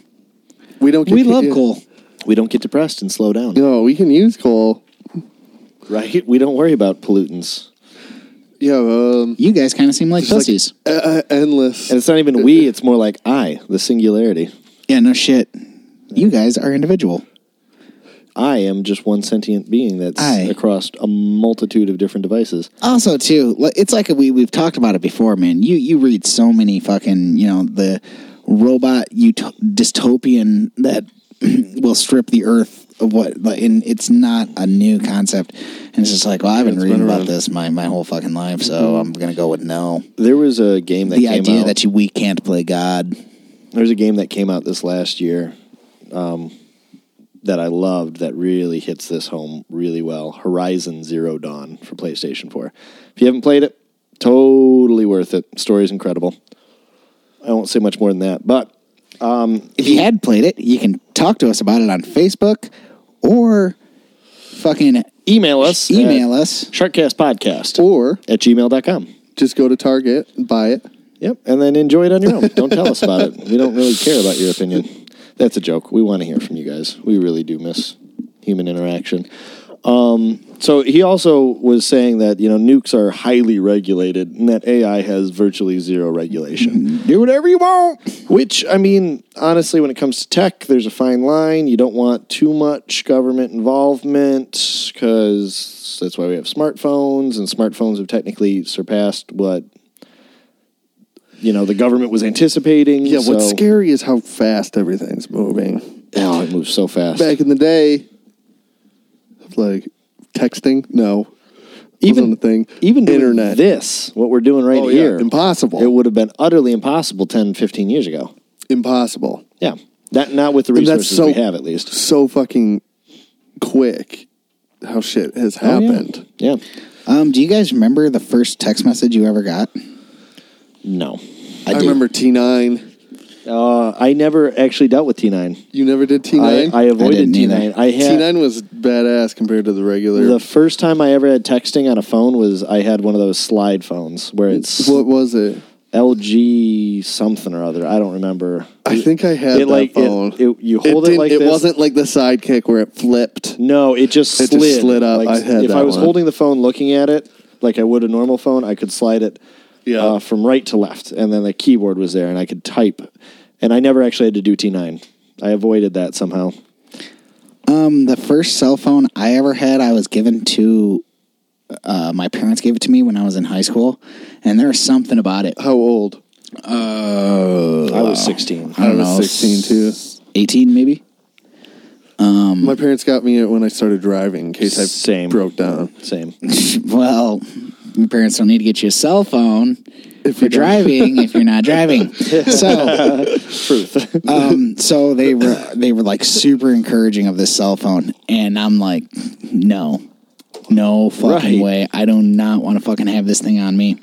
[SPEAKER 1] We don't. Get
[SPEAKER 3] We love
[SPEAKER 1] yeah.
[SPEAKER 3] coal.
[SPEAKER 2] We don't get depressed and slow down,
[SPEAKER 1] No, we can use coal.
[SPEAKER 2] right? We don't worry about pollutants.
[SPEAKER 1] Yeah, um,
[SPEAKER 3] You guys kind of seem like
[SPEAKER 1] Just like-
[SPEAKER 3] pussies.
[SPEAKER 1] e- e- endless.
[SPEAKER 2] And it's not even we, it's more like I, the singularity.
[SPEAKER 3] yeah, no shit. You guys are individual.
[SPEAKER 2] I am just one sentient being that's
[SPEAKER 3] I.
[SPEAKER 2] across a multitude of different devices.
[SPEAKER 3] Also, too, li- it's like we we've talked about it before, man. You you read so many fucking you know the robot ut- dystopian that *clears throat* will strip the earth of what, like, and it's not a new concept. And it's just like, well, I've been
[SPEAKER 1] It's been
[SPEAKER 3] reading about
[SPEAKER 1] around. Mm-hmm.
[SPEAKER 3] this my my whole fucking life, so I'm gonna go with no.
[SPEAKER 2] There was a game that
[SPEAKER 3] the
[SPEAKER 2] came
[SPEAKER 3] idea
[SPEAKER 2] out.
[SPEAKER 3] that you, we can't play God.
[SPEAKER 2] there was a game that came out this last year um, that I loved that really hits this home really well. Horizon Zero Dawn for PlayStation 4. If you haven't played it, totally worth it. Story's incredible. I won't say much more than that, but
[SPEAKER 3] If you had played it, you can talk to us about it on Facebook or fucking
[SPEAKER 2] email us.
[SPEAKER 3] email us.
[SPEAKER 2] Sharkcast Podcast
[SPEAKER 1] or
[SPEAKER 2] at gmail.com.
[SPEAKER 1] just go to Target and buy it.
[SPEAKER 2] Yep, and then enjoy it on *laughs* your own. Don't tell us about it. We don't really care about your opinion. That's a joke. We want to hear from you guys. We really do miss human interaction. Um, so he also was saying that you know nukes are highly regulated and that AI has virtually zero regulation.
[SPEAKER 3] Do whatever you want.
[SPEAKER 2] Which I mean, honestly, when it comes to tech, there's a fine line. You don't want too much government involvement because that's why we have smartphones, and smartphones have technically surpassed what you know the government was anticipating.
[SPEAKER 1] Yeah, what's
[SPEAKER 2] so-
[SPEAKER 1] scary is how fast everything's moving.
[SPEAKER 2] Oh, it moves so fast.
[SPEAKER 1] Back in the day, like texting, no,
[SPEAKER 2] Even-
[SPEAKER 1] even the thing,
[SPEAKER 2] Even doing
[SPEAKER 1] internet.
[SPEAKER 2] this, what we're doing right
[SPEAKER 1] Oh, yeah,
[SPEAKER 2] here,
[SPEAKER 1] impossible.
[SPEAKER 2] It would have been utterly impossible 10, 15 years ago.
[SPEAKER 1] impossible.
[SPEAKER 2] Yeah, that not with the
[SPEAKER 1] And that's
[SPEAKER 2] resources
[SPEAKER 1] so-
[SPEAKER 2] we have, at least.
[SPEAKER 1] So fucking quick, how shit has
[SPEAKER 2] Oh, yeah.
[SPEAKER 1] happened.
[SPEAKER 2] yeah.
[SPEAKER 3] Um, do you guys remember the first text message you ever got?
[SPEAKER 2] No,
[SPEAKER 1] I, remember T nine.
[SPEAKER 2] uh, I never actually dealt with T nine.
[SPEAKER 1] You never did T
[SPEAKER 2] I,
[SPEAKER 1] nine.
[SPEAKER 2] I avoided
[SPEAKER 3] didn't
[SPEAKER 2] T
[SPEAKER 3] either.
[SPEAKER 2] nine. I
[SPEAKER 1] T
[SPEAKER 2] had
[SPEAKER 1] nine was badass compared to the regular.
[SPEAKER 2] the first time I ever had texting on a phone was I had one of those slide phones where it's
[SPEAKER 1] what was it?
[SPEAKER 2] LG something or other. I don't remember.
[SPEAKER 1] I think I had
[SPEAKER 2] it
[SPEAKER 1] that
[SPEAKER 2] like it-
[SPEAKER 1] phone.
[SPEAKER 2] It, you hold it,
[SPEAKER 1] didn't-
[SPEAKER 2] like
[SPEAKER 1] it
[SPEAKER 2] this.
[SPEAKER 1] wasn't like the sidekick where it flipped.
[SPEAKER 2] No, it just
[SPEAKER 1] It just
[SPEAKER 2] slid.
[SPEAKER 1] slid up. I had
[SPEAKER 2] if
[SPEAKER 1] that
[SPEAKER 2] I was
[SPEAKER 1] one.
[SPEAKER 2] holding the phone, looking at it like I would a normal phone, I could slide it
[SPEAKER 1] Yeah.
[SPEAKER 2] uh, from right to left, and then the keyboard was there, and I could type, and I never actually had to do T nine. I avoided that somehow.
[SPEAKER 3] Um, the first cell phone I ever had, I was given to. Uh, my parents gave it to me when I was in high school, and there was something about it.
[SPEAKER 1] How old?
[SPEAKER 2] I was sixteen.
[SPEAKER 3] I don't
[SPEAKER 1] was
[SPEAKER 3] know,
[SPEAKER 1] 16 too.
[SPEAKER 3] eighteen maybe.
[SPEAKER 1] My parents got me it when I started driving in case I
[SPEAKER 2] mm. Same.
[SPEAKER 1] broke down. *laughs*
[SPEAKER 2] Same.
[SPEAKER 3] Well, your parents don't need to get you a cell phone if you're
[SPEAKER 1] you don't.
[SPEAKER 3] driving. if you're not driving, so
[SPEAKER 2] Truth.
[SPEAKER 3] um, so they were they were like super encouraging of this cell phone, and I'm like, no, no fucking
[SPEAKER 2] Right.
[SPEAKER 3] way. I do not want to fucking have this thing on me.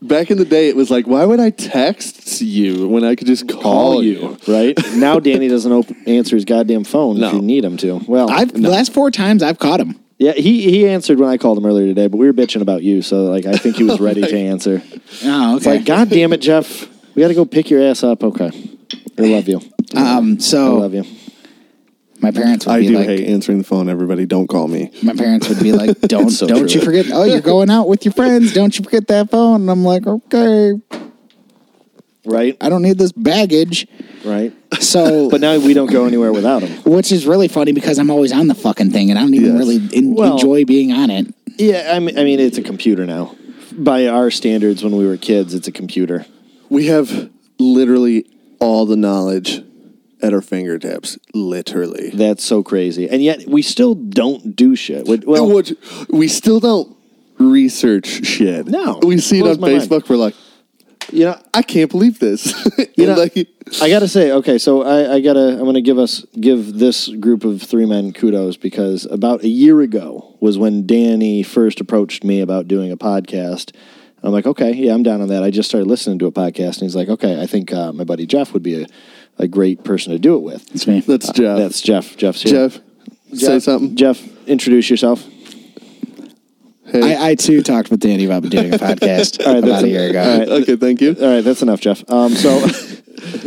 [SPEAKER 1] Back in the day, it was like, why would I text you when I could just call, you?
[SPEAKER 2] right now, Danny doesn't open, answer his goddamn phone
[SPEAKER 1] No.
[SPEAKER 2] if you need him to. Well,
[SPEAKER 3] I've the last four times I've caught him.
[SPEAKER 2] yeah, he he answered when I called him earlier today, but we were bitching about you, so like I think he
[SPEAKER 1] *laughs*
[SPEAKER 2] was ready to answer.
[SPEAKER 3] Oh, okay.
[SPEAKER 2] Like, God damn it, Jeff, we got to go pick your ass up. Okay, I love you.
[SPEAKER 3] Um,
[SPEAKER 2] I
[SPEAKER 3] so
[SPEAKER 2] love you.
[SPEAKER 3] my parents would
[SPEAKER 1] I
[SPEAKER 3] be
[SPEAKER 1] do
[SPEAKER 3] like,
[SPEAKER 1] hate answering the phone. Everybody, don't call me.
[SPEAKER 3] my parents would be
[SPEAKER 2] *laughs*
[SPEAKER 3] like, don't,
[SPEAKER 2] so
[SPEAKER 3] don't
[SPEAKER 2] true.
[SPEAKER 3] you forget? Oh, you're going out with your friends. Don't you forget that phone? And I'm like, okay,
[SPEAKER 2] Right,
[SPEAKER 3] I don't need this baggage.
[SPEAKER 2] right.
[SPEAKER 3] So,
[SPEAKER 2] *laughs* But now we don't go anywhere without him.
[SPEAKER 3] which is really funny because I'm always on the fucking thing, and I don't even
[SPEAKER 1] Yes.
[SPEAKER 3] really en-
[SPEAKER 2] Well-
[SPEAKER 3] enjoy being on it.
[SPEAKER 2] Yeah, I mean, I mean, it's a computer now. By our standards, when we were kids, it's a computer.
[SPEAKER 1] We have literally all the knowledge at our fingertips. Literally.
[SPEAKER 2] That's so crazy, and yet we still don't do shit. Well,
[SPEAKER 1] And what- we still don't research shit.
[SPEAKER 2] No.
[SPEAKER 1] We see it
[SPEAKER 2] Blows
[SPEAKER 1] on
[SPEAKER 2] my mind.
[SPEAKER 1] Facebook. We're like,
[SPEAKER 2] you know,
[SPEAKER 1] I can't believe this. *laughs*
[SPEAKER 2] You
[SPEAKER 1] And
[SPEAKER 2] know,
[SPEAKER 1] like,
[SPEAKER 2] I gotta say, okay, so I, I gotta, I'm gonna give us, give this group of three men kudos because about a year ago was when Danny first approached me about doing a podcast. I'm like, okay, yeah, I'm down on that. I just started listening to a podcast, and he's like, okay, I think uh, my buddy Jeff would be a, a great person to do it with.
[SPEAKER 3] It's me.
[SPEAKER 1] uh, that's Jeff.
[SPEAKER 2] That's Jeff. Jeff's here.
[SPEAKER 1] Jeff, say something.
[SPEAKER 2] Jeff, introduce yourself.
[SPEAKER 1] Hey.
[SPEAKER 3] I, I too talked with Danny about doing a podcast
[SPEAKER 2] All right, that's
[SPEAKER 3] about a
[SPEAKER 2] a-
[SPEAKER 3] year ago.
[SPEAKER 2] all right.
[SPEAKER 1] okay, thank you.
[SPEAKER 2] All right, that's enough, Jeff. Um, so,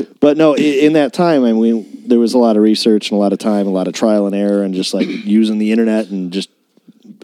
[SPEAKER 2] *laughs* but no, i- in that time, I mean, there was a lot of research and a lot of time, a lot of trial and error, and just like *clears throat* using the internet and just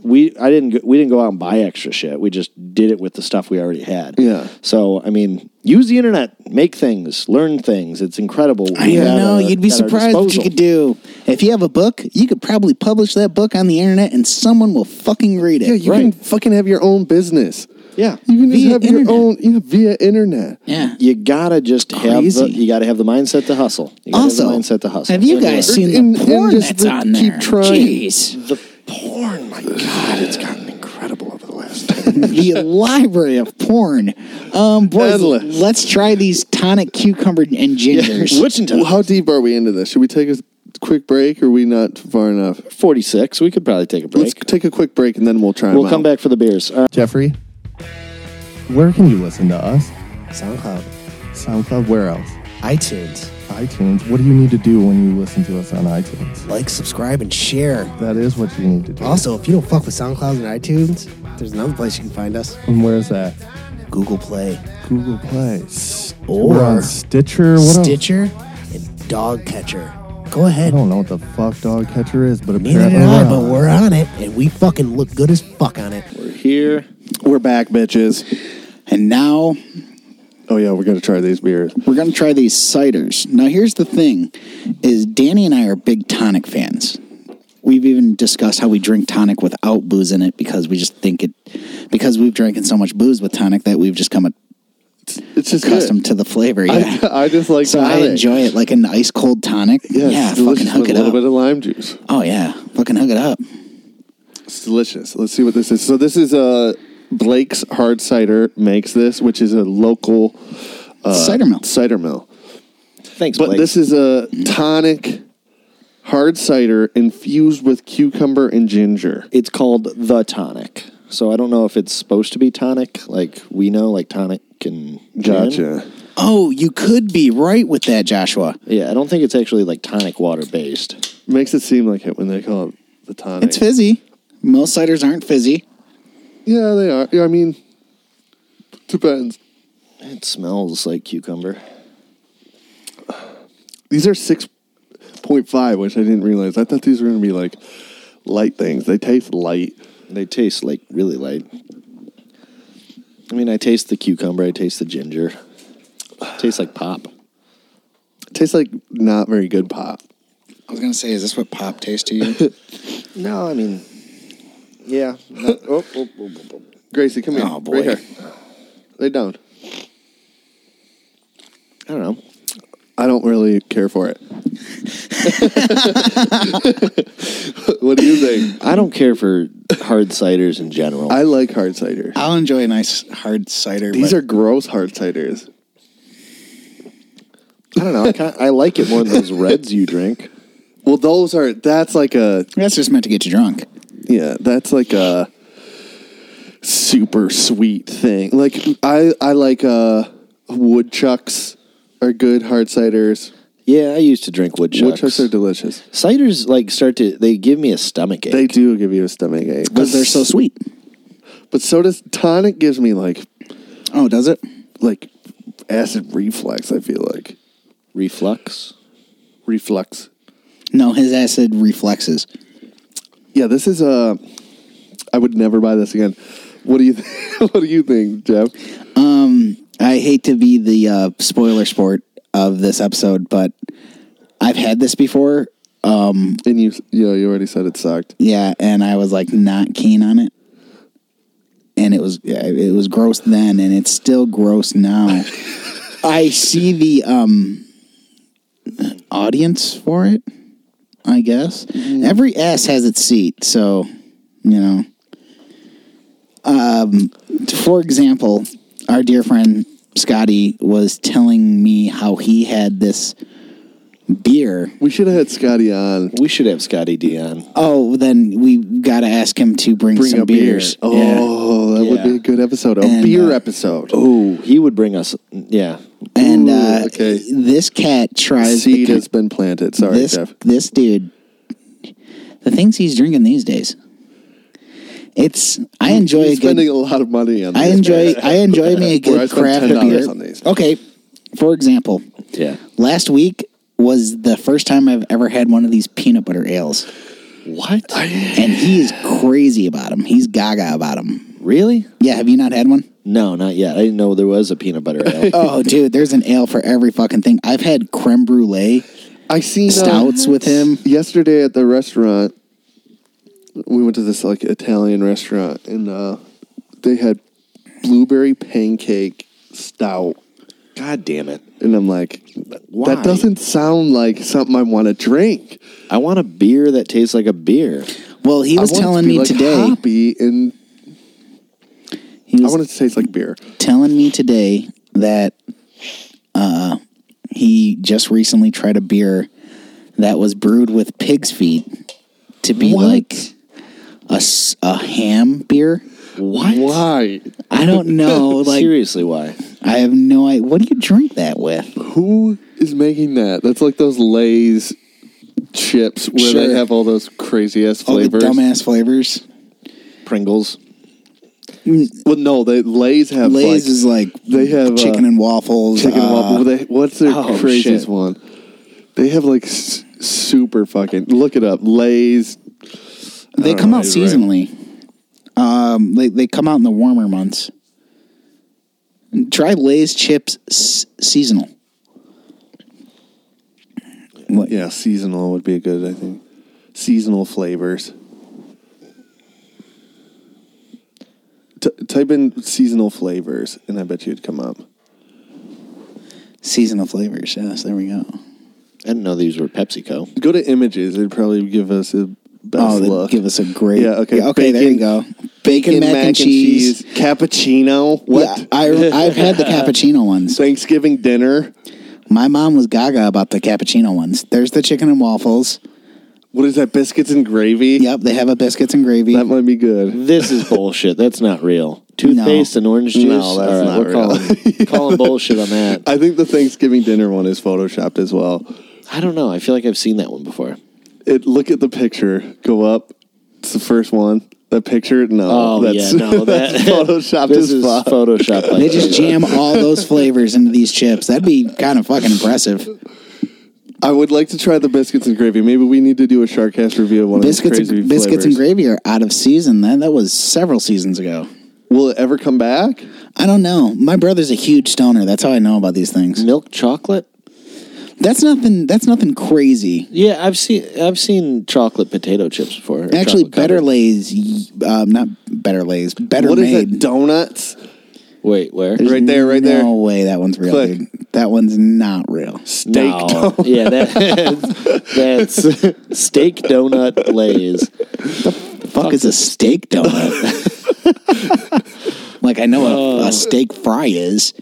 [SPEAKER 2] we, I didn't, go, we didn't go out and buy extra shit. We just did it with the stuff we already had.
[SPEAKER 1] Yeah.
[SPEAKER 2] So, I mean, use the internet, make things, learn things. It's incredible.
[SPEAKER 3] I don't know. You'd be surprised what you could do. If you have a book, you could probably publish that book on the internet, and someone will fucking read it.
[SPEAKER 1] Yeah, you can fucking have your own business.
[SPEAKER 2] Yeah.
[SPEAKER 1] You can just
[SPEAKER 3] Via
[SPEAKER 1] have
[SPEAKER 3] internet.
[SPEAKER 1] your own yeah, via internet.
[SPEAKER 3] Yeah.
[SPEAKER 2] You gotta just have
[SPEAKER 3] Crazy.
[SPEAKER 2] the, you gotta have the mindset to hustle. You gotta
[SPEAKER 3] Also,
[SPEAKER 2] have the mindset to hustle.
[SPEAKER 3] have you
[SPEAKER 2] Anyway.
[SPEAKER 3] guys seen
[SPEAKER 1] And-
[SPEAKER 3] the
[SPEAKER 1] and
[SPEAKER 3] porn
[SPEAKER 1] just
[SPEAKER 3] that's
[SPEAKER 1] the-
[SPEAKER 3] on
[SPEAKER 1] keep
[SPEAKER 3] there?
[SPEAKER 1] trying.
[SPEAKER 3] Jeez.
[SPEAKER 2] the porn? Oh My God, it's gotten incredible over the
[SPEAKER 1] *laughs*
[SPEAKER 2] last.
[SPEAKER 3] the library of porn. Um, boys,
[SPEAKER 1] Endless.
[SPEAKER 3] let's try these tonic cucumber and gingers.
[SPEAKER 2] Which
[SPEAKER 1] Well, how deep are we into this? Should we take a quick break? Or are we not far enough?
[SPEAKER 2] 46. We could probably take a break.
[SPEAKER 1] Let's take a quick break and then we'll try.
[SPEAKER 2] we'll come back for the beers. All right.
[SPEAKER 7] Jeffrey, where can you listen to us?
[SPEAKER 8] SoundCloud,
[SPEAKER 7] SoundCloud, where else?
[SPEAKER 8] iTunes.
[SPEAKER 7] iTunes. What do you need to do when you listen to us on iTunes?
[SPEAKER 8] Like, subscribe, and share.
[SPEAKER 7] That is what you need to do.
[SPEAKER 8] Also, if you don't fuck with SoundCloud and iTunes, there's another place you can find us
[SPEAKER 7] And where is that?
[SPEAKER 8] Google Play,
[SPEAKER 7] Google Play.
[SPEAKER 8] Or-
[SPEAKER 7] We're on Stitcher. What else?
[SPEAKER 8] Stitcher, and Dogcatcher. Go ahead.
[SPEAKER 7] I don't know what the fuck dog catcher is, but
[SPEAKER 8] Neither
[SPEAKER 7] apparently
[SPEAKER 8] did I,
[SPEAKER 7] we're
[SPEAKER 8] but
[SPEAKER 7] on.
[SPEAKER 8] we're on it, and we fucking look good as fuck on it.
[SPEAKER 2] We're here.
[SPEAKER 1] We're back, bitches.
[SPEAKER 3] and now
[SPEAKER 1] Oh yeah, we're gonna try these beers.
[SPEAKER 3] we're gonna try these ciders. Now here's the thing: is Danny and I are big tonic fans. We've even discussed how we drink tonic without booze in it because we just think it because we've drinking so much booze with tonic that we've just come a-
[SPEAKER 1] It's just
[SPEAKER 3] accustomed to the flavor.
[SPEAKER 1] good.
[SPEAKER 3] Yeah.
[SPEAKER 1] *laughs* I, I just like
[SPEAKER 3] *laughs* so I
[SPEAKER 1] tonic.
[SPEAKER 3] enjoy it like an ice cold tonic.
[SPEAKER 1] Yeah, it's
[SPEAKER 3] yeah, fucking
[SPEAKER 1] delicious
[SPEAKER 3] hook
[SPEAKER 1] with
[SPEAKER 3] it
[SPEAKER 1] a little
[SPEAKER 3] up.
[SPEAKER 1] bit of lime juice.
[SPEAKER 3] oh yeah, fucking hook it up.
[SPEAKER 1] It's delicious. Let's see what this is. So this is uh, Blake's Hard Cider makes this, which is a local uh,
[SPEAKER 3] Cider mill.
[SPEAKER 1] Cider mill.
[SPEAKER 2] Thanks,
[SPEAKER 1] But
[SPEAKER 2] Blake.
[SPEAKER 1] this is a tonic hard cider infused with cucumber and ginger.
[SPEAKER 2] it's called the tonic. So I don't know if it's supposed to be tonic, like we know, like tonic and gin.
[SPEAKER 3] Oh, you could be right with that, Joshua.
[SPEAKER 2] Yeah, I don't think it's actually like tonic water based.
[SPEAKER 1] Makes it seem like it when they call it the tonic.
[SPEAKER 3] It's fizzy. Most ciders aren't fizzy.
[SPEAKER 1] yeah, they are. Yeah, I mean, depends.
[SPEAKER 2] It smells like cucumber.
[SPEAKER 1] These are 6.5, which I didn't realize. I thought these were going to be like light things. They taste light.
[SPEAKER 2] They taste like really light. I mean, I taste the cucumber. I taste the ginger. tastes like pop.
[SPEAKER 1] tastes like not very good pop.
[SPEAKER 9] I was gonna say, is this what pop tastes to
[SPEAKER 3] *laughs*
[SPEAKER 9] you?
[SPEAKER 2] No, I mean, yeah.
[SPEAKER 1] *laughs*
[SPEAKER 2] not- oh, oh, oh, oh, oh.
[SPEAKER 1] Gracie, come here.
[SPEAKER 9] Oh, boy.
[SPEAKER 1] Right here. Lay down.
[SPEAKER 2] I don't know.
[SPEAKER 1] I don't really care for it. *laughs* what do you think?
[SPEAKER 2] I don't care for hard ciders in general.
[SPEAKER 1] I like hard cider.
[SPEAKER 9] I'll enjoy a nice hard cider.
[SPEAKER 1] These
[SPEAKER 9] but
[SPEAKER 1] are gross hard ciders.
[SPEAKER 2] I don't know. I, kind I like it more than those reds you drink.
[SPEAKER 1] Well, those are that's like a
[SPEAKER 9] that's just meant to get you drunk.
[SPEAKER 1] yeah, that's like a super sweet thing. Like I I like uh woodchucks are good hard ciders.
[SPEAKER 2] Yeah, I used to drink woodchucks.
[SPEAKER 1] Woodchucks are delicious.
[SPEAKER 2] Ciders like start to they give me a stomach ache.
[SPEAKER 1] They do give you a stomach ache. But,
[SPEAKER 3] because they're so sweet.
[SPEAKER 1] but so does tonic gives me like
[SPEAKER 9] Oh, does it?
[SPEAKER 1] like acid reflux, I feel like.
[SPEAKER 2] reflux.
[SPEAKER 1] Reflux.
[SPEAKER 3] No, his acid reflexes.
[SPEAKER 1] Yeah, this is Uh, I would never buy this again. What do you *laughs* th- What do you think, Jeff?
[SPEAKER 3] I hate to be the uh, spoiler sport of this episode, but I've had this before. Um,
[SPEAKER 1] And you, you know, you already said it sucked.
[SPEAKER 3] yeah, and I was like not keen on it, and it was yeah, it was gross then, and it's still gross now. I see the um, audience for it. I guess every ass has its seat, so you know. Um, for example, our dear friend Scotty was telling me how he had this beer.
[SPEAKER 1] We should have had Scotty on.
[SPEAKER 2] We should have Scotty Dion.
[SPEAKER 3] Oh, then we got to ask him to bring,
[SPEAKER 1] Bring
[SPEAKER 3] some
[SPEAKER 1] a beer.
[SPEAKER 3] beers. Yeah.
[SPEAKER 1] Oh, that would
[SPEAKER 2] Yeah.
[SPEAKER 1] be a good episode. A
[SPEAKER 3] And,
[SPEAKER 1] beer
[SPEAKER 3] uh,
[SPEAKER 1] episode.
[SPEAKER 2] Oh, he would bring us. Yeah,
[SPEAKER 3] and
[SPEAKER 1] Ooh,
[SPEAKER 3] uh,
[SPEAKER 1] okay.
[SPEAKER 3] this cat tries
[SPEAKER 1] seed
[SPEAKER 3] the-
[SPEAKER 1] has been planted. Sorry,
[SPEAKER 3] this
[SPEAKER 1] Jeff.
[SPEAKER 3] this dude. The things he's drinking these days. It's I
[SPEAKER 1] He's
[SPEAKER 3] enjoy a good
[SPEAKER 1] spending a lot of money on.
[SPEAKER 3] I
[SPEAKER 1] this. *laughs*
[SPEAKER 3] enjoy I enjoy me a
[SPEAKER 1] Where I spend
[SPEAKER 3] good craft
[SPEAKER 1] $10
[SPEAKER 3] beer.
[SPEAKER 1] on these.
[SPEAKER 3] Okay, for example,
[SPEAKER 2] yeah.
[SPEAKER 3] Last week was the first time I've ever had one of these peanut butter ales,
[SPEAKER 2] What?
[SPEAKER 3] and he is crazy about them. He's gaga about them.
[SPEAKER 2] Really?
[SPEAKER 3] Yeah, have you not had one?
[SPEAKER 2] No, not yet. I didn't know there was a peanut butter
[SPEAKER 3] *laughs*
[SPEAKER 2] ale.
[SPEAKER 1] *laughs*
[SPEAKER 3] Oh, dude, there's an ale for every fucking thing. I've had creme brulee
[SPEAKER 1] I seen uh,
[SPEAKER 3] stouts with him.
[SPEAKER 1] yesterday at the restaurant. We went to this like Italian restaurant, and uh, they had blueberry pancake stout.
[SPEAKER 2] God damn it!
[SPEAKER 1] And I'm like,
[SPEAKER 2] Why?
[SPEAKER 1] that doesn't sound like something I want to drink.
[SPEAKER 2] I want a beer that tastes like a beer.
[SPEAKER 3] Well, he
[SPEAKER 1] I
[SPEAKER 3] was
[SPEAKER 1] want it to
[SPEAKER 3] telling
[SPEAKER 1] be,
[SPEAKER 3] me
[SPEAKER 1] like,
[SPEAKER 3] today.
[SPEAKER 1] hoppy and
[SPEAKER 3] He
[SPEAKER 1] I
[SPEAKER 3] was
[SPEAKER 1] want it to taste like beer.
[SPEAKER 3] telling me today that uh, he just recently tried a beer that was brewed with pig's feet to be
[SPEAKER 1] What?
[SPEAKER 3] like a, s- a ham beer.
[SPEAKER 2] What?
[SPEAKER 1] Why? *laughs*
[SPEAKER 3] I don't know. Oh, Like
[SPEAKER 2] Seriously, why?
[SPEAKER 3] I have no idea. What do you drink that with?
[SPEAKER 1] Who is making that? That's like those Lay's chips where they
[SPEAKER 9] Sure.
[SPEAKER 1] have all those crazy ass
[SPEAKER 9] All
[SPEAKER 1] flavors.
[SPEAKER 9] the dumbass flavors.
[SPEAKER 2] Pringles.
[SPEAKER 1] Mm. well, no, they Lay's have
[SPEAKER 9] Lay's
[SPEAKER 1] like,
[SPEAKER 9] is like
[SPEAKER 1] they have,
[SPEAKER 9] chicken
[SPEAKER 1] uh,
[SPEAKER 9] and waffles.
[SPEAKER 1] chicken
[SPEAKER 9] uh,
[SPEAKER 1] waffle. They, what's their
[SPEAKER 2] oh,
[SPEAKER 1] craziest
[SPEAKER 2] shit.
[SPEAKER 1] one? They have like s- super fucking. Look it up. Lay's.
[SPEAKER 3] They
[SPEAKER 1] don't
[SPEAKER 3] come
[SPEAKER 1] know,
[SPEAKER 3] out
[SPEAKER 1] you're Oh, right.
[SPEAKER 3] seasonally. Um, they they come out in the warmer months. Try Lay's chips s- seasonal. What?
[SPEAKER 1] Yeah, seasonal would be good. I think seasonal flavors. T- type in seasonal flavors, and I bet you'd come up.
[SPEAKER 3] Seasonal flavors. Yes, there we go.
[SPEAKER 2] I didn't know these were PepsiCo.
[SPEAKER 1] Go to images; it'd probably give us a best
[SPEAKER 3] Oh, they
[SPEAKER 1] look.
[SPEAKER 3] give us a great.
[SPEAKER 1] Yeah, okay.
[SPEAKER 3] okay, there you
[SPEAKER 1] Bacon-
[SPEAKER 3] go. Bacon, mac, and cheese.
[SPEAKER 1] cappuccino. What?
[SPEAKER 3] Yeah, I I've had the cappuccino
[SPEAKER 1] *laughs*
[SPEAKER 3] ones.
[SPEAKER 1] Thanksgiving dinner.
[SPEAKER 3] My mom was gaga about the cappuccino ones. There's the chicken and waffles.
[SPEAKER 1] What is that? Biscuits and gravy.
[SPEAKER 3] Yep, they have a biscuits and gravy.
[SPEAKER 1] that might be good.
[SPEAKER 2] This is bullshit. That's not real. Toothpaste and orange juice.
[SPEAKER 1] No, that's not
[SPEAKER 2] we're Calling, calling bullshit on that.
[SPEAKER 1] I think the Thanksgiving dinner one is photoshopped as well.
[SPEAKER 2] I don't know. I feel like I've seen that one before.
[SPEAKER 1] It look at the picture. Go up. It's the first one. That picture. No,
[SPEAKER 2] Oh
[SPEAKER 1] that's
[SPEAKER 2] yeah, no,
[SPEAKER 1] *laughs*
[SPEAKER 2] that
[SPEAKER 1] that's photoshopped
[SPEAKER 2] This
[SPEAKER 1] as
[SPEAKER 2] is
[SPEAKER 1] fuck.
[SPEAKER 2] photoshopped. Like
[SPEAKER 3] They just jam
[SPEAKER 1] *laughs*
[SPEAKER 3] all those flavors into these chips. That'd be kind of fucking impressive.
[SPEAKER 1] I would like to try the biscuits and gravy. Maybe we need to do a Sharkcast review of one
[SPEAKER 3] Biscuits,
[SPEAKER 1] of these crazy
[SPEAKER 3] biscuits and
[SPEAKER 1] flavors.
[SPEAKER 3] gravy are out of season. That that was several seasons ago.
[SPEAKER 1] Will it ever come back?
[SPEAKER 3] I don't know. My brother's a huge stoner. That's how I know about these things.
[SPEAKER 2] Milk chocolate?
[SPEAKER 3] That's nothing. That's nothing crazy.
[SPEAKER 2] Yeah, I've seen I've seen chocolate potato chips before. or
[SPEAKER 3] Actually,
[SPEAKER 2] chocolate
[SPEAKER 3] Better
[SPEAKER 2] covered.
[SPEAKER 3] Lays, um, not Better Lays, Better
[SPEAKER 1] What is
[SPEAKER 3] Made.
[SPEAKER 1] it? Donuts?
[SPEAKER 2] Wait, where?
[SPEAKER 3] There's
[SPEAKER 1] Right there, right
[SPEAKER 3] no
[SPEAKER 1] there.
[SPEAKER 3] way that one's real.
[SPEAKER 1] Click.
[SPEAKER 3] Dude. That one's not real.
[SPEAKER 1] Steak
[SPEAKER 2] No.
[SPEAKER 1] donuts? *laughs*
[SPEAKER 2] Yeah, that, that's steak donut lays.
[SPEAKER 3] fuck is a
[SPEAKER 1] *laughs*
[SPEAKER 3] steak donut? like I know
[SPEAKER 1] Uh.
[SPEAKER 3] a, a steak fry is.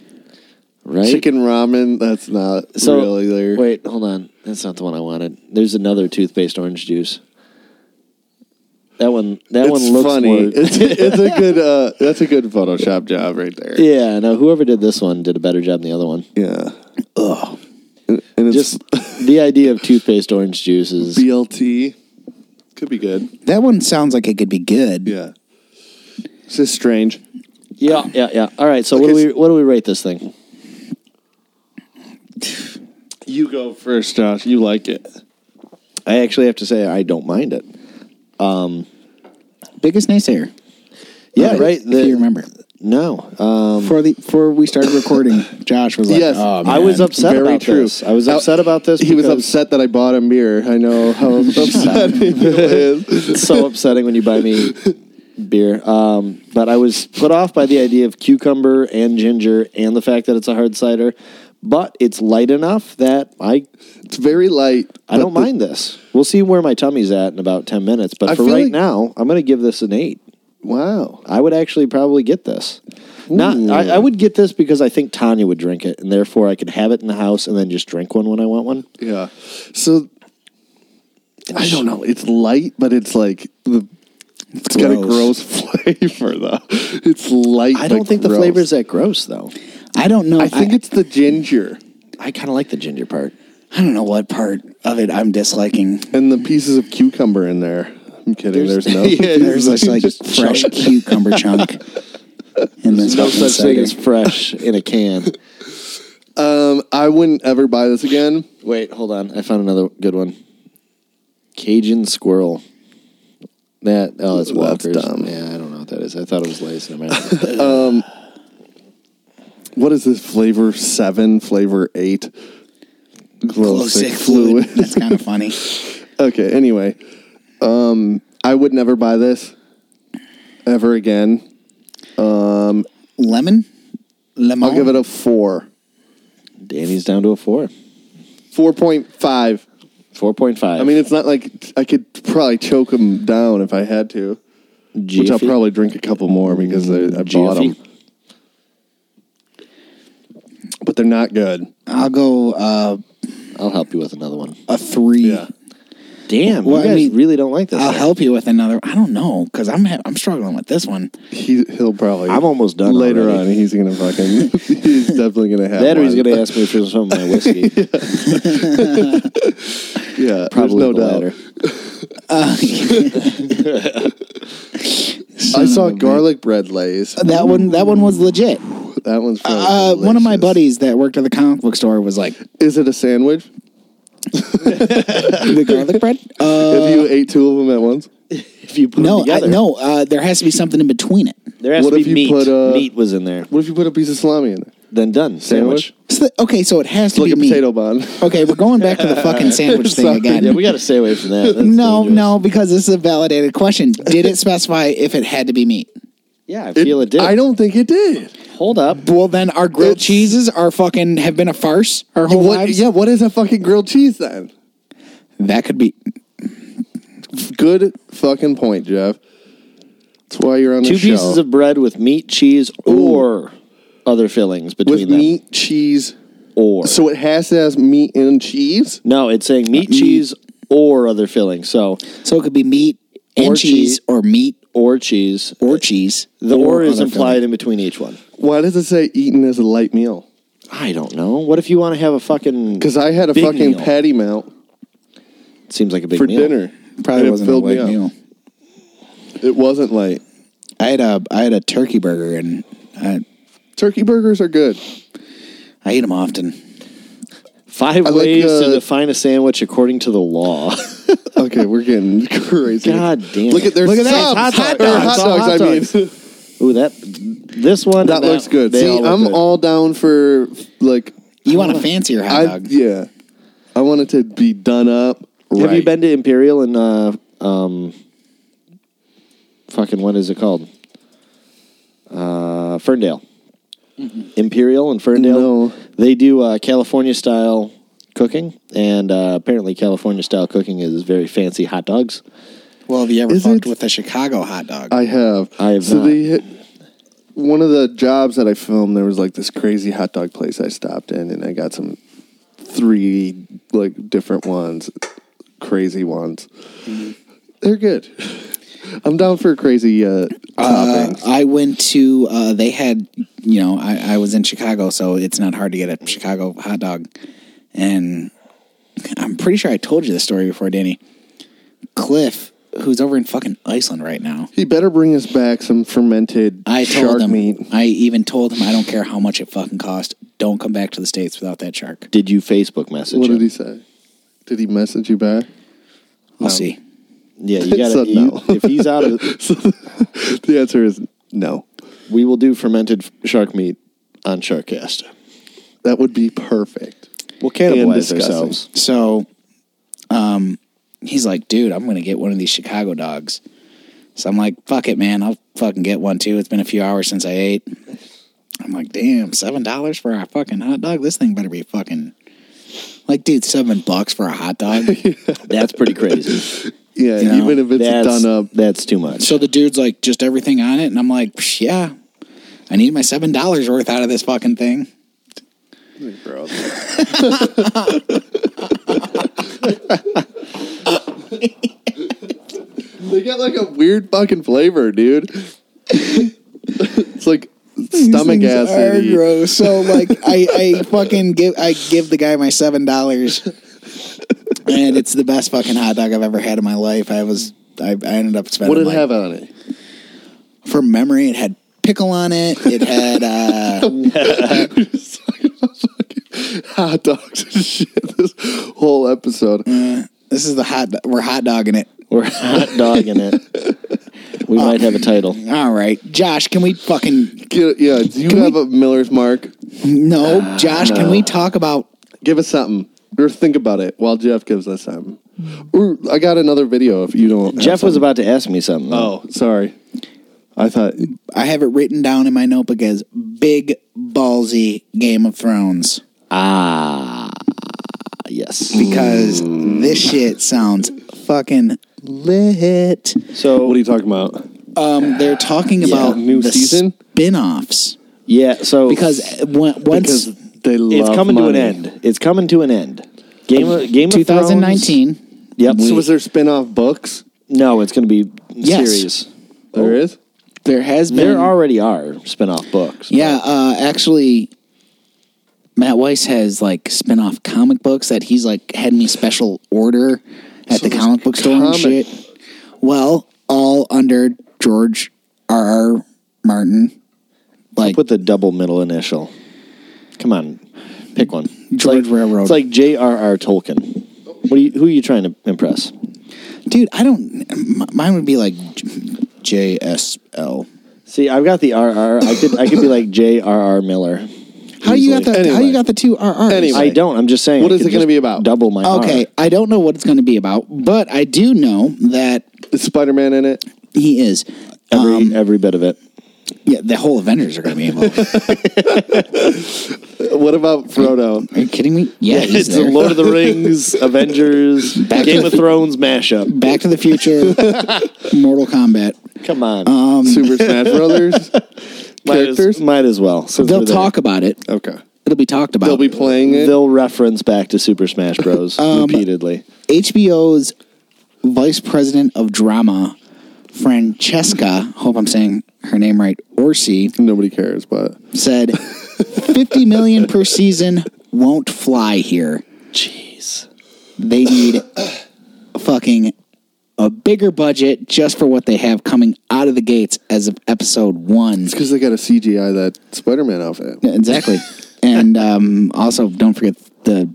[SPEAKER 2] Right?
[SPEAKER 1] Chicken ramen? That's not
[SPEAKER 2] so,
[SPEAKER 1] really there.
[SPEAKER 2] Wait, hold on. That's not the one I wanted. There's another toothpaste orange juice. That one that
[SPEAKER 1] it's
[SPEAKER 2] one looks
[SPEAKER 1] funny.
[SPEAKER 2] more
[SPEAKER 1] It's, it's
[SPEAKER 2] *laughs*
[SPEAKER 1] a good. Uh, that's a good Photoshop job right there.
[SPEAKER 2] Yeah, no, whoever did this one did a better job than the other one.
[SPEAKER 1] Yeah.
[SPEAKER 3] Ugh.
[SPEAKER 1] And, and it's *laughs*
[SPEAKER 2] Just the idea of toothpaste orange juice is
[SPEAKER 1] BLT. Could be good.
[SPEAKER 3] That one sounds like it could be good.
[SPEAKER 1] Yeah. It's just strange.
[SPEAKER 2] Yeah, yeah, yeah. All right, so what do
[SPEAKER 1] Okay,
[SPEAKER 2] we what do we rate this thing?
[SPEAKER 1] You go first, Josh. You like it.
[SPEAKER 2] I actually have to say I don't mind it.
[SPEAKER 3] Biggest naysayer.
[SPEAKER 2] Yeah,
[SPEAKER 3] Of it,
[SPEAKER 2] right.
[SPEAKER 3] If
[SPEAKER 2] the-
[SPEAKER 3] you remember,
[SPEAKER 2] No, uh,
[SPEAKER 3] before the before we started recording, Josh was like,
[SPEAKER 1] Yes,
[SPEAKER 3] "Oh man,
[SPEAKER 2] I was upset
[SPEAKER 1] Very
[SPEAKER 2] about
[SPEAKER 1] true.
[SPEAKER 2] this. I was
[SPEAKER 1] Now,
[SPEAKER 2] upset about this.
[SPEAKER 1] He was
[SPEAKER 2] because-
[SPEAKER 1] upset that I bought a mirror. I know how
[SPEAKER 2] *laughs*
[SPEAKER 1] upset he is.
[SPEAKER 2] It's so upsetting when you buy me beer. Um, but I was put off by the idea of cucumber and ginger and the fact that it's a hard cider. But it's light enough that I
[SPEAKER 1] It's very light.
[SPEAKER 2] I don't
[SPEAKER 1] but the-
[SPEAKER 2] mind this. We'll see where my tummy's at in about ten minutes. But
[SPEAKER 1] I
[SPEAKER 2] for
[SPEAKER 1] feel
[SPEAKER 2] right
[SPEAKER 1] like-
[SPEAKER 2] now, I'm going to give this an eight.
[SPEAKER 1] Wow.
[SPEAKER 2] I would actually probably get this. Not, I, I would get this because I think Tanya would drink it, and therefore I could have it in the house and then just drink one when I want one.
[SPEAKER 1] Yeah. So I don't know. It's light, but it's like the, it's got a gross *laughs*
[SPEAKER 3] Gross.
[SPEAKER 1] flavor though. It's light.
[SPEAKER 2] I don't
[SPEAKER 1] but
[SPEAKER 2] think the
[SPEAKER 1] gross.
[SPEAKER 2] flavor's that gross, though.
[SPEAKER 3] I don't know.
[SPEAKER 1] I think it's the ginger
[SPEAKER 2] I kind of like the ginger part.
[SPEAKER 3] I don't know what part of it I'm disliking.
[SPEAKER 1] and the pieces of cucumber in there. I'm kidding. There's, *laughs* no.
[SPEAKER 3] There's this like fresh cucumber chunk in
[SPEAKER 1] *laughs*
[SPEAKER 3] this
[SPEAKER 2] No
[SPEAKER 3] fucking
[SPEAKER 2] such thing
[SPEAKER 3] cider.
[SPEAKER 2] as fresh in a can.
[SPEAKER 1] Um, I wouldn't ever buy this again.
[SPEAKER 2] Wait, hold on. I found another good one. Cajun squirrel. That oh, that's
[SPEAKER 1] That's
[SPEAKER 2] Walker's.
[SPEAKER 1] dumb.
[SPEAKER 2] Yeah, I don't know what that is. I thought it was Lay's. Never mind.
[SPEAKER 1] What is this flavor seven? Flavor eight?
[SPEAKER 3] Closic fluid. That's kind of funny.
[SPEAKER 1] *laughs* Okay. Anyway, um, I would never buy this ever again.
[SPEAKER 3] Lemon. Lemon.
[SPEAKER 1] I'll give it a four.
[SPEAKER 2] *laughs* Danny's down to a four.
[SPEAKER 1] Four point five.
[SPEAKER 2] Four point five.
[SPEAKER 1] I mean, it's not like I could probably choke them down if I had to, which I'll
[SPEAKER 2] Jiffy.
[SPEAKER 1] probably drink a couple more because they, I bought them.
[SPEAKER 2] Jiffy.
[SPEAKER 1] But they're not good.
[SPEAKER 3] I'll go uh,
[SPEAKER 2] I'll help you with another one.
[SPEAKER 3] a three.
[SPEAKER 1] Yeah.
[SPEAKER 2] Damn,
[SPEAKER 3] Well,
[SPEAKER 2] you
[SPEAKER 3] I
[SPEAKER 2] guys
[SPEAKER 3] mean,
[SPEAKER 2] really don't like this.
[SPEAKER 3] I'll
[SPEAKER 2] thing.
[SPEAKER 3] help you with another. I don't know because I'm ha- I'm struggling with this one.
[SPEAKER 1] He he'll probably.
[SPEAKER 2] I'm almost done
[SPEAKER 1] Later
[SPEAKER 2] already.
[SPEAKER 1] on, he's gonna fucking. *laughs* he's definitely gonna have.
[SPEAKER 2] That or he's
[SPEAKER 1] one.
[SPEAKER 2] going to ask me for some of
[SPEAKER 1] *laughs*
[SPEAKER 2] my whiskey.
[SPEAKER 1] Yeah,
[SPEAKER 2] Probably
[SPEAKER 1] there's no
[SPEAKER 2] the
[SPEAKER 1] doubt.
[SPEAKER 2] latter.
[SPEAKER 1] I saw garlic bread lays.
[SPEAKER 3] That one that one was legit.
[SPEAKER 1] That one's.
[SPEAKER 3] Uh, one of my
[SPEAKER 1] Oh, delicious.
[SPEAKER 3] buddies that worked at the comic book store was like
[SPEAKER 1] Is it a sandwich?
[SPEAKER 3] the garlic bread. Uh,
[SPEAKER 1] if you ate two of them at once,
[SPEAKER 2] If you put
[SPEAKER 3] no,
[SPEAKER 2] them
[SPEAKER 3] I,
[SPEAKER 2] together.
[SPEAKER 3] no. Uh, there has to be something in between it.
[SPEAKER 2] There has
[SPEAKER 1] What
[SPEAKER 2] to be
[SPEAKER 1] if you
[SPEAKER 2] meat.
[SPEAKER 1] put, uh,
[SPEAKER 2] meat was in there.
[SPEAKER 1] what if you put a piece of salami in there?
[SPEAKER 2] Then done. Sandwich.
[SPEAKER 3] So the- okay, so it has to
[SPEAKER 1] Like
[SPEAKER 3] be
[SPEAKER 1] a
[SPEAKER 3] meat.
[SPEAKER 1] potato bun.
[SPEAKER 3] Okay, we're going back to the
[SPEAKER 1] *laughs*
[SPEAKER 3] fucking sandwich thing
[SPEAKER 1] Sorry.
[SPEAKER 3] again.
[SPEAKER 2] Yeah, we got to stay away from
[SPEAKER 1] *laughs*
[SPEAKER 2] that. That's
[SPEAKER 3] no,
[SPEAKER 2] dangerous.
[SPEAKER 3] no, because this is a validated question. Did it specify if it had to be meat?
[SPEAKER 2] Yeah, I feel it did.
[SPEAKER 1] I don't think it did.
[SPEAKER 2] Hold up.
[SPEAKER 3] Well, then our grilled
[SPEAKER 1] It's-
[SPEAKER 3] cheeses are fucking have been a farce our whole
[SPEAKER 1] What-
[SPEAKER 3] lives.
[SPEAKER 1] yeah, what is a fucking grilled cheese then?
[SPEAKER 3] That could be.
[SPEAKER 1] Good fucking point, Jeff. That's why you're on the
[SPEAKER 2] Two
[SPEAKER 1] show.
[SPEAKER 2] pieces of bread with meat, cheese, or other fillings between
[SPEAKER 1] with
[SPEAKER 2] them.
[SPEAKER 1] meat, cheese.
[SPEAKER 2] or
[SPEAKER 1] So it has to have meat and cheese.
[SPEAKER 2] no, it's saying meat, cheese, or other fillings. So
[SPEAKER 3] So it could be meat and
[SPEAKER 2] Or
[SPEAKER 3] cheese,
[SPEAKER 2] cheese.
[SPEAKER 3] or meat
[SPEAKER 2] or cheese.
[SPEAKER 3] or cheese.
[SPEAKER 2] The or, is
[SPEAKER 3] other
[SPEAKER 2] implied
[SPEAKER 3] filling.
[SPEAKER 2] in between each one.
[SPEAKER 1] Why does it say eaten as a light meal?
[SPEAKER 2] I don't know. What if you want to have a fucking?
[SPEAKER 1] Because I had a
[SPEAKER 2] Big
[SPEAKER 1] fucking
[SPEAKER 2] meal.
[SPEAKER 1] patty melt
[SPEAKER 2] seems like a big
[SPEAKER 1] for
[SPEAKER 2] meal.
[SPEAKER 1] dinner.
[SPEAKER 3] Probably
[SPEAKER 1] and it
[SPEAKER 3] wasn't a
[SPEAKER 1] filled me
[SPEAKER 3] light
[SPEAKER 1] up.
[SPEAKER 3] meal.
[SPEAKER 1] It wasn't light.
[SPEAKER 3] I had a I had a turkey burger and I
[SPEAKER 1] Turkey burgers are good.
[SPEAKER 3] I eat them often.
[SPEAKER 2] Five
[SPEAKER 1] I like,
[SPEAKER 2] ways to
[SPEAKER 1] uh,
[SPEAKER 2] define a sandwich according to the law. *laughs*
[SPEAKER 1] Okay, we're getting *laughs* crazy.
[SPEAKER 2] God damn
[SPEAKER 1] Look
[SPEAKER 2] it.
[SPEAKER 1] at their
[SPEAKER 2] Look at that.
[SPEAKER 1] subs.
[SPEAKER 2] Hot dogs.
[SPEAKER 1] Or hot
[SPEAKER 2] Hot
[SPEAKER 1] dogs, I mean.
[SPEAKER 2] Ooh, that this
[SPEAKER 1] *laughs*
[SPEAKER 2] one
[SPEAKER 1] That
[SPEAKER 2] and
[SPEAKER 1] looks good.
[SPEAKER 2] they
[SPEAKER 1] See,
[SPEAKER 2] look
[SPEAKER 1] I'm
[SPEAKER 2] good.
[SPEAKER 1] all down for like
[SPEAKER 3] You want a fancier hot
[SPEAKER 1] I
[SPEAKER 3] dog?
[SPEAKER 1] yeah. I want it to be done up. Right.
[SPEAKER 2] Have you been to Imperial and uh, um, fucking what is it called? Uh, Ferndale, Imperial and
[SPEAKER 1] No.
[SPEAKER 2] Ferndale. They do uh, California style cooking, and uh, apparently California style cooking is very fancy hot dogs.
[SPEAKER 9] Well, have you ever
[SPEAKER 1] Is
[SPEAKER 9] fucked
[SPEAKER 1] it-
[SPEAKER 9] with a Chicago hot dog?
[SPEAKER 1] I have.
[SPEAKER 2] I have
[SPEAKER 1] So
[SPEAKER 2] not.
[SPEAKER 1] they hit one of the jobs that I filmed. There was like this crazy hot dog place I stopped in, and I got some three like different ones, crazy ones. They're good. I'm down for crazy uh,
[SPEAKER 9] Uh,
[SPEAKER 1] toppings.
[SPEAKER 9] I went to
[SPEAKER 3] uh, they had, you know, I, I was in Chicago, so it's not hard to get a Chicago hot dog. And I'm pretty sure I told you this story before, Danny. Cliff, who's over in fucking Iceland right now,
[SPEAKER 1] He better bring us back some fermented
[SPEAKER 3] I told
[SPEAKER 1] shark
[SPEAKER 3] him.
[SPEAKER 1] meat.
[SPEAKER 3] I even told him I don't care how much it fucking cost. Don't come back to the states without that shark.
[SPEAKER 2] Did you Facebook message?
[SPEAKER 1] What did
[SPEAKER 2] him?
[SPEAKER 1] he say? Did he message you back? *laughs*
[SPEAKER 3] I'll
[SPEAKER 1] Oh.
[SPEAKER 3] see.
[SPEAKER 2] Yeah, you
[SPEAKER 1] So
[SPEAKER 2] got to.
[SPEAKER 1] no.
[SPEAKER 2] if he's
[SPEAKER 1] *laughs*
[SPEAKER 2] out of,
[SPEAKER 1] The answer is no.
[SPEAKER 2] we will do fermented shark meat on Sharkcast.
[SPEAKER 1] That would be perfect.
[SPEAKER 2] We'll
[SPEAKER 1] And
[SPEAKER 2] cannibalize
[SPEAKER 1] disgusting.
[SPEAKER 2] ourselves.
[SPEAKER 3] So, um, he's like, dude, I'm gonna get one of these Chicago dogs. So I'm like, fuck it, man, I'll fucking get one too. It's been a few hours since I ate. I'm like, damn, seven dollars for a fucking hot dog. This thing better be fucking like, dude, seven bucks for a hot dog.
[SPEAKER 2] That's pretty crazy.
[SPEAKER 1] Yeah,
[SPEAKER 3] You know,
[SPEAKER 1] even *laughs* if it's
[SPEAKER 2] that's,
[SPEAKER 1] done up.
[SPEAKER 2] That's too much.
[SPEAKER 3] so the dude's like, just everything on it, and I'm like, "Psh, yeah, I need my seven dollars worth out of this fucking thing.
[SPEAKER 1] They got like a weird fucking flavor, dude. it's like stomach acid.
[SPEAKER 3] gross.
[SPEAKER 1] *laughs*
[SPEAKER 3] So like I, I fucking give I give the guy my seven dollars, and it's the best fucking hot dog I've ever had in my life. I was I, I ended up spending
[SPEAKER 1] What did it
[SPEAKER 3] like-
[SPEAKER 1] have on it? *laughs*
[SPEAKER 3] from memory. It had pickle on it. It had uh,
[SPEAKER 1] *laughs* Hot dogs and shit. This whole episode.
[SPEAKER 3] this is the hot do- we're hot dogging it.
[SPEAKER 2] We're hot dogging it. We
[SPEAKER 1] Uh,
[SPEAKER 2] might have a title.
[SPEAKER 3] All right, Josh, can we fucking
[SPEAKER 1] Get, yeah, do you have a Miller's Mark? Ah,
[SPEAKER 3] no, Josh? Can we talk about
[SPEAKER 1] Give us something, or think about it while Jeff gives us something. Or I got another video. If you don't, have
[SPEAKER 2] Jeff was
[SPEAKER 1] something.
[SPEAKER 2] about to ask me something.
[SPEAKER 1] Oh, sorry. I thought
[SPEAKER 3] I have it written down in my notebook as big ballsy Game of Thrones
[SPEAKER 2] Uh,
[SPEAKER 1] *laughs*
[SPEAKER 2] yes.
[SPEAKER 3] because this shit sounds fucking lit.
[SPEAKER 2] So
[SPEAKER 1] what are you talking about?
[SPEAKER 3] Um, they're talking about
[SPEAKER 1] New
[SPEAKER 3] the
[SPEAKER 1] season?
[SPEAKER 3] spin-offs
[SPEAKER 2] yeah, so
[SPEAKER 3] because uh, when- once
[SPEAKER 1] Because they love
[SPEAKER 2] it's coming to an
[SPEAKER 1] money.
[SPEAKER 2] end. It's coming to an end. Game of Game of
[SPEAKER 3] 2019,
[SPEAKER 2] Thrones- Yep.
[SPEAKER 1] So was there spin-off books?
[SPEAKER 2] no, it's going to be
[SPEAKER 3] Yes.
[SPEAKER 2] series. Oh.
[SPEAKER 1] There is.
[SPEAKER 3] there has been
[SPEAKER 2] There already are spin-off books.
[SPEAKER 3] yeah. Uh, actually, Matt Weiss has like spin-off comic books that he's like had me special order at the comic book store and
[SPEAKER 1] comic-
[SPEAKER 3] shit. Well, all under George R. R. Martin, like
[SPEAKER 2] Put the double middle initial. Come on. Pick one. It's
[SPEAKER 3] George Railroad.
[SPEAKER 2] It's like J.R.R. Tolkien. What are you, who are you trying to impress?
[SPEAKER 3] dude, I don't. m- Mine would be like J S L.
[SPEAKER 2] See, I've got the RR. I could I could be like J.R.R. Miller.
[SPEAKER 3] How you got the How
[SPEAKER 1] Anyway.
[SPEAKER 3] you got the two RRs?
[SPEAKER 1] Anyway.
[SPEAKER 2] I don't. I'm just saying.
[SPEAKER 1] What
[SPEAKER 2] I
[SPEAKER 1] is
[SPEAKER 2] could
[SPEAKER 1] it gonna
[SPEAKER 2] just
[SPEAKER 1] be about?
[SPEAKER 2] Double my.
[SPEAKER 3] Okay,
[SPEAKER 2] R.
[SPEAKER 3] I don't know what it's going to be about, but I do know that
[SPEAKER 1] Is Spider-Man in it?
[SPEAKER 3] he is.
[SPEAKER 2] Every every bit of it.
[SPEAKER 3] Yeah, the whole Avengers are going to be involved.
[SPEAKER 1] What about Frodo?
[SPEAKER 3] Are you kidding me? Yeah, he's
[SPEAKER 2] It's the
[SPEAKER 3] there.
[SPEAKER 2] *laughs* Lord of the Rings, Avengers,
[SPEAKER 3] Back
[SPEAKER 2] Game
[SPEAKER 3] to
[SPEAKER 2] of
[SPEAKER 3] the-
[SPEAKER 2] Thrones mashup.
[SPEAKER 3] Back to the Future, Mortal Kombat.
[SPEAKER 2] Come on.
[SPEAKER 1] Super Smash Brothers
[SPEAKER 2] might, as,
[SPEAKER 1] Um, characters.
[SPEAKER 2] might as well. since
[SPEAKER 3] They'll
[SPEAKER 2] we're there.
[SPEAKER 3] talk about it.
[SPEAKER 1] Okay,
[SPEAKER 3] It'll be talked about.
[SPEAKER 1] they'll
[SPEAKER 3] *laughs*
[SPEAKER 1] be playing it.
[SPEAKER 2] They'll reference back to Super Smash Bros. repeatedly.
[SPEAKER 3] HBO's vice president of drama, Francesca. Hope I'm saying her name right. Orsi
[SPEAKER 1] Nobody cares, but
[SPEAKER 3] said, 50 million per season won't fly here.
[SPEAKER 2] Jeez.
[SPEAKER 3] they need fucking a bigger budget just for what they have coming out of the gates as of episode one.
[SPEAKER 1] it's because they got a CGI that Spider-Man outfit.
[SPEAKER 3] Exactly. and um, also, don't forget the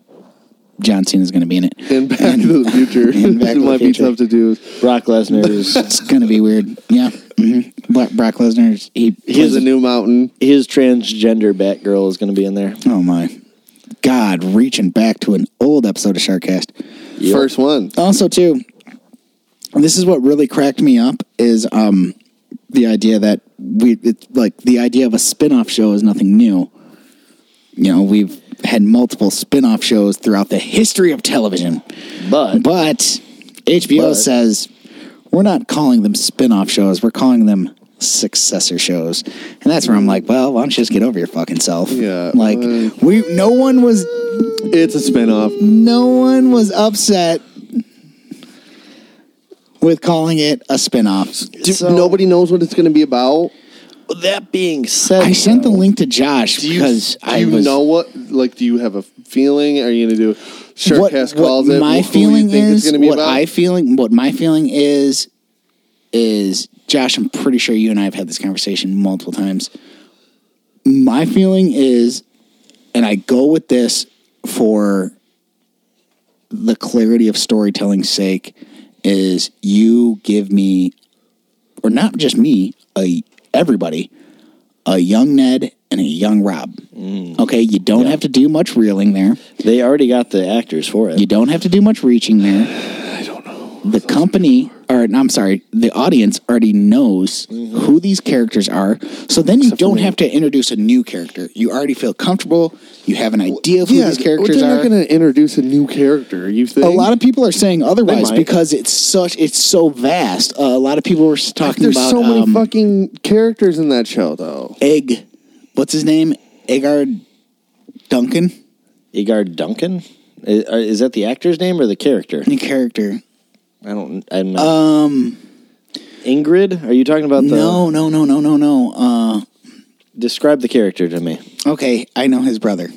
[SPEAKER 3] John Cena's going to be in it.
[SPEAKER 1] And Back to the Future.
[SPEAKER 3] *laughs* And Back
[SPEAKER 1] it
[SPEAKER 3] to the
[SPEAKER 1] might be
[SPEAKER 3] Future.
[SPEAKER 1] tough to do.
[SPEAKER 2] Brock Lesnar's
[SPEAKER 3] It's going to be weird. Yeah. Mm-hmm. Brock, Brock Lesnar's he
[SPEAKER 1] He has a new mountain.
[SPEAKER 2] his transgender Batgirl is going to be in there.
[SPEAKER 3] Oh my God! Reaching back to an old episode of Sharkcast.
[SPEAKER 1] First one.
[SPEAKER 3] Also, too, this is what really cracked me up is um the idea that we it's like the idea of a spin-off show is nothing new. You know, we've had multiple spin-off shows throughout the history of television.
[SPEAKER 2] But
[SPEAKER 3] But HBO
[SPEAKER 2] But-
[SPEAKER 3] says we're not calling them spin-off shows. We're calling them successor shows. And that's where I'm like, well, why don't you just get over your fucking self?
[SPEAKER 1] Yeah,
[SPEAKER 3] Like
[SPEAKER 1] well-
[SPEAKER 3] we no one was
[SPEAKER 1] It's a spinoff.
[SPEAKER 3] no one was upset with calling it a spin-off.
[SPEAKER 1] Dude, nobody knows what it's going to be about.
[SPEAKER 2] that being said,
[SPEAKER 3] I sent the link to Josh
[SPEAKER 1] Do you,
[SPEAKER 3] because
[SPEAKER 1] do
[SPEAKER 3] I
[SPEAKER 1] you
[SPEAKER 3] was
[SPEAKER 1] know what? Like, do you have a feeling? Are you going to do Sharkcast calls it? who
[SPEAKER 3] my
[SPEAKER 1] you
[SPEAKER 3] feeling
[SPEAKER 1] think it's
[SPEAKER 3] is
[SPEAKER 1] gonna be
[SPEAKER 3] what
[SPEAKER 1] about?
[SPEAKER 3] I feeling what my feeling is is Josh. I'm pretty sure you and I have had this conversation multiple times. My feeling is, and I go with this for the clarity of storytelling's sake, is you give me, or not just me, a everybody, a young Ned and a young Rob.
[SPEAKER 1] Mm.
[SPEAKER 3] Okay, you don't have to do much reeling there.
[SPEAKER 2] they already got the actors for it.
[SPEAKER 3] You don't have to do much reaching there. I don't know. The company, or no, I'm sorry, the audience already knows
[SPEAKER 1] Mm-hmm.
[SPEAKER 3] who these characters are. So then you don't have to introduce a new character. You already feel comfortable. You have an idea of who
[SPEAKER 1] yeah,
[SPEAKER 3] these characters
[SPEAKER 1] they're
[SPEAKER 3] are.
[SPEAKER 1] not going to introduce a new character. You think
[SPEAKER 3] a lot of people are saying otherwise
[SPEAKER 2] might.
[SPEAKER 3] because it's such it's so vast. Uh, a lot of people were talking
[SPEAKER 1] There's
[SPEAKER 3] about
[SPEAKER 1] so many
[SPEAKER 3] um,
[SPEAKER 1] fucking characters in that show, though.
[SPEAKER 3] egg. What's his name? Eggard Duncan.
[SPEAKER 2] Igard Duncan is, is that the actor's name or the character?
[SPEAKER 3] New character.
[SPEAKER 2] I don't. I'm
[SPEAKER 3] Uh,
[SPEAKER 2] not. Um, Ingrid, are you talking about the?
[SPEAKER 3] No, no, no, no, no, no. Uh,
[SPEAKER 2] Describe the character to me.
[SPEAKER 3] Okay, I know his brother.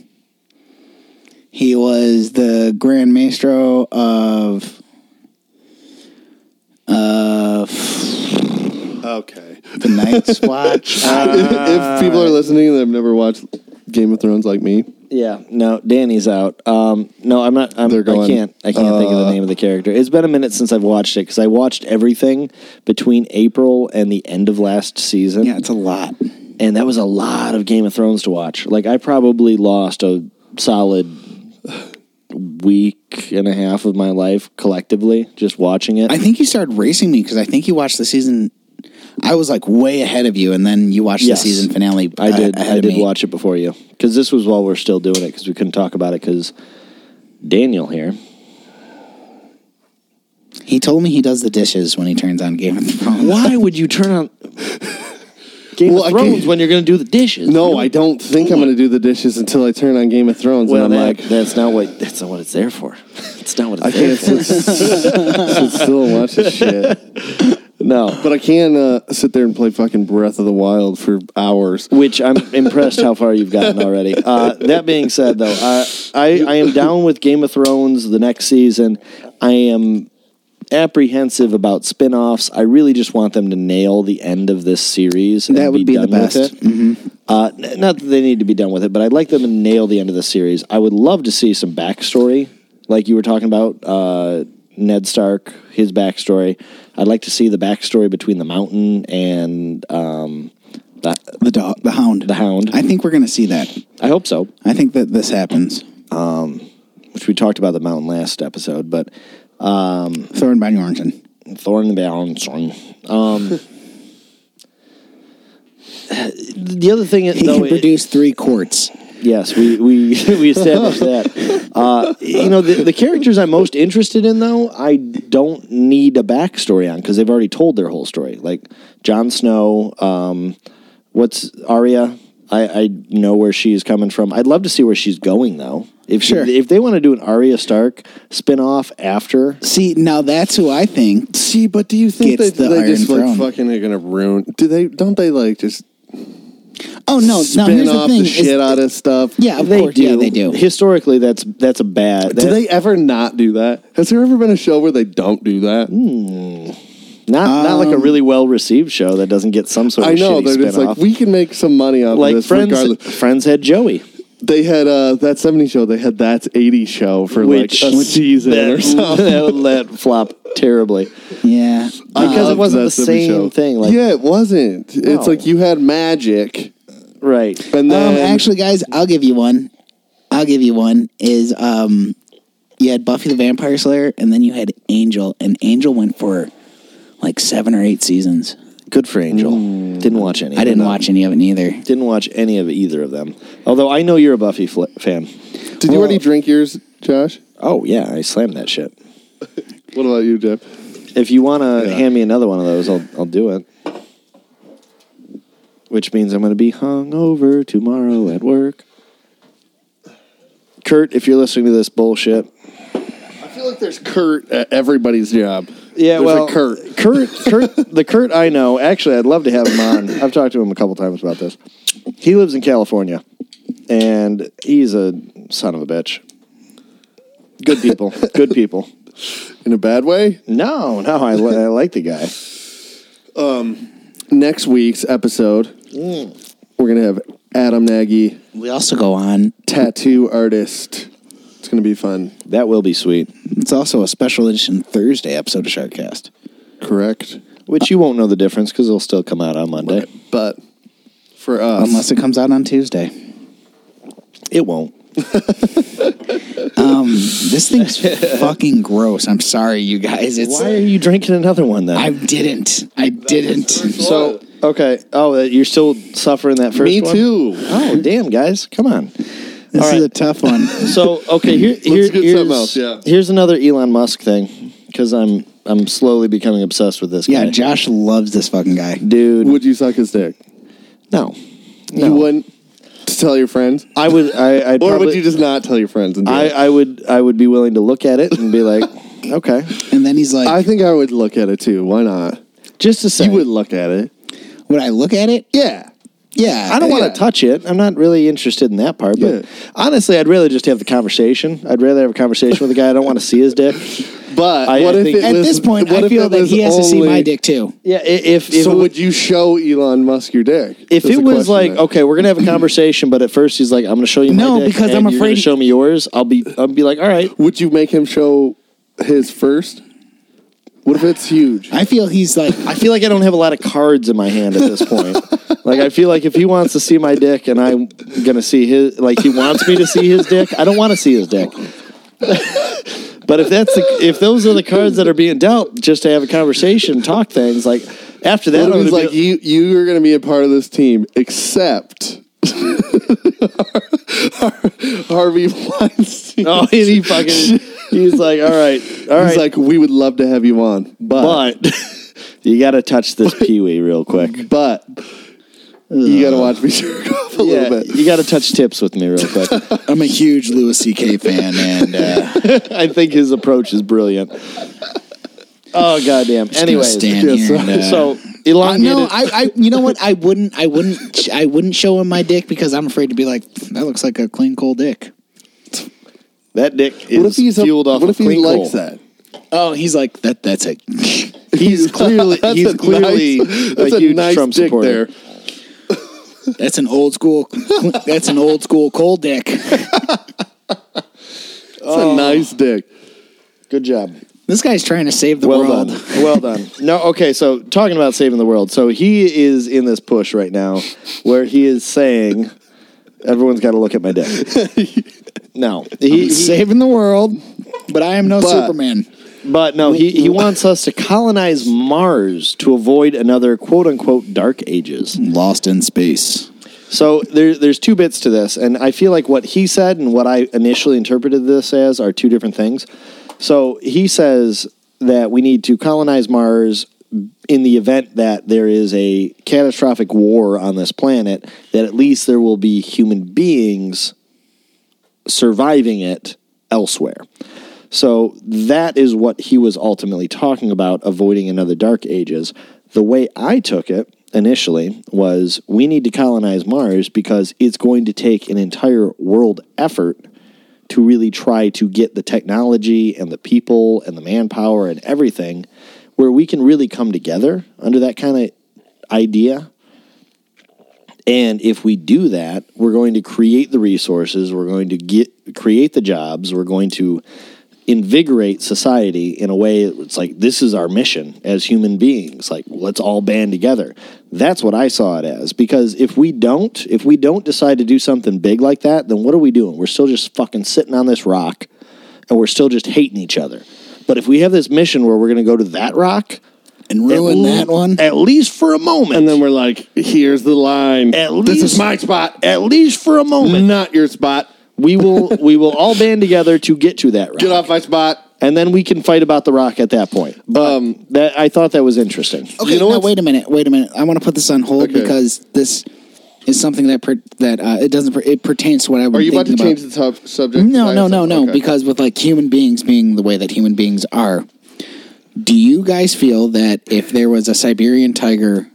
[SPEAKER 3] He was the Grand Maestro of uh,
[SPEAKER 1] Okay.
[SPEAKER 3] the
[SPEAKER 2] *laughs*
[SPEAKER 3] Night's Watch.
[SPEAKER 1] if people are listening and have never watched Game of Thrones like me,
[SPEAKER 2] Yeah, no, Danny's out. Um, no, I'm not. I'm,
[SPEAKER 1] They're
[SPEAKER 2] I
[SPEAKER 1] going,
[SPEAKER 2] can't. I can't think
[SPEAKER 3] uh,
[SPEAKER 2] of the name of the character. It's been a minute since I've watched it because I watched everything between April and the end of last season.
[SPEAKER 3] yeah, it's a lot.
[SPEAKER 2] and that was a lot of Game of Thrones to watch. Like I probably lost a solid week and a half of my life collectively just watching it.
[SPEAKER 3] I think you started racing me because I think you watched the season. I was like way ahead of you, and then you watched
[SPEAKER 2] Yes.
[SPEAKER 3] the season finale.
[SPEAKER 2] I
[SPEAKER 3] uh,
[SPEAKER 2] did.
[SPEAKER 3] ahead
[SPEAKER 2] I
[SPEAKER 3] of
[SPEAKER 2] did
[SPEAKER 3] me.
[SPEAKER 2] watch it before you because this was while we're still doing it because we couldn't talk about it because Daniel here.
[SPEAKER 3] He told me he does the dishes when he turns on Game of Thrones.
[SPEAKER 2] Why would you turn on *laughs* Game
[SPEAKER 1] Well, I
[SPEAKER 2] of
[SPEAKER 1] can't-
[SPEAKER 2] Thrones when you're going to do the dishes?
[SPEAKER 1] no, I don't think I'm going to do the dishes until I turn on Game of Thrones.
[SPEAKER 2] Well,
[SPEAKER 1] and I'm
[SPEAKER 2] that-
[SPEAKER 1] like,
[SPEAKER 2] that's not what that's not what it's there for. *laughs* It's not what it's
[SPEAKER 1] I
[SPEAKER 2] there
[SPEAKER 1] can't
[SPEAKER 2] for.
[SPEAKER 1] sit, *laughs* sit still and watch this shit.
[SPEAKER 2] No,
[SPEAKER 1] But I can uh, sit there and play fucking Breath of the Wild for hours.
[SPEAKER 2] which I'm impressed how far you've gotten already. Uh, that being said, though, uh, I I am down with Game of Thrones the next season. I am apprehensive about spin-offs. I really just want them to nail the end of this series. and
[SPEAKER 3] That would be the
[SPEAKER 2] done with
[SPEAKER 3] best. Mm-hmm.
[SPEAKER 2] it. Uh, n- not that they need to be done with it, but I'd like them to nail the end of the series. I would love to see some backstory, like you were talking about uh, Ned Stark, his backstory. I'd like to see the backstory between the Mountain and um, the,
[SPEAKER 3] The dog, the hound,
[SPEAKER 2] the Hound.
[SPEAKER 3] I think we're gonna see that.
[SPEAKER 2] I hope so.
[SPEAKER 3] I think that this happens.
[SPEAKER 2] Which we talked about the mountain last episode, but
[SPEAKER 3] Thorin Bjornsson.
[SPEAKER 2] Thorn the Bjornsson. Um *laughs* The other thing is,
[SPEAKER 3] He
[SPEAKER 2] though,
[SPEAKER 3] can
[SPEAKER 2] it-
[SPEAKER 3] produce three quarts.
[SPEAKER 2] yes, we we *laughs* we
[SPEAKER 1] *laughs*
[SPEAKER 2] established that. Uh, you know, the, the characters I'm most interested in, though, I don't need a backstory on because they've already told their whole story. Like Jon Snow, um, what's Arya? I, I know where she's coming from. I'd love to see where she's going, though. If she-
[SPEAKER 3] Sure.
[SPEAKER 2] if they want to do an Arya Stark spin off after
[SPEAKER 3] See, now that's who I think.
[SPEAKER 1] See, but do you think
[SPEAKER 3] Gets
[SPEAKER 1] that
[SPEAKER 3] the
[SPEAKER 1] they just
[SPEAKER 3] Iron
[SPEAKER 1] like
[SPEAKER 3] Throne.
[SPEAKER 1] fucking are gonna ruin? Do they? Don't they like just
[SPEAKER 3] Oh no, no.
[SPEAKER 1] spin
[SPEAKER 3] Here's
[SPEAKER 1] off
[SPEAKER 3] the
[SPEAKER 1] the,
[SPEAKER 3] thing. is-
[SPEAKER 1] shit out of stuff?
[SPEAKER 3] yeah, of
[SPEAKER 2] They
[SPEAKER 3] course.
[SPEAKER 2] do.
[SPEAKER 3] Yeah, they do.
[SPEAKER 2] Historically, that's that's a bad.
[SPEAKER 1] Do they ever not do that? Has there ever been a show where they don't do that?
[SPEAKER 2] not not like a really well received show that doesn't get some sort of
[SPEAKER 1] Um, I know
[SPEAKER 2] shitty
[SPEAKER 1] they're just
[SPEAKER 2] spin-off.
[SPEAKER 1] like we can make some money off of
[SPEAKER 2] Like
[SPEAKER 1] this
[SPEAKER 2] friends.
[SPEAKER 1] regardless.
[SPEAKER 2] Friends had Joey.
[SPEAKER 1] They had uh, that '70s show. They had that's '80s show for like a season
[SPEAKER 2] that, *laughs*
[SPEAKER 1] or something.
[SPEAKER 2] that, that flopped terribly.
[SPEAKER 3] Yeah. Um,
[SPEAKER 1] I
[SPEAKER 2] Because it
[SPEAKER 1] loved
[SPEAKER 2] wasn't
[SPEAKER 1] That
[SPEAKER 2] the
[SPEAKER 1] 70s
[SPEAKER 2] same
[SPEAKER 1] Uh, show.
[SPEAKER 2] thing, like-
[SPEAKER 1] yeah, it wasn't. It's like you had magic,
[SPEAKER 2] Right.
[SPEAKER 1] and then
[SPEAKER 3] Um, actually, guys, I'll give you one. I'll give you one. Is um, you had Buffy the Vampire Slayer, and then you had Angel, and Angel went for like seven or eight seasons.
[SPEAKER 2] Good for Angel. Mm. Didn't watch any.
[SPEAKER 3] I
[SPEAKER 2] of
[SPEAKER 3] didn't
[SPEAKER 2] them.
[SPEAKER 3] watch any of it neither.
[SPEAKER 2] Didn't watch any of either of them. Although I know you're a Buffy fl- fan.
[SPEAKER 1] did you already drink yours, Josh?
[SPEAKER 2] Oh yeah, I slammed that shit.
[SPEAKER 1] What about you, Jeff?
[SPEAKER 2] If you want to
[SPEAKER 1] Yeah.
[SPEAKER 2] hand me another one of those, I'll I'll do it. Which means I'm going to be hungover tomorrow at work. Kurt, if you're listening to this bullshit,
[SPEAKER 1] I feel like there's Kurt at everybody's job.
[SPEAKER 2] Yeah,
[SPEAKER 1] there's
[SPEAKER 2] well,
[SPEAKER 1] a Kurt.
[SPEAKER 2] *laughs* Kurt, Kurt, the Kurt I know. Actually, I'd love to have him on. I've talked to him a couple times about this. He lives in California, and he's a son of a bitch. Good people. *laughs* Good people.
[SPEAKER 1] in a bad way.
[SPEAKER 2] No, no, I, li- I like the guy.
[SPEAKER 1] Next week's episode, we're gonna have Adam Nagy,
[SPEAKER 3] We also go on.
[SPEAKER 1] tattoo artist. It's gonna be fun.
[SPEAKER 2] That will be sweet.
[SPEAKER 3] It's also a special edition Thursday episode of Sharkcast.
[SPEAKER 1] Correct,
[SPEAKER 2] Which you won't know the difference because it'll still come out on Monday.
[SPEAKER 1] but for us,
[SPEAKER 3] Unless it comes out on Tuesday.
[SPEAKER 2] It won't.
[SPEAKER 3] Um, this *laughs* thing's fucking gross. I'm sorry, you guys. It's
[SPEAKER 2] Why are you drinking another one then?
[SPEAKER 3] I didn't. I didn't.
[SPEAKER 2] so okay. Oh, you're still suffering that first.
[SPEAKER 1] me
[SPEAKER 2] one?
[SPEAKER 1] too.
[SPEAKER 2] Oh, damn, guys, come on.
[SPEAKER 3] This
[SPEAKER 2] All
[SPEAKER 3] is
[SPEAKER 2] right.
[SPEAKER 3] a tough one.
[SPEAKER 2] So okay, here, here-
[SPEAKER 1] get
[SPEAKER 2] here's
[SPEAKER 1] something else, yeah.
[SPEAKER 2] here's another Elon Musk thing because I'm I'm slowly becoming obsessed with this guy.
[SPEAKER 3] Yeah, Josh loves this fucking guy.
[SPEAKER 2] dude.
[SPEAKER 1] Would you suck his dick?
[SPEAKER 2] no,
[SPEAKER 1] You
[SPEAKER 2] No.
[SPEAKER 1] wouldn't to tell your friends,
[SPEAKER 2] I would. I I'd
[SPEAKER 1] or
[SPEAKER 2] probably,
[SPEAKER 1] would you just not tell your friends? And do
[SPEAKER 2] I
[SPEAKER 1] it?
[SPEAKER 2] I would I would be willing to look at it and
[SPEAKER 1] *laughs*
[SPEAKER 2] be like, okay,
[SPEAKER 3] And then he's like,
[SPEAKER 1] I think I would look at it too. Why not?
[SPEAKER 2] just to say,
[SPEAKER 1] You would look at it.
[SPEAKER 3] "Would I look at it?
[SPEAKER 1] Yeah.
[SPEAKER 3] Yeah,
[SPEAKER 2] I don't
[SPEAKER 3] yeah.
[SPEAKER 2] want to touch it. I'm not really interested in that part. But
[SPEAKER 1] Yeah.
[SPEAKER 2] honestly, I'd rather just have the conversation. I'd rather have a conversation with a guy I don't want to see his dick.
[SPEAKER 1] But
[SPEAKER 2] I-
[SPEAKER 1] what
[SPEAKER 2] I
[SPEAKER 1] if
[SPEAKER 2] think-
[SPEAKER 1] it
[SPEAKER 3] At
[SPEAKER 1] was-
[SPEAKER 3] this point,
[SPEAKER 1] what
[SPEAKER 3] I
[SPEAKER 1] if
[SPEAKER 3] feel
[SPEAKER 1] it
[SPEAKER 3] that
[SPEAKER 1] was
[SPEAKER 3] he has to see my
[SPEAKER 1] only-
[SPEAKER 3] dick too.
[SPEAKER 2] Yeah, i- if if
[SPEAKER 1] So
[SPEAKER 2] it was-
[SPEAKER 1] would you show Elon Musk your dick?
[SPEAKER 2] If
[SPEAKER 1] That's
[SPEAKER 2] it
[SPEAKER 1] the
[SPEAKER 2] was
[SPEAKER 1] question
[SPEAKER 2] like,
[SPEAKER 1] there.
[SPEAKER 2] okay, we're gonna have a conversation, but at first he's like, "I'm gonna show you my
[SPEAKER 3] No,
[SPEAKER 2] dick,
[SPEAKER 3] because
[SPEAKER 2] and
[SPEAKER 3] I'm
[SPEAKER 2] you're gonna
[SPEAKER 3] afraid-
[SPEAKER 2] show me yours." I'll be, I'll be like, "All right,
[SPEAKER 1] would you make him show his first? What if it's huge?
[SPEAKER 3] I feel he's like,
[SPEAKER 2] I feel like I don't have a lot of cards in my hand at this point. like, I feel like if he wants to see my dick, and I'm gonna see his, like he wants me to see his dick, I don't want to see his dick. *laughs* but if that's the, if those are the cards that are being dealt, just to have a conversation, talk things like after
[SPEAKER 1] What
[SPEAKER 2] that,
[SPEAKER 1] if
[SPEAKER 2] I'm
[SPEAKER 1] it's
[SPEAKER 2] gonna
[SPEAKER 1] like
[SPEAKER 2] be-
[SPEAKER 1] you you are going to be a part of this team, except *laughs* Harvey Weinstein.
[SPEAKER 2] *laughs* oh, and he fucking, he's like, "All right, all right."
[SPEAKER 1] He's like, we would love to have you on, but
[SPEAKER 2] but *laughs* you got to touch this peewee real quick. *laughs*
[SPEAKER 1] but, you got to watch me *laughs* jerk off a
[SPEAKER 2] yeah,
[SPEAKER 1] little bit.
[SPEAKER 2] You got to touch tips with me *laughs* real quick.
[SPEAKER 3] I'm a huge Louis C.K. fan, and uh,
[SPEAKER 2] I think his approach is brilliant. *laughs* Oh goddamn!
[SPEAKER 3] anyway,
[SPEAKER 2] Anyways,
[SPEAKER 3] stand
[SPEAKER 1] yeah,
[SPEAKER 3] here.
[SPEAKER 1] so-
[SPEAKER 3] and, uh,
[SPEAKER 2] so
[SPEAKER 3] uh,
[SPEAKER 2] elongated.
[SPEAKER 3] no, *laughs* I, I, you know what? I wouldn't, I wouldn't, I wouldn't show him my dick because I'm afraid to be like, that looks like a clean, cold dick.
[SPEAKER 2] that dick is
[SPEAKER 1] what if he's a-
[SPEAKER 2] fueled off.
[SPEAKER 1] What
[SPEAKER 2] a
[SPEAKER 1] if he
[SPEAKER 2] clean
[SPEAKER 1] likes
[SPEAKER 2] coal.
[SPEAKER 1] that?
[SPEAKER 3] Oh, he's like, that, that's it.
[SPEAKER 2] *laughs* He's clearly
[SPEAKER 1] That's
[SPEAKER 2] he's
[SPEAKER 1] a
[SPEAKER 2] clearly
[SPEAKER 1] nice, *laughs*
[SPEAKER 2] a
[SPEAKER 1] that's a
[SPEAKER 2] huge
[SPEAKER 1] nice
[SPEAKER 2] Trump
[SPEAKER 1] dick
[SPEAKER 2] supporter.
[SPEAKER 1] there.
[SPEAKER 3] That's an old school, that's an old school cold dick.
[SPEAKER 1] That's
[SPEAKER 2] Oh.
[SPEAKER 1] a nice dick.
[SPEAKER 2] Good job.
[SPEAKER 3] This guy's trying to save the
[SPEAKER 2] Well
[SPEAKER 3] world.
[SPEAKER 2] done. Well done. No, okay. So talking about saving the world. So he is in this push right now, where he is saying, "Everyone's got to look at my dick." No, he, he-
[SPEAKER 3] Saving the world, but I am no
[SPEAKER 1] But-
[SPEAKER 3] Superman.
[SPEAKER 2] But no, he, he wants us to colonize Mars to avoid another quote unquote dark ages.
[SPEAKER 3] Lost in space.
[SPEAKER 2] So there, there's two bits to this, and I feel like what he said and what I initially interpreted this as are two different things. So he says that we need to colonize Mars in the event that there is a catastrophic war on this planet, that at least there will be human beings surviving it elsewhere. So that is what he was ultimately talking about, avoiding another Dark Ages. The way I took it initially was we need to colonize Mars because it's going to take an entire world effort to really try to get the technology and the people and the manpower and everything where we can really come together under that kind of idea And if we do that, we're going to create the resources, we're going to get create the jobs, we're going to invigorate society in a way it's like this is our mission as human beings like let's all band together that's what i saw it as because if we don't if we don't decide to do something big like that then what are we doing we're still just fucking sitting on this rock and we're still just hating each other but if we have this mission where we're going to go to that rock
[SPEAKER 3] and ruin
[SPEAKER 2] at-
[SPEAKER 3] that one.
[SPEAKER 2] at least for a moment
[SPEAKER 1] And then we're like, here's the line.
[SPEAKER 2] At
[SPEAKER 1] this
[SPEAKER 2] least-
[SPEAKER 1] is my spot.
[SPEAKER 2] at least for a moment
[SPEAKER 1] Not your spot.
[SPEAKER 2] we will we will all band together to get to that rock
[SPEAKER 1] Get off my spot.
[SPEAKER 2] and then we can fight about the rock at that point um that i thought that was interesting
[SPEAKER 3] Okay,
[SPEAKER 1] You know
[SPEAKER 3] now
[SPEAKER 1] what's-
[SPEAKER 3] wait a minute, wait a minute. I want to put this on hold
[SPEAKER 1] Okay.
[SPEAKER 3] because this is something that per, that uh, it doesn't per, it pertains to what I was
[SPEAKER 1] Are you about to
[SPEAKER 3] thinking
[SPEAKER 1] change the top subject?
[SPEAKER 3] No,
[SPEAKER 1] I
[SPEAKER 3] no,
[SPEAKER 1] have
[SPEAKER 3] no,
[SPEAKER 1] some-
[SPEAKER 3] no.
[SPEAKER 1] okay.
[SPEAKER 3] Because with like human beings being the way that human beings are, do you guys feel that if there was a Siberian tiger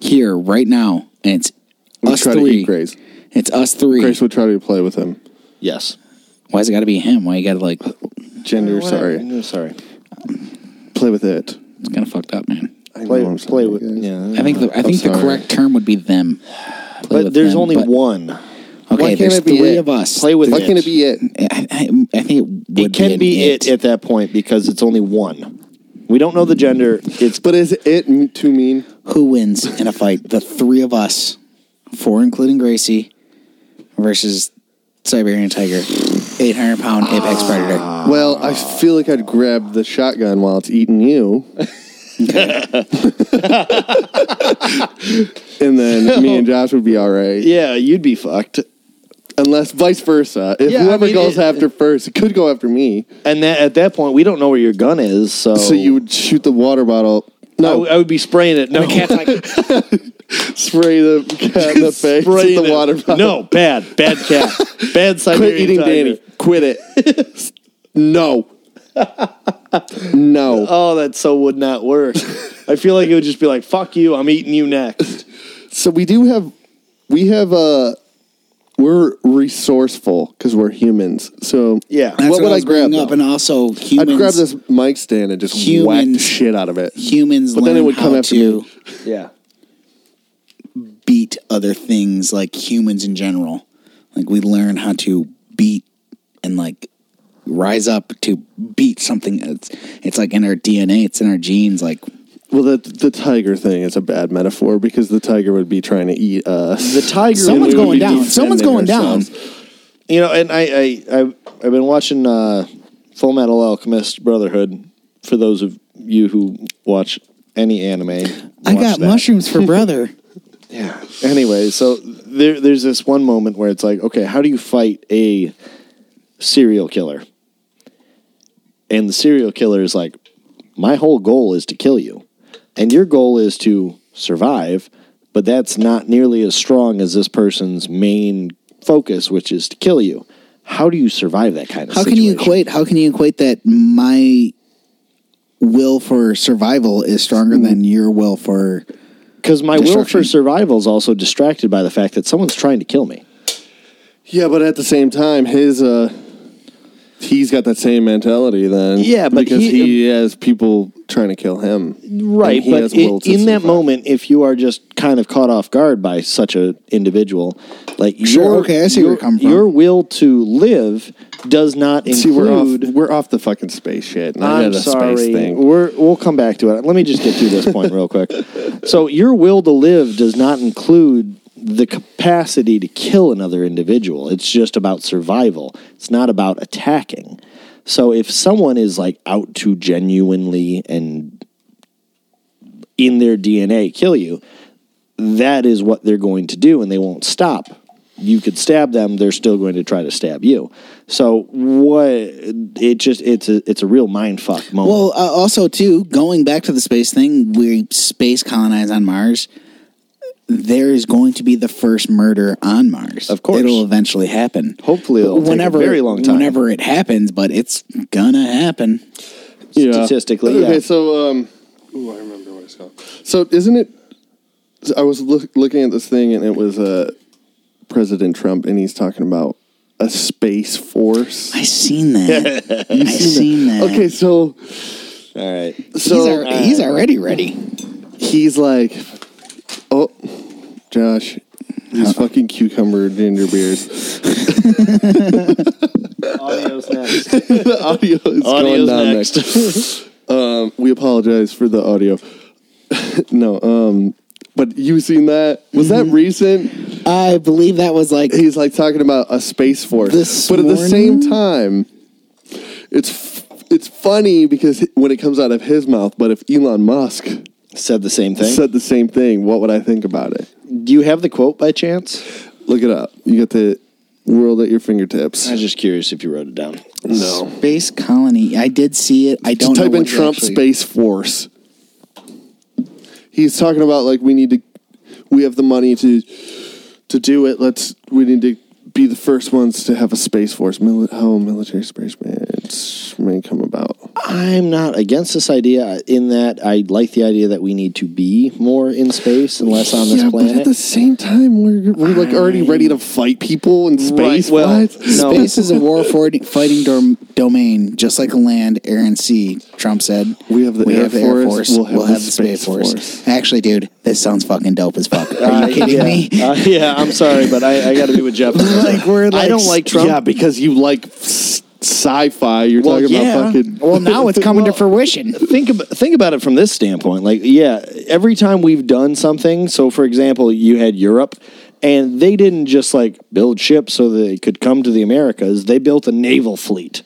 [SPEAKER 3] here right now and it's
[SPEAKER 1] We
[SPEAKER 3] us
[SPEAKER 1] try to
[SPEAKER 3] three,
[SPEAKER 1] eat Grace.
[SPEAKER 3] it's us three.
[SPEAKER 1] Grace would try to play with him.
[SPEAKER 2] yes
[SPEAKER 3] Why's it got to be him? Why you got to like? It's
[SPEAKER 1] Gender, sorry.
[SPEAKER 2] No, sorry
[SPEAKER 1] Play with it.
[SPEAKER 3] kind of fucked up, man.
[SPEAKER 1] I
[SPEAKER 2] play,
[SPEAKER 1] know I'm
[SPEAKER 2] play
[SPEAKER 1] sorry,
[SPEAKER 2] with
[SPEAKER 1] guys.
[SPEAKER 2] yeah
[SPEAKER 3] I think the I think the
[SPEAKER 1] sorry.
[SPEAKER 3] correct term would be them. Play
[SPEAKER 2] but
[SPEAKER 3] with
[SPEAKER 2] there's
[SPEAKER 3] them,
[SPEAKER 2] only
[SPEAKER 3] but-
[SPEAKER 2] one
[SPEAKER 3] Okay,
[SPEAKER 1] can't
[SPEAKER 3] there's
[SPEAKER 1] it be
[SPEAKER 3] three
[SPEAKER 1] it?
[SPEAKER 3] of us.
[SPEAKER 2] play with
[SPEAKER 1] Why
[SPEAKER 2] it.
[SPEAKER 1] can't it be it?
[SPEAKER 3] I, I, I think it would
[SPEAKER 2] it can
[SPEAKER 3] be,
[SPEAKER 2] be
[SPEAKER 3] an
[SPEAKER 2] it. at that point because it's only one we don't know the gender it's
[SPEAKER 1] But is it m- too mean?
[SPEAKER 3] Who wins in a fight? The three of us, four including Gracie, versus Siberian Tiger, eight hundred pound apex predator.
[SPEAKER 1] well, I feel like I'd grab the shotgun while it's eating you. *laughs* and then me and Josh would be all right.
[SPEAKER 2] yeah you'd be fucked
[SPEAKER 1] Unless vice versa. If
[SPEAKER 2] Yeah, I
[SPEAKER 1] whoever
[SPEAKER 2] mean,
[SPEAKER 1] goes
[SPEAKER 2] it-
[SPEAKER 1] after first could go after me.
[SPEAKER 2] and that at that point we don't know where your gun is so
[SPEAKER 1] So you would shoot the water bottle.
[SPEAKER 2] Oh. I,
[SPEAKER 1] No,
[SPEAKER 2] would- I would be spraying it no
[SPEAKER 3] Cat's like,
[SPEAKER 1] spray
[SPEAKER 2] *laughs*
[SPEAKER 1] the cat in the face
[SPEAKER 2] spraying
[SPEAKER 1] with the
[SPEAKER 2] it.
[SPEAKER 1] water bottle.
[SPEAKER 2] no bad bad
[SPEAKER 1] *laughs*
[SPEAKER 2] cat bad Siberian
[SPEAKER 1] quit eating
[SPEAKER 2] tiger.
[SPEAKER 1] Danny. Quit it. no. no.
[SPEAKER 2] *laughs*
[SPEAKER 1] *laughs*
[SPEAKER 2] oh that so would not work I feel like it would just be like fuck you I'm eating you next
[SPEAKER 1] so we do have we have uh we're resourceful because we're humans. So
[SPEAKER 2] Yeah.
[SPEAKER 3] That's
[SPEAKER 1] what would I,
[SPEAKER 3] was
[SPEAKER 1] grab?
[SPEAKER 3] bringing up,
[SPEAKER 1] though?
[SPEAKER 3] and also humans.
[SPEAKER 1] I'd grab this mic stand and just whack the
[SPEAKER 3] Humans-
[SPEAKER 1] shit out of it.
[SPEAKER 3] Humans,
[SPEAKER 1] But
[SPEAKER 3] learn
[SPEAKER 1] then it would come
[SPEAKER 3] how
[SPEAKER 1] after
[SPEAKER 3] to
[SPEAKER 1] me.
[SPEAKER 2] yeah
[SPEAKER 3] beat other things, like humans in general. Like we learn how to beat and like rise up to beat something. It's it's like in our DNA. It's in our genes. Like
[SPEAKER 1] Well, the the tiger thing is a bad metaphor because the tiger would be trying to eat uh, us.
[SPEAKER 2] the tiger
[SPEAKER 3] someone's
[SPEAKER 1] we would
[SPEAKER 3] going
[SPEAKER 1] be
[SPEAKER 3] down. Someone's
[SPEAKER 1] defending
[SPEAKER 3] going down.
[SPEAKER 1] ourselves.
[SPEAKER 2] You know, and I, I, I I've been watching uh, Full Metal Alchemist Brotherhood. For those of you who watch any anime,
[SPEAKER 3] I
[SPEAKER 2] watch
[SPEAKER 3] got
[SPEAKER 2] that.
[SPEAKER 3] mushrooms for
[SPEAKER 1] *laughs*
[SPEAKER 3] brother.
[SPEAKER 2] Yeah. Anyway, so there, there's this one moment where it's like, okay, how do you fight a serial killer? And the serial killer is like, my whole goal is to kill you, and your goal is to survive, but that's not nearly as strong as this person's main focus, which is to kill you. How do you survive that kind of?
[SPEAKER 3] How can you
[SPEAKER 2] situation?
[SPEAKER 3] equate? How can you equate that my will for survival is stronger
[SPEAKER 2] Hmm.
[SPEAKER 3] than your will for?
[SPEAKER 2] Because my will for
[SPEAKER 3] Destruction.
[SPEAKER 2] survival is also distracted by the fact that someone's trying to kill me.
[SPEAKER 1] Yeah, but at the same time, his uh, he's got that same mentality then.
[SPEAKER 2] Yeah, but
[SPEAKER 1] because
[SPEAKER 2] he-
[SPEAKER 1] he, has people trying to kill him.
[SPEAKER 2] right
[SPEAKER 1] And he
[SPEAKER 2] but
[SPEAKER 1] has
[SPEAKER 2] i-
[SPEAKER 1] will to
[SPEAKER 2] in that
[SPEAKER 1] survive.
[SPEAKER 2] moment if you are just kind of caught off guard by such a individual like
[SPEAKER 3] Sure,
[SPEAKER 2] your,
[SPEAKER 3] okay, I see where
[SPEAKER 2] your,
[SPEAKER 3] you're coming from.
[SPEAKER 2] your will to live does not include
[SPEAKER 1] See, we're off. We're off the fucking space shit. and I
[SPEAKER 2] I'm
[SPEAKER 1] had a
[SPEAKER 2] sorry.
[SPEAKER 1] Space thing.
[SPEAKER 2] We're, we'll come back to it. Let me just get through this point
[SPEAKER 1] *laughs*
[SPEAKER 2] real quick. So, your will to live does not include the capacity to kill another individual. It's just about survival. It's not about attacking. So, if someone is like out to genuinely and in their DNA kill you, that is what they're going to do and they won't stop. You could stab them, they're still going to try to stab you. So what it just it's a it's a real mind fuck moment.
[SPEAKER 3] Well, uh, also too, going back to the space thing, we space colonize on Mars. There is going to be the first murder on Mars.
[SPEAKER 2] Of course.
[SPEAKER 3] it'll eventually happen.
[SPEAKER 2] Hopefully it'll take a very long time.
[SPEAKER 3] Whenever it happens, but it's gonna happen.
[SPEAKER 1] Yeah.
[SPEAKER 2] statistically, yeah.
[SPEAKER 1] Okay, so um, ooh, I remember what it's called. So isn't it? so I was look, looking at this thing, and it was uh, President Trump, and he's talking about a space force.
[SPEAKER 3] I seen
[SPEAKER 2] *laughs*
[SPEAKER 3] that. I seen that.
[SPEAKER 1] Okay, so
[SPEAKER 2] all right.
[SPEAKER 1] so uh,
[SPEAKER 2] uh,
[SPEAKER 3] he's, al- he's already ready.
[SPEAKER 1] he's like, oh, Josh. These fucking cucumber ginger *laughs* beers.
[SPEAKER 2] *laughs* Audio's next.
[SPEAKER 1] the audio is going
[SPEAKER 2] Audio's
[SPEAKER 1] down
[SPEAKER 2] next. *laughs*
[SPEAKER 1] um, we apologize for the audio. *laughs* no, um, but you seen that? Was that recent?
[SPEAKER 3] I believe that was like
[SPEAKER 1] He's like talking about a space force,
[SPEAKER 3] This
[SPEAKER 1] but at the same
[SPEAKER 3] morning?
[SPEAKER 1] time, it's f- it's funny because when it comes out of his mouth, but if Elon Musk
[SPEAKER 2] Said the same thing.
[SPEAKER 1] said the same thing, what would I think about it?
[SPEAKER 2] Do you have the quote by chance?
[SPEAKER 1] Look it up. You got the world at your fingertips.
[SPEAKER 2] I was just curious if you wrote it down.
[SPEAKER 1] no.
[SPEAKER 3] space colony. I did see it. I don't know
[SPEAKER 1] type in
[SPEAKER 3] what it
[SPEAKER 1] Trump
[SPEAKER 3] actually-
[SPEAKER 1] Space Force. He's talking about like we need to, we have the money to, to do it. Let's we need to be the first ones to have a space force. Mil- how military space may- may come about.
[SPEAKER 2] I'm not against this idea in that I like the idea that we need to be more in space and less on this
[SPEAKER 1] yeah,
[SPEAKER 2] planet.
[SPEAKER 1] but at the same time, we're we're like already ready to fight people in space.
[SPEAKER 2] well,
[SPEAKER 1] What?
[SPEAKER 2] no.
[SPEAKER 3] Space is a war for fighting dorm, domain, just like land, air, and sea. Trump said,
[SPEAKER 1] We have the Air Force, we'll have the Space Force.
[SPEAKER 3] Actually, dude, this sounds fucking dope as fuck.
[SPEAKER 2] Uh,
[SPEAKER 3] Are you kidding
[SPEAKER 2] yeah.
[SPEAKER 3] me?
[SPEAKER 2] Uh, yeah, I'm sorry, but I, I got to be with Jeff.
[SPEAKER 3] Like, we're
[SPEAKER 2] I
[SPEAKER 3] like-
[SPEAKER 2] don't like Trump.
[SPEAKER 1] Yeah, because you like s- sci-fi. You're
[SPEAKER 2] Well,
[SPEAKER 1] talking
[SPEAKER 2] yeah.
[SPEAKER 1] about fucking.
[SPEAKER 3] Well,
[SPEAKER 1] *laughs*
[SPEAKER 3] now it's coming to fruition.
[SPEAKER 2] think about think about it from this standpoint. Like, yeah, every time we've done something. So, for example, you had Europe, and they didn't just like build ships so they could come to the Americas. They built a naval fleet,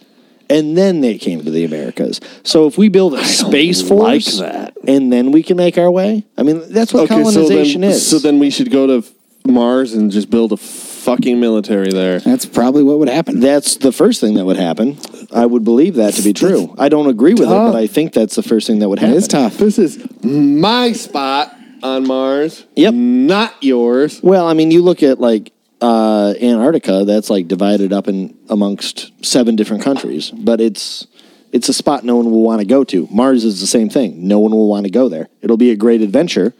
[SPEAKER 2] and then they came to the Americas. So, if we build a space
[SPEAKER 1] like
[SPEAKER 2] force,
[SPEAKER 1] that.
[SPEAKER 2] and then we can make our way. I mean, that's what colonization
[SPEAKER 1] so then,
[SPEAKER 2] is.
[SPEAKER 1] So then we should go to Mars and just build a fucking military there.
[SPEAKER 3] That's probably what would happen.
[SPEAKER 2] That's the first thing that would happen. I would believe that to be true. I don't agree with it, but I think that's the first thing that would happen.
[SPEAKER 3] is tough.
[SPEAKER 1] This is my spot on Mars.
[SPEAKER 2] Yep.
[SPEAKER 1] Not yours.
[SPEAKER 2] Well, I mean, you look at like uh, Antarctica. That's like divided up in amongst seven different countries, but it's it's a spot no one will want to go to. Mars is the same thing. No one will want to go there. It'll be a great adventure.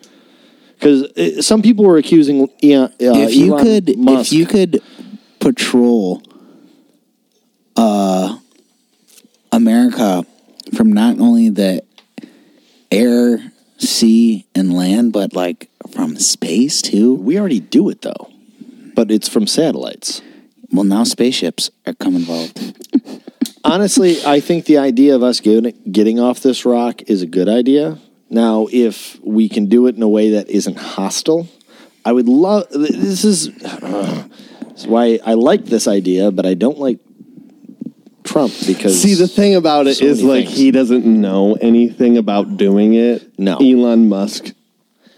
[SPEAKER 2] Because some people were accusing E- uh,
[SPEAKER 3] if you
[SPEAKER 2] Elon
[SPEAKER 3] could, if
[SPEAKER 2] Musk-
[SPEAKER 3] you could patrol, uh, America from not only the air, sea, and land, but like from space too.
[SPEAKER 2] we already do it though, but it's from satellites.
[SPEAKER 3] Well, now spaceships are come involved.
[SPEAKER 2] honestly, I think the idea of us getting getting off this rock is a good idea. Now, if we can do it in a way that isn't hostile, I would love. This is, *sighs* this is why I like this idea, but I don't like Trump because
[SPEAKER 1] See, the thing about it is
[SPEAKER 2] So many
[SPEAKER 1] like
[SPEAKER 2] things.
[SPEAKER 1] he doesn't know anything about doing it.
[SPEAKER 2] No.
[SPEAKER 1] Elon Musk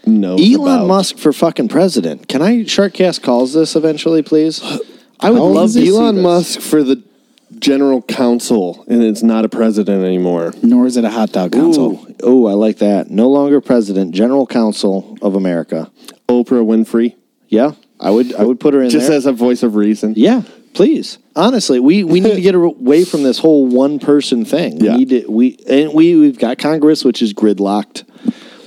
[SPEAKER 1] knows.
[SPEAKER 2] Elon
[SPEAKER 1] about-
[SPEAKER 2] Musk for fucking president. Can I Sharkcast calls this eventually, please? I would
[SPEAKER 1] I
[SPEAKER 2] love
[SPEAKER 1] love
[SPEAKER 2] to see
[SPEAKER 1] Elon
[SPEAKER 2] this.
[SPEAKER 1] Musk for the general counsel, and it's not a president anymore.
[SPEAKER 3] Nor is it a hot dog council.
[SPEAKER 2] Ooh, ooh, I like that. No longer president, general counsel of America.
[SPEAKER 1] Oprah Winfrey,
[SPEAKER 2] Yeah, I would. I would put her in
[SPEAKER 1] just
[SPEAKER 2] there.
[SPEAKER 1] as a voice of reason.
[SPEAKER 2] Yeah, please. Honestly, we, we need
[SPEAKER 1] *laughs*
[SPEAKER 2] to get away from this whole one person thing.
[SPEAKER 1] Yeah.
[SPEAKER 2] We need to, we and we we've got Congress, which is gridlocked.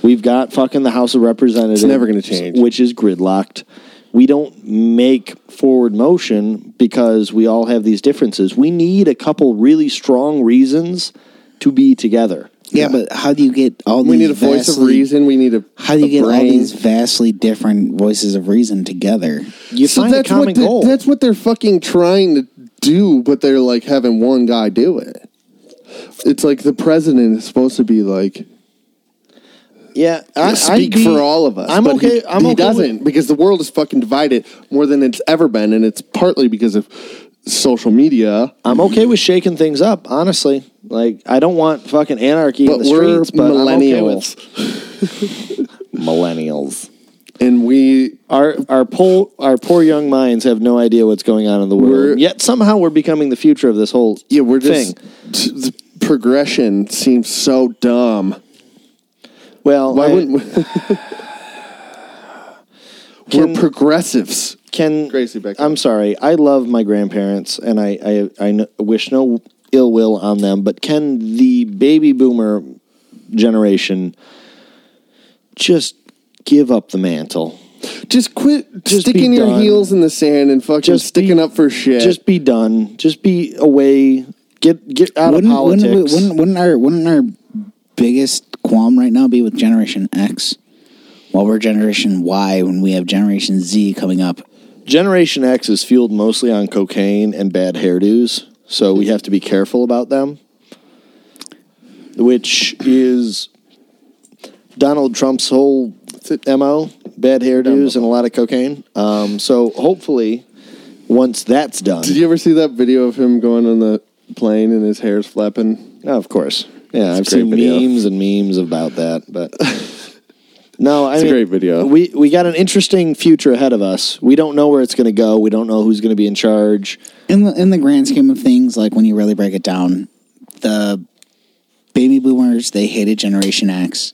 [SPEAKER 2] We've got fucking the House of Representatives,
[SPEAKER 1] never gonna change.
[SPEAKER 2] which is gridlocked. We don't make forward motion because we all have these differences. We need a couple really strong reasons to be together.
[SPEAKER 3] Yeah, but how do you get all?
[SPEAKER 1] We
[SPEAKER 3] these
[SPEAKER 1] need a voice of
[SPEAKER 3] vastly-
[SPEAKER 1] reason. We need a.
[SPEAKER 3] How do you
[SPEAKER 1] a
[SPEAKER 3] get all
[SPEAKER 1] brain.
[SPEAKER 3] these vastly different voices of reason together?
[SPEAKER 2] You find a common
[SPEAKER 1] what they-
[SPEAKER 2] goal.
[SPEAKER 1] That's what they're fucking trying to do, but they're like having one guy do it. It's like the president is supposed to be like
[SPEAKER 2] yeah, I, I'd
[SPEAKER 1] speak
[SPEAKER 2] be-
[SPEAKER 1] for all of us.
[SPEAKER 2] I'm
[SPEAKER 1] but
[SPEAKER 2] okay.
[SPEAKER 1] He,
[SPEAKER 2] I'm
[SPEAKER 1] he
[SPEAKER 2] okay
[SPEAKER 1] doesn't
[SPEAKER 2] With,
[SPEAKER 1] because the world is fucking divided more than it's ever been, and it's partly because of social media.
[SPEAKER 2] I'm okay
[SPEAKER 1] Mm-hmm.
[SPEAKER 2] with shaking things up, honestly. Like I don't want fucking anarchy
[SPEAKER 1] But
[SPEAKER 2] in the
[SPEAKER 1] we're
[SPEAKER 2] streets, but I'm okay
[SPEAKER 1] millennials,
[SPEAKER 2] with millennials.
[SPEAKER 1] and we
[SPEAKER 2] Our our poor our poor young minds have no idea what's going on in the world.
[SPEAKER 1] We're-
[SPEAKER 2] Yet somehow we're becoming the future of this whole
[SPEAKER 1] yeah we're just
[SPEAKER 2] thing.
[SPEAKER 1] t- the progression seems so dumb.
[SPEAKER 2] Well,
[SPEAKER 1] Why
[SPEAKER 2] I-
[SPEAKER 1] wouldn't we? *laughs*
[SPEAKER 2] Can-
[SPEAKER 1] we're progressives.
[SPEAKER 2] can
[SPEAKER 1] Gracie Becker.
[SPEAKER 2] I'm sorry. I love my grandparents, and I I, I kn- wish no ill will on them. But can the baby boomer generation just give up the mantle?
[SPEAKER 1] Just quit
[SPEAKER 2] Just be
[SPEAKER 1] sticking your
[SPEAKER 2] done.
[SPEAKER 1] heels in the sand and fucking
[SPEAKER 2] Just be-
[SPEAKER 1] sticking up for shit.
[SPEAKER 2] Just be done. Just be away. Get get out of politics.
[SPEAKER 3] Wouldn't, wouldn't, wouldn't our wouldn't our biggest qualm right now be with Generation X? While we're Generation Y, when we have Generation Z coming up,
[SPEAKER 2] Generation X is fueled mostly on cocaine and bad hairdos, so we have to be careful about them. Which is Donald Trump's whole MO bad hairdos and a lot of cocaine. Um, so hopefully, once that's done,
[SPEAKER 1] Did you ever see that video of him going on the plane and his hair's flapping?
[SPEAKER 2] Oh, of course. Yeah, I've
[SPEAKER 1] It's a great
[SPEAKER 2] seen
[SPEAKER 1] video.
[SPEAKER 2] memes and memes about that, *laughs* but no, I
[SPEAKER 1] It's a
[SPEAKER 2] mean,
[SPEAKER 1] great video.
[SPEAKER 2] We we got an interesting future ahead of us. We don't know where it's going to go. We don't know who's going to be in charge.
[SPEAKER 9] in the in the grand scheme of things, like when you really break it down, the baby boomers they hated Generation X.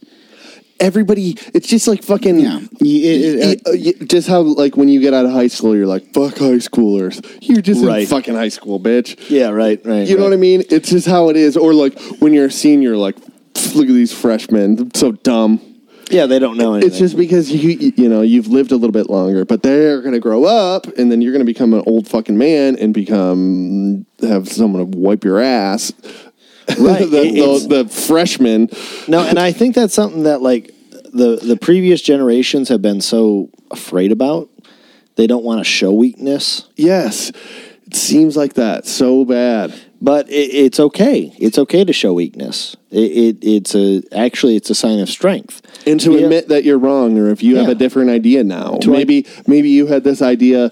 [SPEAKER 1] Everybody, it's just like fucking.
[SPEAKER 9] Yeah.
[SPEAKER 1] Y- it- it- uh, y- just how like when you get out of high school, you're like fuck high schoolers. You're just
[SPEAKER 2] Right.
[SPEAKER 1] in fucking high school, bitch.
[SPEAKER 2] Yeah, right, right.
[SPEAKER 1] You know what I mean? It's just how it is. Or like when you're a senior, like look at these freshmen, so dumb.
[SPEAKER 2] Yeah, they don't know anything.
[SPEAKER 1] It's just because you you know you've lived a little bit longer, but they're gonna grow up, and then you're gonna become an old fucking man and become have someone to wipe your ass. *laughs*
[SPEAKER 2] Right,
[SPEAKER 1] the,
[SPEAKER 2] it- it's-
[SPEAKER 1] the, the freshman.
[SPEAKER 2] no, and I think that's something that like the the previous generations have been so afraid about. They don't want to show weakness.
[SPEAKER 1] Yes, it seems like that so bad.
[SPEAKER 2] but it, it's okay. It's okay to show weakness. It, it it's a actually it's a sign of strength.
[SPEAKER 1] And to
[SPEAKER 2] Yeah.
[SPEAKER 1] admit that you're wrong, or if you have
[SPEAKER 2] Yeah.
[SPEAKER 1] a different idea now,
[SPEAKER 2] To-
[SPEAKER 1] maybe maybe you had this idea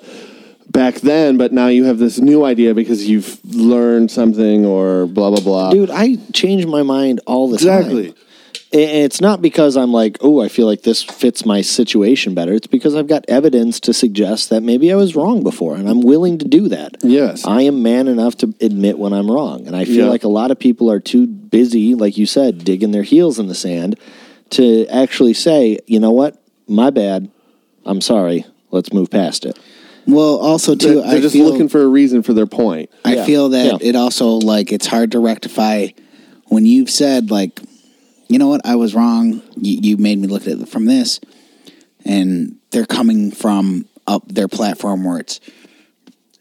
[SPEAKER 1] back then, but now you have this new idea because you've learned something or blah blah blah.
[SPEAKER 2] dude, I change my mind all the
[SPEAKER 1] Exactly.
[SPEAKER 2] time. And it's not because I'm like, oh, I feel like this fits my situation better. It's because I've got evidence to suggest that maybe I was wrong before, and I'm willing to do that.
[SPEAKER 1] Yes.
[SPEAKER 2] I am man enough to admit when I'm wrong, and I feel
[SPEAKER 1] Yeah.
[SPEAKER 2] like a lot of people are too busy, like you said, digging their heels in the sand to actually say, you know what, my bad, I'm sorry. Let's move past it.
[SPEAKER 9] Well, also
[SPEAKER 1] they're
[SPEAKER 9] too,
[SPEAKER 1] they're
[SPEAKER 9] I
[SPEAKER 1] just
[SPEAKER 9] feel,
[SPEAKER 1] looking for a reason for their point.
[SPEAKER 9] I
[SPEAKER 2] Yeah.
[SPEAKER 9] feel that
[SPEAKER 2] Yeah.
[SPEAKER 9] it also like it's hard to rectify when you've said like, you know what, I was wrong. You, you made me look at it from this, and they're coming from up their platform where it's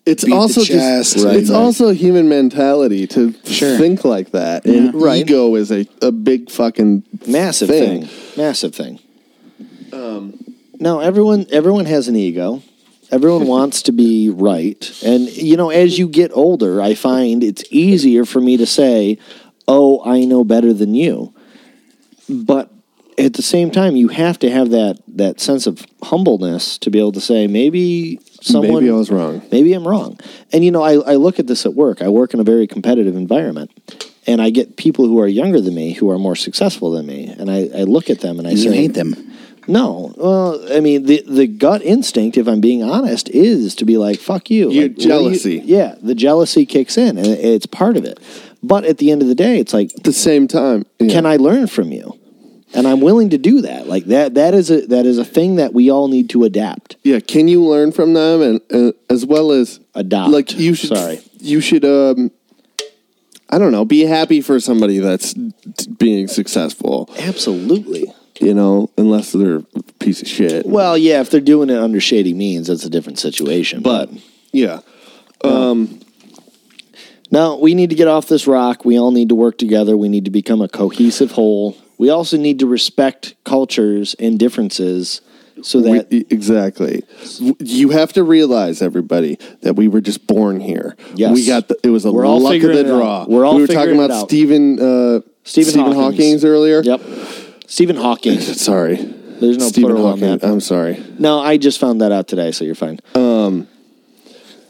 [SPEAKER 1] It's
[SPEAKER 9] Beat the
[SPEAKER 1] also
[SPEAKER 9] chest,
[SPEAKER 1] just
[SPEAKER 9] right,
[SPEAKER 1] it's
[SPEAKER 9] right.
[SPEAKER 1] also human mentality to
[SPEAKER 9] Sure.
[SPEAKER 1] think like that. And
[SPEAKER 2] Right.
[SPEAKER 1] ego is a, a big fucking
[SPEAKER 2] massive
[SPEAKER 1] thing. Um,
[SPEAKER 2] thing. massive thing um, no everyone everyone has an ego
[SPEAKER 1] *laughs*
[SPEAKER 2] everyone wants to be right and you know as you get older i find it's easier for me to say oh i know better than you but at the same time you have to have that that sense of humbleness to be able to say maybe someone
[SPEAKER 1] Maybe I was wrong.
[SPEAKER 2] maybe I'm wrong. And you know, I, I look at this at work. I work in a very competitive environment. And I get people who are younger than me who are more successful than me. And I, I look at them and I
[SPEAKER 9] you
[SPEAKER 2] say
[SPEAKER 9] hate them.
[SPEAKER 2] No. Well, I mean the the gut instinct, if I'm being honest, is to be like, fuck you.
[SPEAKER 1] Your
[SPEAKER 2] Like, what are
[SPEAKER 1] jealousy.
[SPEAKER 2] yeah. The jealousy kicks in and it's part of it. But at the end of the day, it's like
[SPEAKER 1] At the same time,
[SPEAKER 2] can I learn from you? And I'm willing to do that. Like that that is a that is a thing that we all need to adapt.
[SPEAKER 1] Yeah, can you learn from them and uh, as well as
[SPEAKER 2] Adopt.
[SPEAKER 1] Like you should.
[SPEAKER 2] Sorry.
[SPEAKER 1] You should. Um, I don't know. Be happy for somebody that's t- being successful.
[SPEAKER 2] Absolutely.
[SPEAKER 1] You know, unless they're a piece of shit.
[SPEAKER 2] Well, yeah, if they're doing it under shady means, that's a different situation.
[SPEAKER 1] but yeah,
[SPEAKER 2] no, we need to get off this rock. We all need to work together. We need to become a cohesive whole. We also need to respect cultures and differences so
[SPEAKER 1] we-
[SPEAKER 2] that
[SPEAKER 1] e- exactly. W- You have to realize, everybody, that we were just born here.
[SPEAKER 2] Yes.
[SPEAKER 1] we got. The, it was a
[SPEAKER 2] We're all
[SPEAKER 1] luck of
[SPEAKER 2] figuring
[SPEAKER 1] the
[SPEAKER 2] it out.
[SPEAKER 1] draw.
[SPEAKER 2] We're all
[SPEAKER 1] We were
[SPEAKER 2] figuring
[SPEAKER 1] talking
[SPEAKER 2] it
[SPEAKER 1] about
[SPEAKER 2] out.
[SPEAKER 1] Stephen. Uh,
[SPEAKER 2] Stephen
[SPEAKER 1] Stephen
[SPEAKER 2] Hawkins.
[SPEAKER 1] Hawking's earlier.
[SPEAKER 2] Yep. Stephen Hawking.
[SPEAKER 1] Sorry.
[SPEAKER 2] There's no plural on that.
[SPEAKER 1] I'm sorry.
[SPEAKER 2] No, I just found that out today, so you're fine.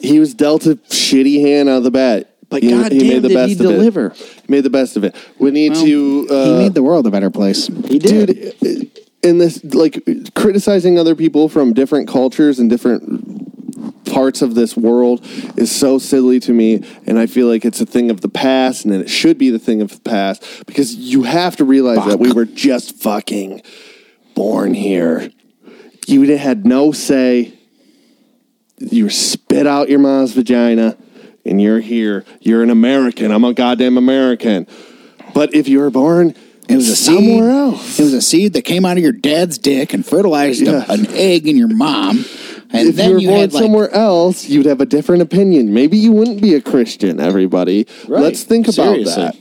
[SPEAKER 1] he was dealt a shitty hand out of the bat.
[SPEAKER 2] But
[SPEAKER 1] he,
[SPEAKER 2] goddamn, did he
[SPEAKER 1] of it.
[SPEAKER 2] deliver.
[SPEAKER 1] He made the best of it. We need to. Uh,
[SPEAKER 9] he made the world a better place.
[SPEAKER 2] He did.
[SPEAKER 1] dude, in this like criticizing other people from different cultures and different parts of this world is so silly to me and i feel like it's a thing of the past and it should be the thing of the past because you have to realize that we were just fucking born here you had no say you were spit out your mom's vagina and you're here you're an american i'm a goddamn american but if you were born
[SPEAKER 9] It was a
[SPEAKER 1] somewhere
[SPEAKER 9] seed.
[SPEAKER 1] else
[SPEAKER 9] It was a seed that came out of your dad's dick and fertilized a-
[SPEAKER 1] Yeah.
[SPEAKER 9] an egg in your mom, and
[SPEAKER 1] if
[SPEAKER 9] then
[SPEAKER 1] you
[SPEAKER 9] you,
[SPEAKER 1] were born
[SPEAKER 9] had like
[SPEAKER 1] somewhere else, you'd have a different opinion. Maybe you wouldn't be a Christian, everybody.
[SPEAKER 2] Right.
[SPEAKER 1] Let's think about
[SPEAKER 2] Seriously.
[SPEAKER 1] that.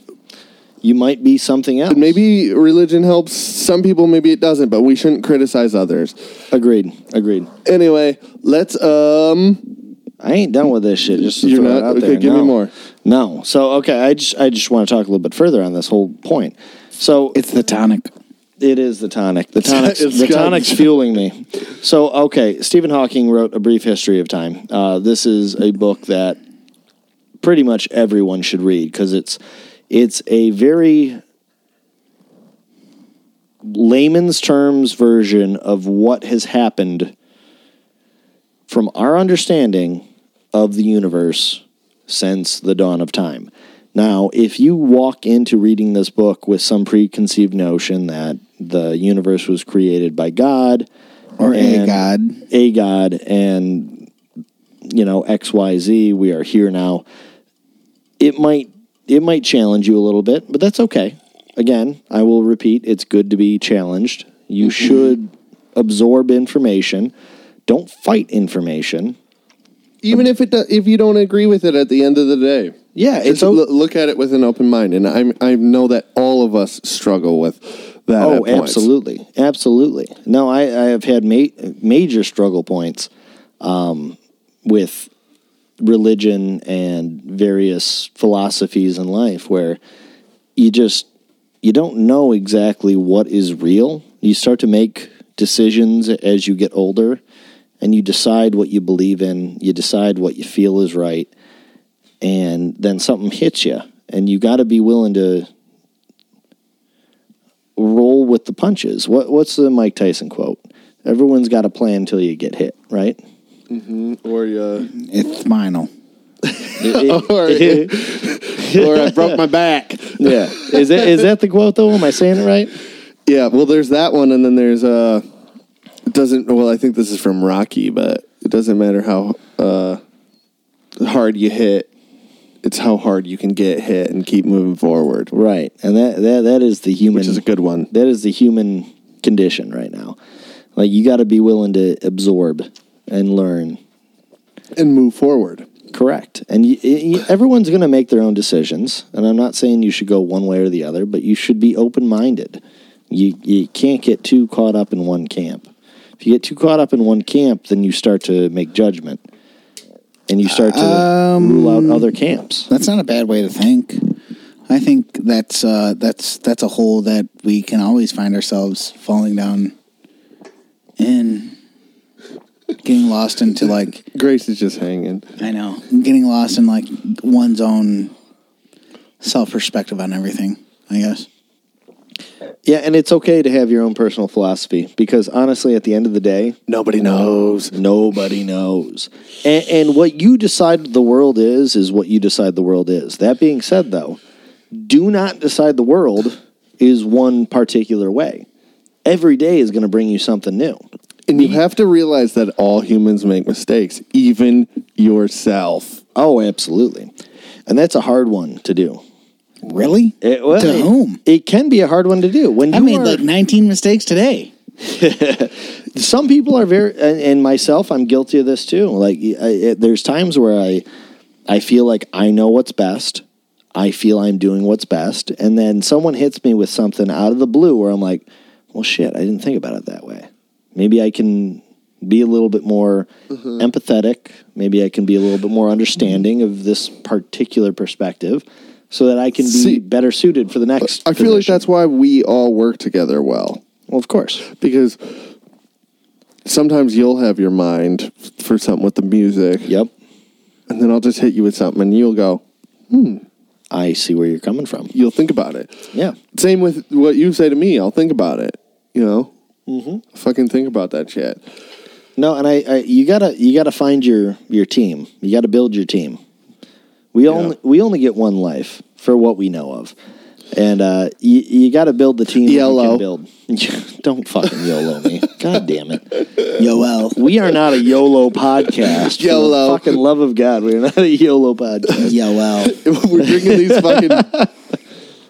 [SPEAKER 2] you might be something else.
[SPEAKER 1] Maybe religion helps some people, maybe it doesn't, but we shouldn't criticize others.
[SPEAKER 2] agreed, agreed.
[SPEAKER 1] Anyway, let's um
[SPEAKER 2] I ain't done with this shit. Just to
[SPEAKER 1] You're
[SPEAKER 2] throw
[SPEAKER 1] not?
[SPEAKER 2] it out
[SPEAKER 1] Okay,
[SPEAKER 2] there.
[SPEAKER 1] give me
[SPEAKER 2] No.
[SPEAKER 1] more.
[SPEAKER 2] No. So okay, I just I just want to talk a little bit further on this whole point. So
[SPEAKER 9] It's the tonic.
[SPEAKER 2] It is the tonic. The tonic's,
[SPEAKER 1] It's
[SPEAKER 2] the
[SPEAKER 1] got-
[SPEAKER 2] tonic's fueling me. So, okay, Stephen Hawking wrote A Brief History of Time. Uh, this is a book that pretty much everyone should read because it's it's a very layman's terms version of what has happened from our understanding of the universe since the dawn of time. Now, if you walk into reading this book with some preconceived notion that the universe was created by God
[SPEAKER 9] Or a
[SPEAKER 2] and-
[SPEAKER 9] god.
[SPEAKER 2] a God, and you know XYZ, we are here now. It might it might challenge you a little bit, but that's okay. Again, I will repeat, it's good to be challenged. You
[SPEAKER 9] Mm-hmm.
[SPEAKER 2] should absorb information. Don't fight information.
[SPEAKER 1] even if it do, if you don't agree with it at the end of the day.
[SPEAKER 2] Yeah,
[SPEAKER 1] Just
[SPEAKER 2] it's o-
[SPEAKER 1] lo- look at it with an open mind and I'm I know that all of us struggle with that at
[SPEAKER 2] Oh,
[SPEAKER 1] points.
[SPEAKER 2] absolutely, absolutely. No, I, I have had ma- major struggle points um, with religion and various philosophies in life where you just you don't know exactly what is real. You start to make decisions as you get older, and you decide what you believe in. You decide what you feel is right, and then something hits you, and you got to be willing to roll with the punches. What what's the Mike Tyson quote? Everyone's got a plan until you get hit,
[SPEAKER 1] *laughs*
[SPEAKER 2] right?
[SPEAKER 1] Or uh,
[SPEAKER 9] It's minal.
[SPEAKER 1] or, or I broke my back.
[SPEAKER 2] *laughs* yeah. Is that is that the quote though? Am I saying it right?
[SPEAKER 1] Yeah, well, there's that one, and then there's uh, it doesn't. Well, I think this is from Rocky, but it doesn't matter how uh, hard you hit. It's how hard you can get hit and keep moving forward,
[SPEAKER 2] Right. And that that, that is the human
[SPEAKER 1] which is a good one.
[SPEAKER 2] that is the human condition right now. Like you got to be willing to absorb and learn.
[SPEAKER 1] And move forward.
[SPEAKER 2] Correct. And you, you, everyone's going to make their own decisions, and I'm not saying you should go one way or the other, but you should be open-minded. You you can't get too caught up in one camp. If you get too caught up in one camp, then you start to make judgment. And you start to rule out other camps.
[SPEAKER 9] That's not a bad way to think. I think that's uh, that's that's a hole that we can always find ourselves falling down in, getting lost into like
[SPEAKER 1] Grace is just hanging.
[SPEAKER 9] I know, getting lost in like one's own self perspective on everything. I guess.
[SPEAKER 2] Yeah, and it's okay to have your own personal philosophy because honestly, at the end of the day,
[SPEAKER 1] Nobody knows.
[SPEAKER 2] Nobody knows. And, and what you decide the world is, is what you decide the world is. That being said, though, do not decide the world is one particular way. Every day is going to bring you something new.
[SPEAKER 1] And you have to realize that all humans make mistakes, even yourself.
[SPEAKER 2] Oh, absolutely. And that's a hard one to do.
[SPEAKER 9] Really?
[SPEAKER 2] It, well,
[SPEAKER 9] to
[SPEAKER 2] it-
[SPEAKER 9] whom?
[SPEAKER 2] It can be a hard one to do. When you
[SPEAKER 9] I made
[SPEAKER 2] are-
[SPEAKER 9] like 19 mistakes today.
[SPEAKER 2] some people are very and, and myself i'm guilty of this too like I, it, there's times where i i feel like i know what's best i feel i'm doing what's best and then someone hits me with something out of the blue where i'm like well shit i didn't think about it that way maybe i can be a little bit more
[SPEAKER 1] Mm-hmm.
[SPEAKER 2] empathetic maybe i can be a little bit more understanding of this particular perspective so that i can be
[SPEAKER 1] See,
[SPEAKER 2] better suited for the next
[SPEAKER 1] I feel like
[SPEAKER 2] position.
[SPEAKER 1] that's why we all work together well.
[SPEAKER 2] well of course
[SPEAKER 1] because sometimes you'll have your mind for something with the music,
[SPEAKER 2] yep
[SPEAKER 1] and then I'll just hit you with something, and you'll go,
[SPEAKER 2] i see where you're coming from
[SPEAKER 1] you'll think about it.
[SPEAKER 2] yeah
[SPEAKER 1] Same with what you say to me, I'll think about it. You know, mm-hmm. fucking think about that shit. *laughs*
[SPEAKER 2] No, and I, I you gotta you gotta find your your team. You gotta build your team. We only we only get one life for what we know of, and uh, you, you gotta build the team. that you can
[SPEAKER 1] YOLO.
[SPEAKER 2] build. *laughs* Don't fucking YOLO me. God damn it.
[SPEAKER 9] Yoel.
[SPEAKER 2] We are not a YOLO podcast. for the
[SPEAKER 1] YOLO.
[SPEAKER 2] fucking love of God, we are not a YOLO podcast.
[SPEAKER 9] Yoel.
[SPEAKER 1] We're drinking these fucking
[SPEAKER 2] *laughs*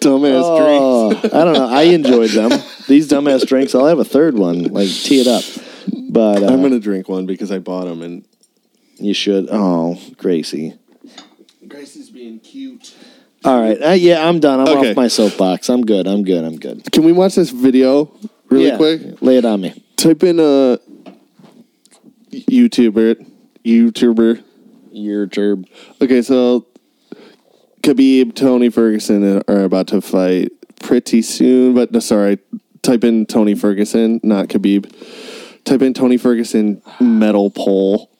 [SPEAKER 1] dumbass drinks.
[SPEAKER 2] Oh, I don't know. I enjoyed them. These dumbass drinks. I'll have a third one. Like tee it up. But uh,
[SPEAKER 1] I'm gonna drink one because I bought them, and
[SPEAKER 2] you should. Oh, Gracie.
[SPEAKER 1] Gracie's being cute.
[SPEAKER 2] All right. Uh, yeah, I'm done. I'm
[SPEAKER 1] Okay.
[SPEAKER 2] off my soapbox. I'm good. I'm good. I'm good.
[SPEAKER 1] Can we watch this video really
[SPEAKER 2] Yeah,
[SPEAKER 1] quick?
[SPEAKER 2] Lay it on me.
[SPEAKER 1] Type in a YouTuber. YouTuber.
[SPEAKER 2] Your turb.
[SPEAKER 1] Okay, so Khabib, Tony Ferguson are about to fight pretty soon. But no, sorry, type in Tony Ferguson, not Khabib. Type in Tony Ferguson metal pole.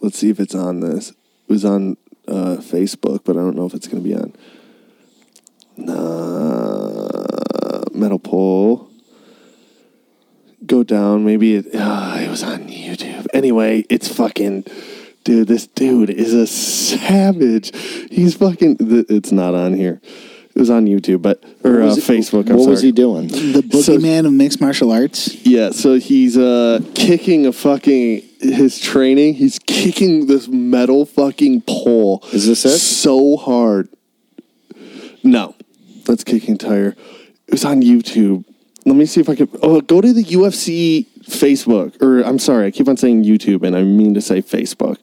[SPEAKER 1] Let's see if it's on this. It was on uh, Facebook, but I don't know if it's going to be on. Nah, metal pole go down. Maybe it, uh, it was on YouTube. Anyway, it's fucking. Dude, this dude is a savage. He's fucking. th- It's not on here. It was on YouTube, but or uh, Facebook. I'm
[SPEAKER 2] What was
[SPEAKER 1] sorry.
[SPEAKER 2] he doing?
[SPEAKER 9] The boogeyman of mixed martial arts.
[SPEAKER 1] Yeah, so he's uh kicking a fucking his training. He's kicking this metal fucking pole.
[SPEAKER 2] Is this it?
[SPEAKER 1] So hard. No, that's kicking tire. It was on YouTube. Let me see if I could. Oh, go to the UFC Facebook, or I'm sorry, I keep on saying YouTube, and I mean to say Facebook.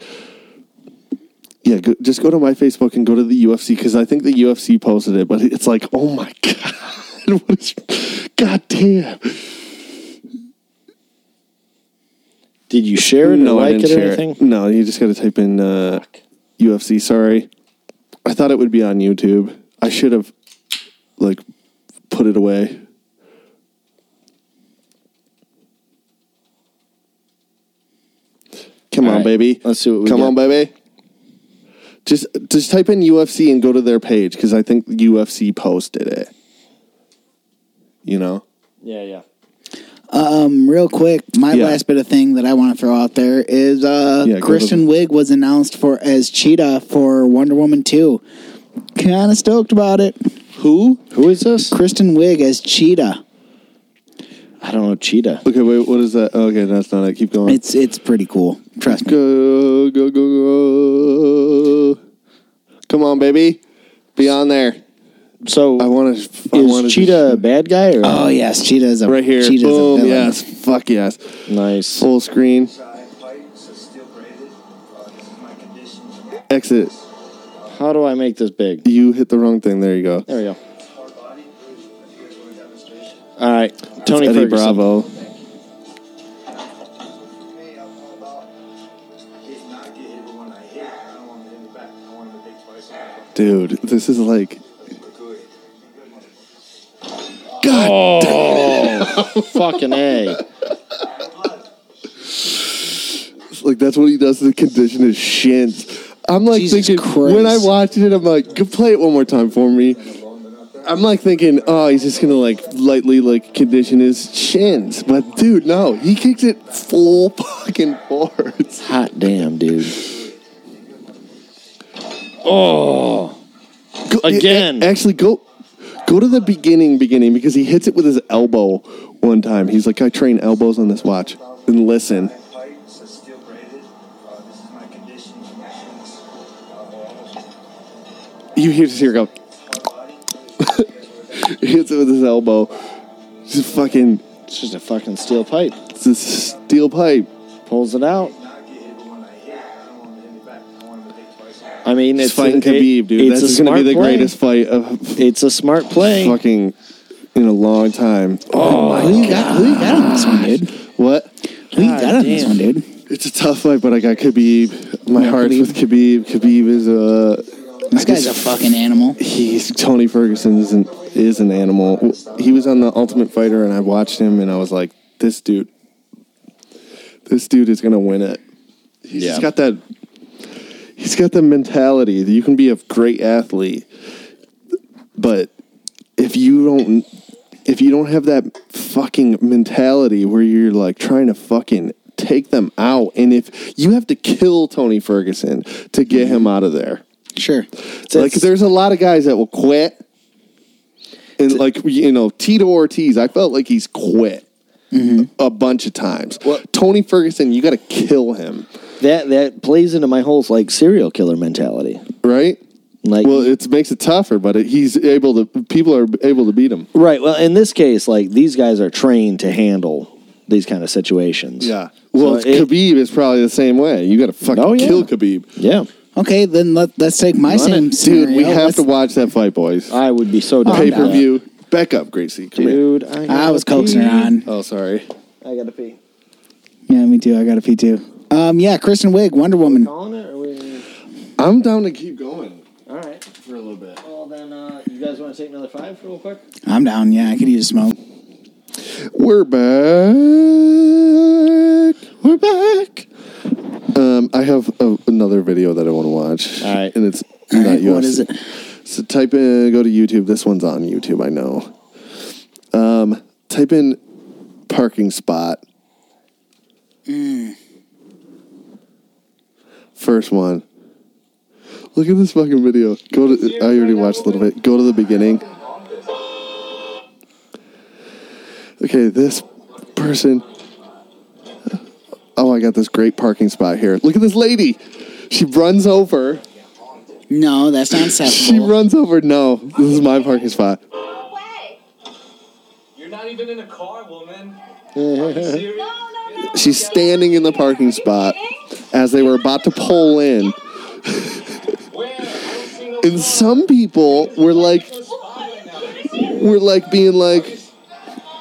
[SPEAKER 1] Yeah, go, just go to my Facebook and go to the UFC because I think the UFC posted it, but it's like, oh my *laughs* god, what is? God damn.
[SPEAKER 2] Did you share it?
[SPEAKER 1] No,
[SPEAKER 2] or
[SPEAKER 1] I
[SPEAKER 2] like
[SPEAKER 1] didn't
[SPEAKER 2] it or
[SPEAKER 1] share
[SPEAKER 2] anything?
[SPEAKER 1] it. No, you just got to type in uh, UFC. Sorry, I thought it would be on YouTube. I should have like put it away. Come
[SPEAKER 2] All
[SPEAKER 1] on,
[SPEAKER 2] right,
[SPEAKER 1] baby.
[SPEAKER 2] let's see what we
[SPEAKER 1] Come
[SPEAKER 2] get.
[SPEAKER 1] on, baby. Just just type in UFC and go to their page because I think UFC posted it. You know.
[SPEAKER 2] Yeah, yeah.
[SPEAKER 9] Um, real quick, my
[SPEAKER 1] Yeah.
[SPEAKER 9] last bit of thing that I want to throw out there is uh,
[SPEAKER 1] Yeah, go to
[SPEAKER 9] Kristen
[SPEAKER 1] the-
[SPEAKER 9] Wiig was announced for as Cheetah for Wonder Woman Two. Kind of stoked about it.
[SPEAKER 1] Who?
[SPEAKER 2] Who is this?
[SPEAKER 9] Kristen Wiig as Cheetah.
[SPEAKER 2] I don't know. Cheetah.
[SPEAKER 1] Okay, wait. What is that? Okay, that's not it. Keep going.
[SPEAKER 9] It's it's pretty cool. Trust me.
[SPEAKER 1] Go, go, go, go. Come on, baby. Be on there.
[SPEAKER 2] So
[SPEAKER 1] I want to. Uh, I want
[SPEAKER 2] is Cheetah a bad guy or
[SPEAKER 9] Oh yes, Cheetah is a
[SPEAKER 1] right here.
[SPEAKER 9] Cheetah's a
[SPEAKER 1] Boom.
[SPEAKER 9] villain.
[SPEAKER 1] Yes. Fuck yes.
[SPEAKER 2] nice?
[SPEAKER 1] Full screen. Exit.
[SPEAKER 2] How do I make this big?
[SPEAKER 1] You hit the wrong thing. There you go.
[SPEAKER 2] There we go. All right, Tony
[SPEAKER 1] Eddie
[SPEAKER 2] Ferguson.
[SPEAKER 1] Bravo. Dude, this is like. God
[SPEAKER 2] Fucking a.
[SPEAKER 1] Like that's what he does to condition his shins. I'm like
[SPEAKER 9] Jesus
[SPEAKER 1] thinking
[SPEAKER 9] Christ.
[SPEAKER 1] when I watched it, I'm like, "Go play it one more time for me. I'm like thinking, oh, he's just gonna like lightly like condition his shins, but dude, no, he kicks it full *laughs* fucking force.
[SPEAKER 2] Hot damn, dude. Oh,
[SPEAKER 1] Go-
[SPEAKER 2] Again.
[SPEAKER 1] a- a- actually, go go to the beginning, beginning because he hits it with his elbow one time. He's like, I train elbows on this watch, and listen. You hear just hear it go. *laughs* he hits it with his elbow. Just fucking
[SPEAKER 2] It's just a fucking steel pipe.
[SPEAKER 1] it's a steel pipe.
[SPEAKER 2] Pulls it out. I mean,
[SPEAKER 1] He's
[SPEAKER 2] it's
[SPEAKER 1] fighting
[SPEAKER 2] it-
[SPEAKER 1] Khabib, dude.
[SPEAKER 2] It's
[SPEAKER 1] That's
[SPEAKER 2] a
[SPEAKER 1] going to
[SPEAKER 2] smart
[SPEAKER 1] be the
[SPEAKER 2] play.
[SPEAKER 1] greatest fight of
[SPEAKER 2] It's a smart play.
[SPEAKER 1] fucking in a long time. Oh, my
[SPEAKER 9] Who you got? Who you got on this one, dude?
[SPEAKER 1] What?
[SPEAKER 9] Who you got on this
[SPEAKER 2] damn.
[SPEAKER 9] one, dude?
[SPEAKER 1] It's a tough fight, but I got Khabib. My heart's with Khabib. Khabib is uh, a
[SPEAKER 9] This guy's a fucking animal.
[SPEAKER 1] he's Tony Ferguson is an is an animal. He was on the Ultimate Fighter, and I watched him, and I was like, this dude, this dude is gonna win it. He's just
[SPEAKER 2] Yeah.
[SPEAKER 1] got that. He's got the mentality that you can be a great athlete, but if you don't, if you don't have that fucking mentality where you're like trying to fucking take them out, and if you have to kill Tony Ferguson to get him out of there,
[SPEAKER 9] Sure.
[SPEAKER 1] like there's a lot of guys that will quit. And like you know, Tito Ortiz, I felt like he's quit
[SPEAKER 2] Mm-hmm.
[SPEAKER 1] a bunch of times. Tony Ferguson, you got to kill him,
[SPEAKER 2] That that plays into my whole like serial killer mentality.
[SPEAKER 1] right?
[SPEAKER 2] Like
[SPEAKER 1] well, it makes it tougher, but it, he's able to. People are able to beat him.
[SPEAKER 2] Right. Well, in this case, like these guys are trained to handle these kind of situations.
[SPEAKER 1] Yeah. Well,
[SPEAKER 2] So
[SPEAKER 1] it's
[SPEAKER 2] it-
[SPEAKER 1] Khabib is probably the same way. You got to fucking
[SPEAKER 2] Oh, yeah.
[SPEAKER 1] kill Khabib.
[SPEAKER 2] Yeah.
[SPEAKER 9] Okay, then let, let's take my
[SPEAKER 1] Run
[SPEAKER 9] same
[SPEAKER 1] it.
[SPEAKER 9] scenario.
[SPEAKER 1] Dude, we have
[SPEAKER 9] Let's-
[SPEAKER 1] to watch that fight, boys.
[SPEAKER 2] I would be so down.
[SPEAKER 1] Pay
[SPEAKER 2] with
[SPEAKER 1] per
[SPEAKER 2] that.
[SPEAKER 1] view. Back up, Gracie. Come here.
[SPEAKER 2] Dude, I,
[SPEAKER 9] I
[SPEAKER 2] gotta
[SPEAKER 9] was coaxing
[SPEAKER 2] pee.
[SPEAKER 9] her on.
[SPEAKER 1] Oh, sorry.
[SPEAKER 2] I gotta pee.
[SPEAKER 3] Yeah, me too. I got a P too.
[SPEAKER 9] Um, yeah, Kristen Wiig, Wonder Woman.
[SPEAKER 2] Calling it or we?
[SPEAKER 1] I'm down to keep going
[SPEAKER 2] All right.
[SPEAKER 1] for a little bit.
[SPEAKER 2] Well then, uh, you guys want to take another five real quick?
[SPEAKER 9] I'm down. Yeah, I could use a smoke.
[SPEAKER 1] We're back. We're back. Um, I have a, another video that I want to watch.
[SPEAKER 2] All right.
[SPEAKER 1] And it's
[SPEAKER 9] All
[SPEAKER 1] not
[SPEAKER 9] right,
[SPEAKER 1] UFC.
[SPEAKER 9] what is it?
[SPEAKER 1] So type in, go to YouTube. This one's on YouTube, I know. Um, type in parking spot.
[SPEAKER 9] Hmm.
[SPEAKER 1] First one. Look at this fucking video. Go to. I already watched a little bit. Go to the beginning. Okay, this person. Oh, I got this great parking spot here. Look at this lady. She runs over.
[SPEAKER 9] No, that's not acceptable.
[SPEAKER 1] She runs over. No, this is my parking spot.
[SPEAKER 10] No way!
[SPEAKER 5] You're not even in a car, woman.
[SPEAKER 10] No, no, no!
[SPEAKER 1] She's standing in the parking spot as they were about to pull in. *laughs*
[SPEAKER 5] Where? I don't see no
[SPEAKER 1] And some people were like, were like being like,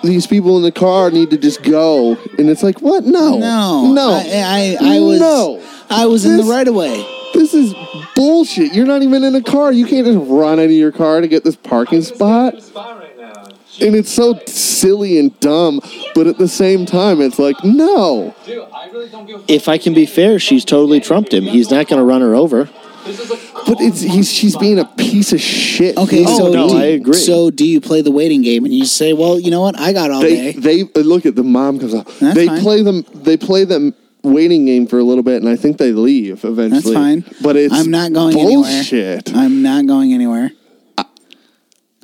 [SPEAKER 1] these people in the car need to just go. And it's like, what? No.
[SPEAKER 9] no,
[SPEAKER 1] No.
[SPEAKER 9] I, I, I was,
[SPEAKER 1] No.
[SPEAKER 9] I was in the
[SPEAKER 1] This-
[SPEAKER 9] right of way.
[SPEAKER 1] This is bullshit. You're not even in a car. You can't just run out of your car to get this parking spot.
[SPEAKER 5] spot right now.
[SPEAKER 1] And it's so silly and dumb. But at the same time, it's like, no.
[SPEAKER 5] Dude, I really don't give a
[SPEAKER 2] If I can be fair, she's totally trumped him. He's not gonna run her over.
[SPEAKER 5] This is a
[SPEAKER 1] But it's he's she's being a piece of shit.
[SPEAKER 9] Okay,
[SPEAKER 1] He's-
[SPEAKER 9] so
[SPEAKER 2] no,
[SPEAKER 9] do,
[SPEAKER 2] I agree.
[SPEAKER 9] So do you play the waiting game and you say, well, you know what? I got all day.
[SPEAKER 1] they they uh, look at the mom comes up.
[SPEAKER 9] That's
[SPEAKER 1] they
[SPEAKER 9] fine.
[SPEAKER 1] play them. They play them waiting game for a little bit, and I think they leave eventually.
[SPEAKER 9] fine.
[SPEAKER 1] But it's
[SPEAKER 9] I'm not going anywhere.
[SPEAKER 1] bullshit.
[SPEAKER 9] I'm not going anywhere.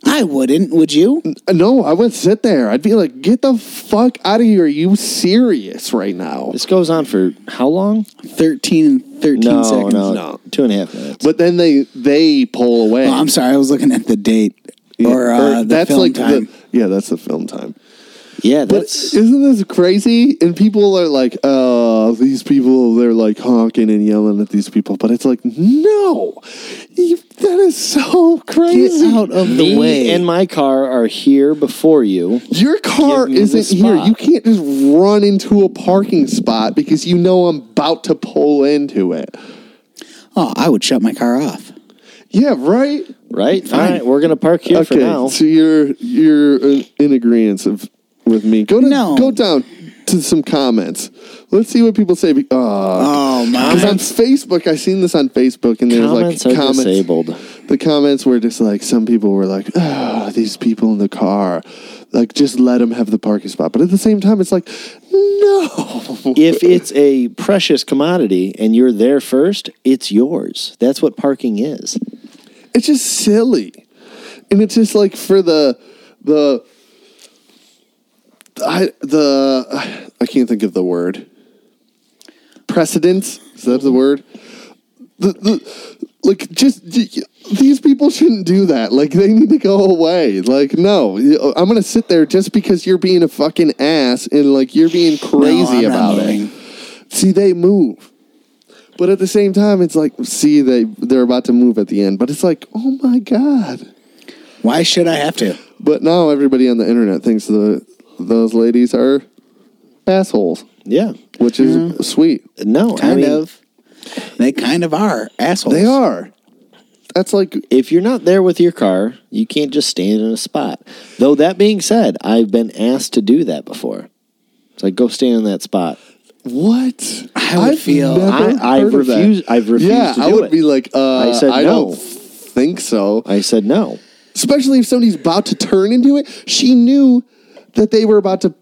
[SPEAKER 9] I wouldn't. Would you?
[SPEAKER 1] No, I would sit there. I'd be like, get the fuck out of here. Are you serious right now?
[SPEAKER 2] This goes on for how long?
[SPEAKER 9] 13 and 13 seconds.
[SPEAKER 2] no,
[SPEAKER 1] No.
[SPEAKER 2] two and a half minutes.
[SPEAKER 1] But then they they pull away.
[SPEAKER 9] Oh, I'm sorry. I was looking at the date or, uh, the
[SPEAKER 1] that's
[SPEAKER 9] film
[SPEAKER 1] like
[SPEAKER 9] time.
[SPEAKER 1] The, yeah, that's the film time.
[SPEAKER 2] yeah,
[SPEAKER 1] But
[SPEAKER 2] that's
[SPEAKER 1] isn't this crazy? And people are like, oh, these people, they're like honking and yelling at these people. But it's like, no, you, that is so crazy.
[SPEAKER 9] Get out of
[SPEAKER 2] me
[SPEAKER 9] the way.
[SPEAKER 2] and my car are here before you.
[SPEAKER 1] Your car
[SPEAKER 2] Give me the
[SPEAKER 1] isn't here.
[SPEAKER 2] spot.
[SPEAKER 1] You can't just run into a parking spot because you know I'm about to pull into it.
[SPEAKER 9] oh, I would shut my car off.
[SPEAKER 1] Yeah, right.
[SPEAKER 2] Right? All right, we're gonna park here for now.
[SPEAKER 1] so you're you're in, in agreement of with me. Go to,
[SPEAKER 9] No.
[SPEAKER 1] go down to some comments. Let's see what people say. Be- Aw.
[SPEAKER 9] Oh, my.
[SPEAKER 1] Because on Facebook, I seen this on Facebook, and there's like
[SPEAKER 2] Comments are
[SPEAKER 1] comments.
[SPEAKER 2] disabled.
[SPEAKER 1] The comments were just like some people were like, "Ah, these people in the car, like just let them have the parking spot." But at the same time, it's like, *laughs* no.
[SPEAKER 2] if it's a precious commodity and you're there first, it's yours. That's what parking is.
[SPEAKER 1] it's just silly, and it's just like for the the I the I can't think of the word. Precedence is that the word? The, the like just j- j- these people shouldn't do that. Like they need to go away. Like no, you- I'm gonna sit there just because you're being a fucking ass and like you're being
[SPEAKER 9] I'm not
[SPEAKER 1] crazy about it.
[SPEAKER 9] moving.
[SPEAKER 1] See, they move. But at the same time, it's like, see, they they're about to move at the end. But it's like, oh my god!
[SPEAKER 9] Why should I have to?
[SPEAKER 1] But now everybody on the internet thinks the those ladies are assholes,
[SPEAKER 2] Yeah.
[SPEAKER 1] which is
[SPEAKER 2] Mm-hmm.
[SPEAKER 1] sweet.
[SPEAKER 2] No, I
[SPEAKER 9] Kind
[SPEAKER 2] mean,
[SPEAKER 9] of. They kind of are assholes.
[SPEAKER 1] They are. That's like
[SPEAKER 2] if you're not there with your car, you can't just stand in a spot. Though that being said, I've been asked to do that before. It's like go stand in that spot.
[SPEAKER 1] what
[SPEAKER 9] I would feel-
[SPEAKER 1] never
[SPEAKER 2] I- I've
[SPEAKER 1] heard of that.
[SPEAKER 2] refused- I've refused
[SPEAKER 1] Yeah,
[SPEAKER 2] to
[SPEAKER 1] I
[SPEAKER 2] do
[SPEAKER 1] would
[SPEAKER 2] it.
[SPEAKER 1] be like, uh, I
[SPEAKER 2] I said no.
[SPEAKER 1] don't think so.
[SPEAKER 2] I said no.
[SPEAKER 1] Especially if somebody's about to turn into it. She knew that they were about to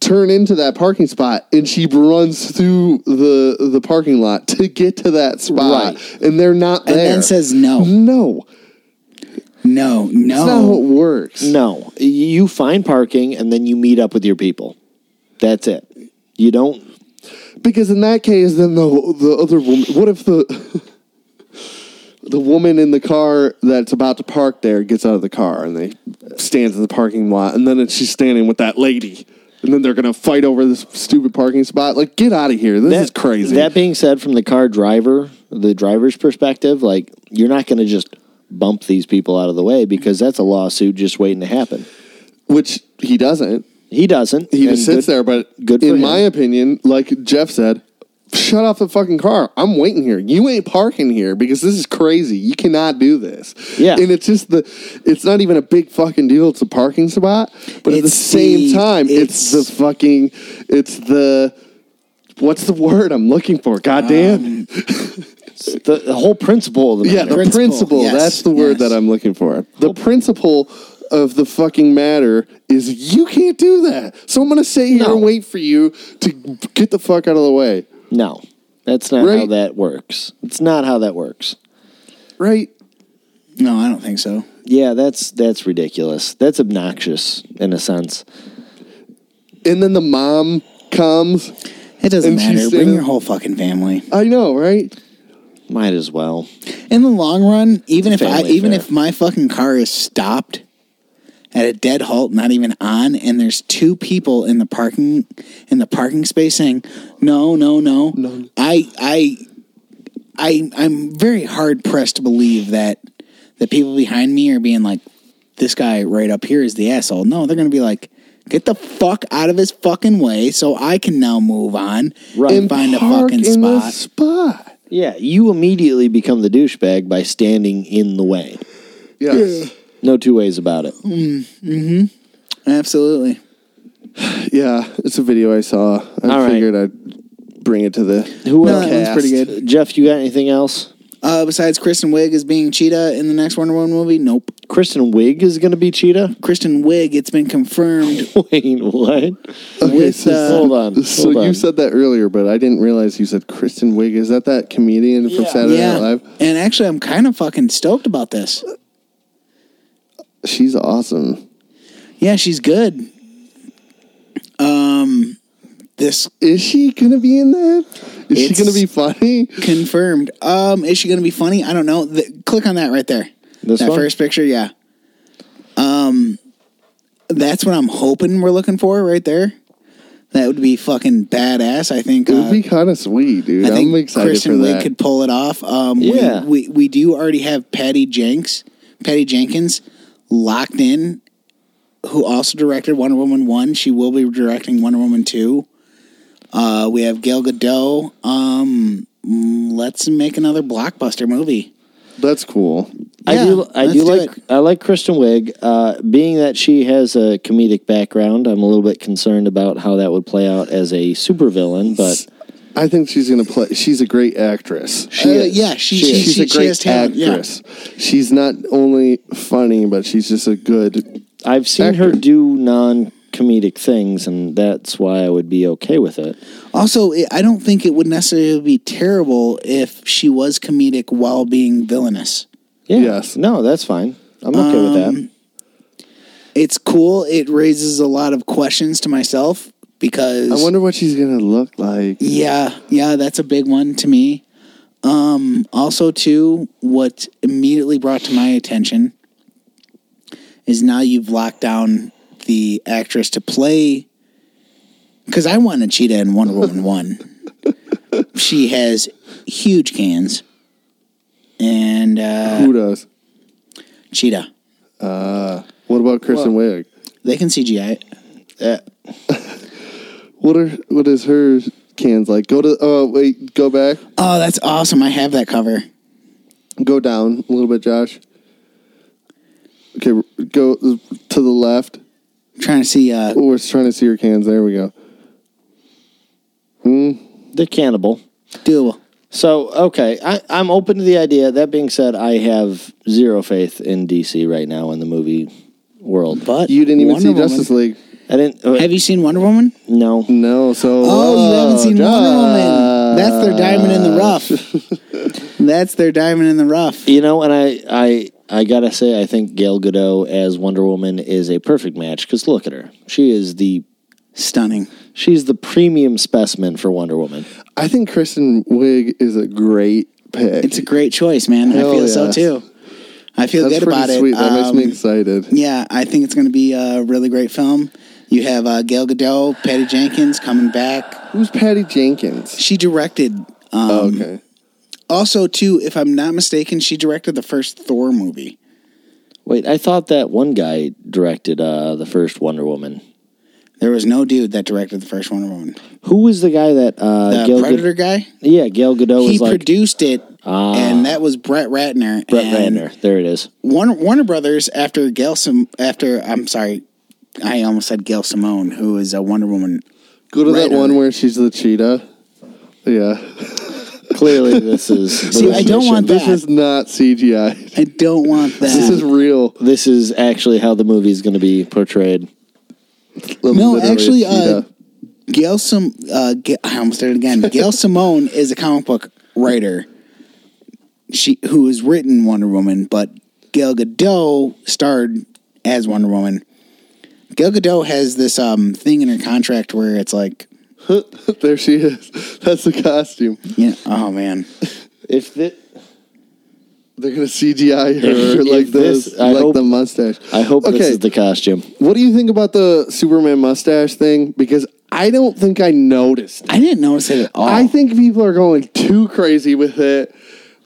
[SPEAKER 1] turn into that parking spot, and she runs through the the parking lot *laughs* to get to that spot, and they're not there.
[SPEAKER 9] And then says no.
[SPEAKER 1] no.
[SPEAKER 9] No,
[SPEAKER 1] That's not how
[SPEAKER 9] no.
[SPEAKER 1] it works.
[SPEAKER 2] No. You find parking and then you meet up with your people. That's it. You don't
[SPEAKER 1] Because in that case, then the the other woman. What if the *laughs* the woman in the car that's about to park there gets out of the car and they stands in the parking lot, and then it's, she's standing with that lady. and then they're gonna fight over this stupid parking spot. Like, get out of here! This is
[SPEAKER 2] That-
[SPEAKER 1] crazy.
[SPEAKER 2] That being said, from the car driver, the driver's perspective, like you're not going to just bump these people out of the way because that's a lawsuit just waiting to happen.
[SPEAKER 1] Which he doesn't.
[SPEAKER 2] He doesn't.
[SPEAKER 1] He
[SPEAKER 2] And
[SPEAKER 1] just sits
[SPEAKER 2] good-
[SPEAKER 1] there. But
[SPEAKER 2] good for
[SPEAKER 1] in
[SPEAKER 2] him.
[SPEAKER 1] my opinion, like Jeff said, shut off the fucking car. I'm waiting here. You ain't parking here because this is crazy. You cannot do this.
[SPEAKER 2] Yeah.
[SPEAKER 1] And it's just the, it's not even a big fucking deal. It's a parking spot, but at the
[SPEAKER 3] It's
[SPEAKER 1] same
[SPEAKER 3] the-
[SPEAKER 1] time, it's,
[SPEAKER 3] it's-
[SPEAKER 1] the fucking, it's the. What's the word I'm looking for? God damn.
[SPEAKER 2] Um, the, the whole principle of the
[SPEAKER 1] Yeah,
[SPEAKER 2] matter.
[SPEAKER 1] the principle.
[SPEAKER 3] yes,
[SPEAKER 1] That's the word
[SPEAKER 3] yes.
[SPEAKER 1] that I'm looking for. The principle of the fucking matter is you can't do that. So I'm going to sit here
[SPEAKER 2] No.
[SPEAKER 1] and wait for you to get the fuck out of the way.
[SPEAKER 2] No, that's not how
[SPEAKER 1] Right.
[SPEAKER 2] that works. It's not how that works.
[SPEAKER 1] Right?
[SPEAKER 3] No, I don't think so.
[SPEAKER 2] Yeah, that's that's ridiculous. That's obnoxious in a sense.
[SPEAKER 1] And then the mom comes.
[SPEAKER 3] It doesn't
[SPEAKER 1] And she
[SPEAKER 3] matter.
[SPEAKER 1] said
[SPEAKER 3] Bring
[SPEAKER 1] it-
[SPEAKER 3] your whole fucking family.
[SPEAKER 1] I know, right?
[SPEAKER 2] Might as well.
[SPEAKER 3] In the long run, even
[SPEAKER 2] It's
[SPEAKER 3] if
[SPEAKER 2] a
[SPEAKER 3] I,
[SPEAKER 2] family
[SPEAKER 3] even
[SPEAKER 2] affair.
[SPEAKER 3] if my fucking car is stopped at a dead halt, not even on, and there's two people in the parking in the parking space saying, "No, no, no,"
[SPEAKER 1] No.
[SPEAKER 3] I, I, I, I'm very hard pressed to believe that the people behind me are being like, "This guy right up here is the asshole." No, they're gonna be like. Get the fuck out of his fucking way so I can now move on
[SPEAKER 2] Right.
[SPEAKER 3] and find a
[SPEAKER 1] Park
[SPEAKER 3] fucking
[SPEAKER 1] in the
[SPEAKER 3] spot.
[SPEAKER 1] spot.
[SPEAKER 2] Yeah, you immediately become the douchebag by standing in the way.
[SPEAKER 1] Yes.
[SPEAKER 2] No two ways about it.
[SPEAKER 3] Mm-hmm. Absolutely.
[SPEAKER 1] Yeah. It's a video I saw. I
[SPEAKER 2] All right.
[SPEAKER 1] figured I'd bring it to the.
[SPEAKER 2] Who
[SPEAKER 3] No,
[SPEAKER 2] else?
[SPEAKER 3] that one's pretty good.
[SPEAKER 2] Jeff, you got anything else?
[SPEAKER 3] Uh, besides Kristen Wiig as being Cheetah in the next Wonder Woman movie, nope.
[SPEAKER 2] Kristen Wiig is going to be Cheetah. *laughs*
[SPEAKER 3] Kristen Wiig, it's been confirmed.
[SPEAKER 2] Wait, what?
[SPEAKER 3] with, uh,
[SPEAKER 2] hold on.
[SPEAKER 1] *laughs* So
[SPEAKER 2] hold on.
[SPEAKER 1] you said that earlier, but I didn't realize you said Kristen Wiig. Is that that comedian from Saturday
[SPEAKER 3] yeah,
[SPEAKER 1] Night Live?
[SPEAKER 3] and actually, I'm kind of fucking stoked about this.
[SPEAKER 1] She's awesome.
[SPEAKER 3] Yeah, she's good. Um, this
[SPEAKER 1] Is she gonna be in that? Is she
[SPEAKER 3] It's-
[SPEAKER 1] gonna be funny?
[SPEAKER 3] confirmed. Um, is she gonna be funny? I don't know. The, click on that right there.
[SPEAKER 2] This
[SPEAKER 3] that
[SPEAKER 2] one?
[SPEAKER 3] first picture, yeah. Um, that's what I'm hoping we're looking for right there. That would be fucking badass. I think
[SPEAKER 1] It
[SPEAKER 3] uh,
[SPEAKER 1] would be kind of sweet, dude.
[SPEAKER 3] I
[SPEAKER 1] I'm
[SPEAKER 3] think
[SPEAKER 1] excited
[SPEAKER 3] Kristen
[SPEAKER 1] for
[SPEAKER 3] Wiig
[SPEAKER 1] that.
[SPEAKER 3] could pull it off. Um,
[SPEAKER 2] Yeah.
[SPEAKER 3] we, we we do already have Patty Jenks, Patty Jenkins, locked in, who also directed Wonder Woman one. She will be directing Wonder Woman two. Uh, we have Gail Gadot. Um, mm, let's make another blockbuster movie.
[SPEAKER 1] That's cool.
[SPEAKER 2] I
[SPEAKER 3] Yeah,
[SPEAKER 2] do. I
[SPEAKER 3] let's
[SPEAKER 2] do
[SPEAKER 3] do
[SPEAKER 2] like.
[SPEAKER 3] it.
[SPEAKER 2] I like Kristen Wiig. Uh, being that she has a comedic background, I'm a little bit concerned about how that would play out as a supervillain. But
[SPEAKER 1] I think she's gonna play. She's a great actress.
[SPEAKER 3] She
[SPEAKER 2] is.
[SPEAKER 3] Uh, Yeah, she,
[SPEAKER 1] She's
[SPEAKER 3] she, she,
[SPEAKER 1] a
[SPEAKER 3] she
[SPEAKER 1] great
[SPEAKER 3] has talent. yeah.
[SPEAKER 1] actress. She's not only funny, but she's just a good.
[SPEAKER 2] I've seen her
[SPEAKER 1] Actor.
[SPEAKER 2] do non-comedic things, and that's why I would be okay with it.
[SPEAKER 3] Also, it, I don't think it would necessarily be terrible if she was comedic while being villainous.
[SPEAKER 2] Yeah.
[SPEAKER 1] Yes.
[SPEAKER 2] No, that's fine. I'm okay with that.
[SPEAKER 3] It's cool. It raises a lot of questions to myself because
[SPEAKER 1] I wonder what she's gonna look like.
[SPEAKER 3] yeah, yeah, that's a big one to me. Um also too what immediately brought to my attention is now you've locked down the actress to play cuz I want a cheetah in Wonder
[SPEAKER 1] *laughs*
[SPEAKER 3] Woman 1. She has huge cans and uh
[SPEAKER 1] Who does?
[SPEAKER 3] cheetah.
[SPEAKER 1] What about Kristen Wiig?
[SPEAKER 3] They can CGI it.
[SPEAKER 1] What are what is her cans like? Go to oh wait, go back,
[SPEAKER 3] Oh, that's awesome. I have that cover.
[SPEAKER 1] go down a little bit, Josh. Okay, go to the left.
[SPEAKER 3] trying to see uh
[SPEAKER 1] Oh, we're trying to see your cans. There we go.
[SPEAKER 2] The cannibal.
[SPEAKER 3] doable.
[SPEAKER 2] So okay, I, I'm open to the idea. That being said, I have zero faith in DC right now in the movie world.
[SPEAKER 3] But
[SPEAKER 1] You didn't even see
[SPEAKER 3] Wonder Woman-
[SPEAKER 1] Justice League.
[SPEAKER 2] I didn't. uh,
[SPEAKER 3] Have you seen Wonder Woman?
[SPEAKER 2] no.
[SPEAKER 1] No, so uh,
[SPEAKER 3] Oh, you haven't seen Wonder Woman.
[SPEAKER 1] Josh.
[SPEAKER 3] That's their diamond in the rough.
[SPEAKER 1] *laughs*
[SPEAKER 3] That's their diamond in the rough.
[SPEAKER 2] You know, and I, I, I gotta say, I think Gail Godot as Wonder Woman is a perfect match because look at her. She is the
[SPEAKER 3] Stunning.
[SPEAKER 2] she's the premium specimen for Wonder Woman.
[SPEAKER 1] I think Kristen Wiig is a great pick.
[SPEAKER 3] It's a great choice, man.
[SPEAKER 1] Hell
[SPEAKER 3] I feel so
[SPEAKER 1] yes.
[SPEAKER 3] too. I feel
[SPEAKER 1] That's
[SPEAKER 3] good
[SPEAKER 1] pretty
[SPEAKER 3] about
[SPEAKER 1] sweet.
[SPEAKER 3] it.
[SPEAKER 1] That makes
[SPEAKER 3] Um,
[SPEAKER 1] me excited.
[SPEAKER 3] yeah, I think it's going to be a really great film. You have uh, Gail Godot, Patty Jenkins coming back.
[SPEAKER 1] Who's Patty Jenkins?
[SPEAKER 3] She directed. Um,
[SPEAKER 1] Oh, okay.
[SPEAKER 3] Also, too, if I'm not mistaken, she directed the first Thor movie.
[SPEAKER 2] Wait, I thought that one guy directed uh, the first Wonder Woman.
[SPEAKER 3] There was no dude that directed the first Wonder Woman.
[SPEAKER 2] Who was the guy that uh,
[SPEAKER 3] The
[SPEAKER 2] Gal Gadot-
[SPEAKER 3] Predator guy.
[SPEAKER 2] Yeah, Gail Godot
[SPEAKER 3] He
[SPEAKER 2] was like
[SPEAKER 3] produced it,
[SPEAKER 2] Ah.
[SPEAKER 3] and that was Brett Ratner.
[SPEAKER 2] Brett
[SPEAKER 3] and
[SPEAKER 2] Ratner. There it is.
[SPEAKER 3] Warner, Warner Brothers after Gail Sim, after I'm sorry, I almost said Gail Simone, who is a Wonder Woman.
[SPEAKER 1] Go to that
[SPEAKER 3] Writer.
[SPEAKER 1] one where she's the cheetah. Yeah.
[SPEAKER 2] Clearly, this *laughs* is.
[SPEAKER 3] See, I don't want
[SPEAKER 1] This
[SPEAKER 3] that.
[SPEAKER 1] is not CGI.
[SPEAKER 3] I don't want that.
[SPEAKER 1] This is real.
[SPEAKER 2] This is actually how the movie's going to be portrayed.
[SPEAKER 3] No,
[SPEAKER 1] Literally a
[SPEAKER 3] actually, uh,
[SPEAKER 1] cheetah.
[SPEAKER 3] Gail Sim. Uh, Ga- I almost did it again. Gail Simone is a comic book writer. She who has written Wonder Woman, but Gail Gadot starred as Wonder Woman. Gail Gadot has this um, thing in her contract where it's like,
[SPEAKER 1] *laughs* there she is. *laughs* That's the costume.
[SPEAKER 3] you know, oh man,
[SPEAKER 2] If thi-
[SPEAKER 1] They're gonna CGI her
[SPEAKER 2] If
[SPEAKER 1] like
[SPEAKER 2] this-
[SPEAKER 1] this,
[SPEAKER 2] I
[SPEAKER 1] like
[SPEAKER 2] hope-
[SPEAKER 1] the mustache.
[SPEAKER 2] I hope
[SPEAKER 1] Okay.
[SPEAKER 2] this is the costume.
[SPEAKER 1] What do you think about the Superman mustache thing? Because I don't think I noticed.
[SPEAKER 3] I didn't notice it at all.
[SPEAKER 1] I think people are going too crazy with it.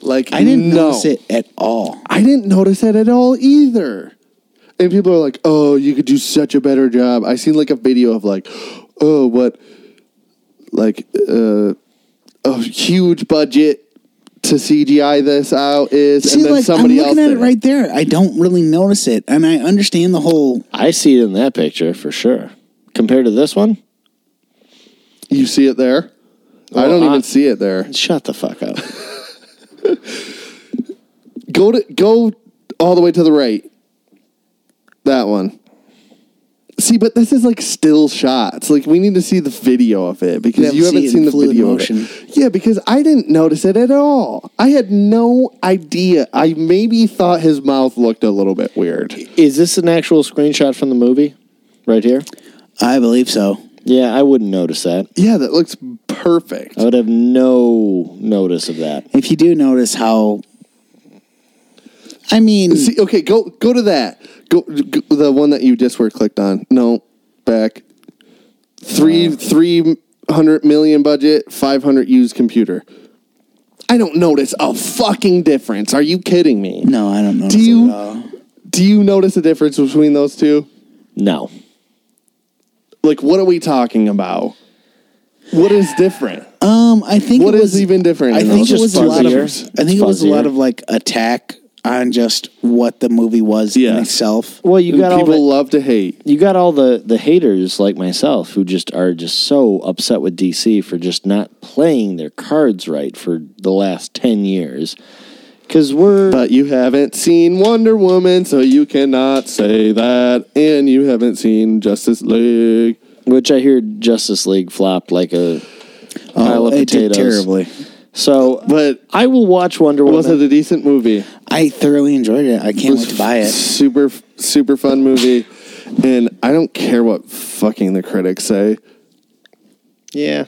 [SPEAKER 1] Like
[SPEAKER 3] I didn't
[SPEAKER 1] no.
[SPEAKER 3] notice it at all.
[SPEAKER 1] I didn't notice that at all either. And people are like, "Oh, you could do such a better job." I seen like a video of like, "Oh, what like uh, a huge budget to CGI this out is,"
[SPEAKER 3] See,
[SPEAKER 1] and then
[SPEAKER 3] like
[SPEAKER 1] somebody
[SPEAKER 3] I'm
[SPEAKER 1] else
[SPEAKER 3] looking at
[SPEAKER 1] did
[SPEAKER 3] it right there. I don't really notice it, and I understand the whole.
[SPEAKER 2] I see it in that picture for sure. Compared to this one,
[SPEAKER 1] You see it there? I
[SPEAKER 2] Well,
[SPEAKER 1] don't
[SPEAKER 2] I-
[SPEAKER 1] even see it there.
[SPEAKER 2] shut the fuck up.
[SPEAKER 1] Go to go all the way to the right. That one. See, but this is like still shots. Like we need to see the video of it because
[SPEAKER 3] have to
[SPEAKER 1] you haven't
[SPEAKER 3] see it in
[SPEAKER 1] seen the
[SPEAKER 3] fluid
[SPEAKER 1] video
[SPEAKER 3] motion.
[SPEAKER 1] of it. Yeah, because I didn't notice it at all. I had no idea. I maybe thought his mouth looked a little bit weird.
[SPEAKER 2] *laughs* is this an actual screenshot from the movie? Right here?
[SPEAKER 3] I believe so.
[SPEAKER 2] Yeah, I wouldn't notice that.
[SPEAKER 1] Yeah, that looks perfect.
[SPEAKER 2] I would have no notice of that.
[SPEAKER 3] If you do notice how, I mean,
[SPEAKER 1] See, okay, go go to that. Go, go the one that you just were clicked on. No, back. Three three hundred million budget, five hundred used computer. I don't notice a fucking difference. Are you kidding me?
[SPEAKER 3] no, I don't notice
[SPEAKER 1] Do
[SPEAKER 3] it
[SPEAKER 1] you
[SPEAKER 3] at all.
[SPEAKER 1] do you notice a difference between those two?
[SPEAKER 2] No.
[SPEAKER 1] Like, what are we talking about? What is different?
[SPEAKER 3] Um, I think
[SPEAKER 1] What
[SPEAKER 3] it
[SPEAKER 1] is
[SPEAKER 3] was,
[SPEAKER 1] even different?
[SPEAKER 3] I
[SPEAKER 1] in
[SPEAKER 3] think
[SPEAKER 1] those?
[SPEAKER 3] it was a lot of. I
[SPEAKER 2] fuzzier.
[SPEAKER 3] think it was a lot
[SPEAKER 2] Fuzzier.
[SPEAKER 3] of like attack on just what the movie was
[SPEAKER 1] Yeah.
[SPEAKER 3] in itself.
[SPEAKER 2] Well, you got all
[SPEAKER 1] people
[SPEAKER 2] the,
[SPEAKER 1] love to hate.
[SPEAKER 2] you got all the the haters like myself who just are just so upset with DC for just not playing their cards right for the last 10 years. Cuz we're
[SPEAKER 1] But you haven't seen Wonder Woman, so you cannot say that. And you haven't seen Justice League.
[SPEAKER 2] which I hear Justice League flopped like a pile of
[SPEAKER 3] it
[SPEAKER 2] potatoes.
[SPEAKER 3] did terribly.
[SPEAKER 2] So,
[SPEAKER 1] But
[SPEAKER 2] I will watch Wonder Woman.
[SPEAKER 1] was it a decent movie?
[SPEAKER 3] I thoroughly enjoyed it. I can't wait to buy it.
[SPEAKER 1] Super, super fun movie. And I don't care what fucking the critics say
[SPEAKER 2] yeah.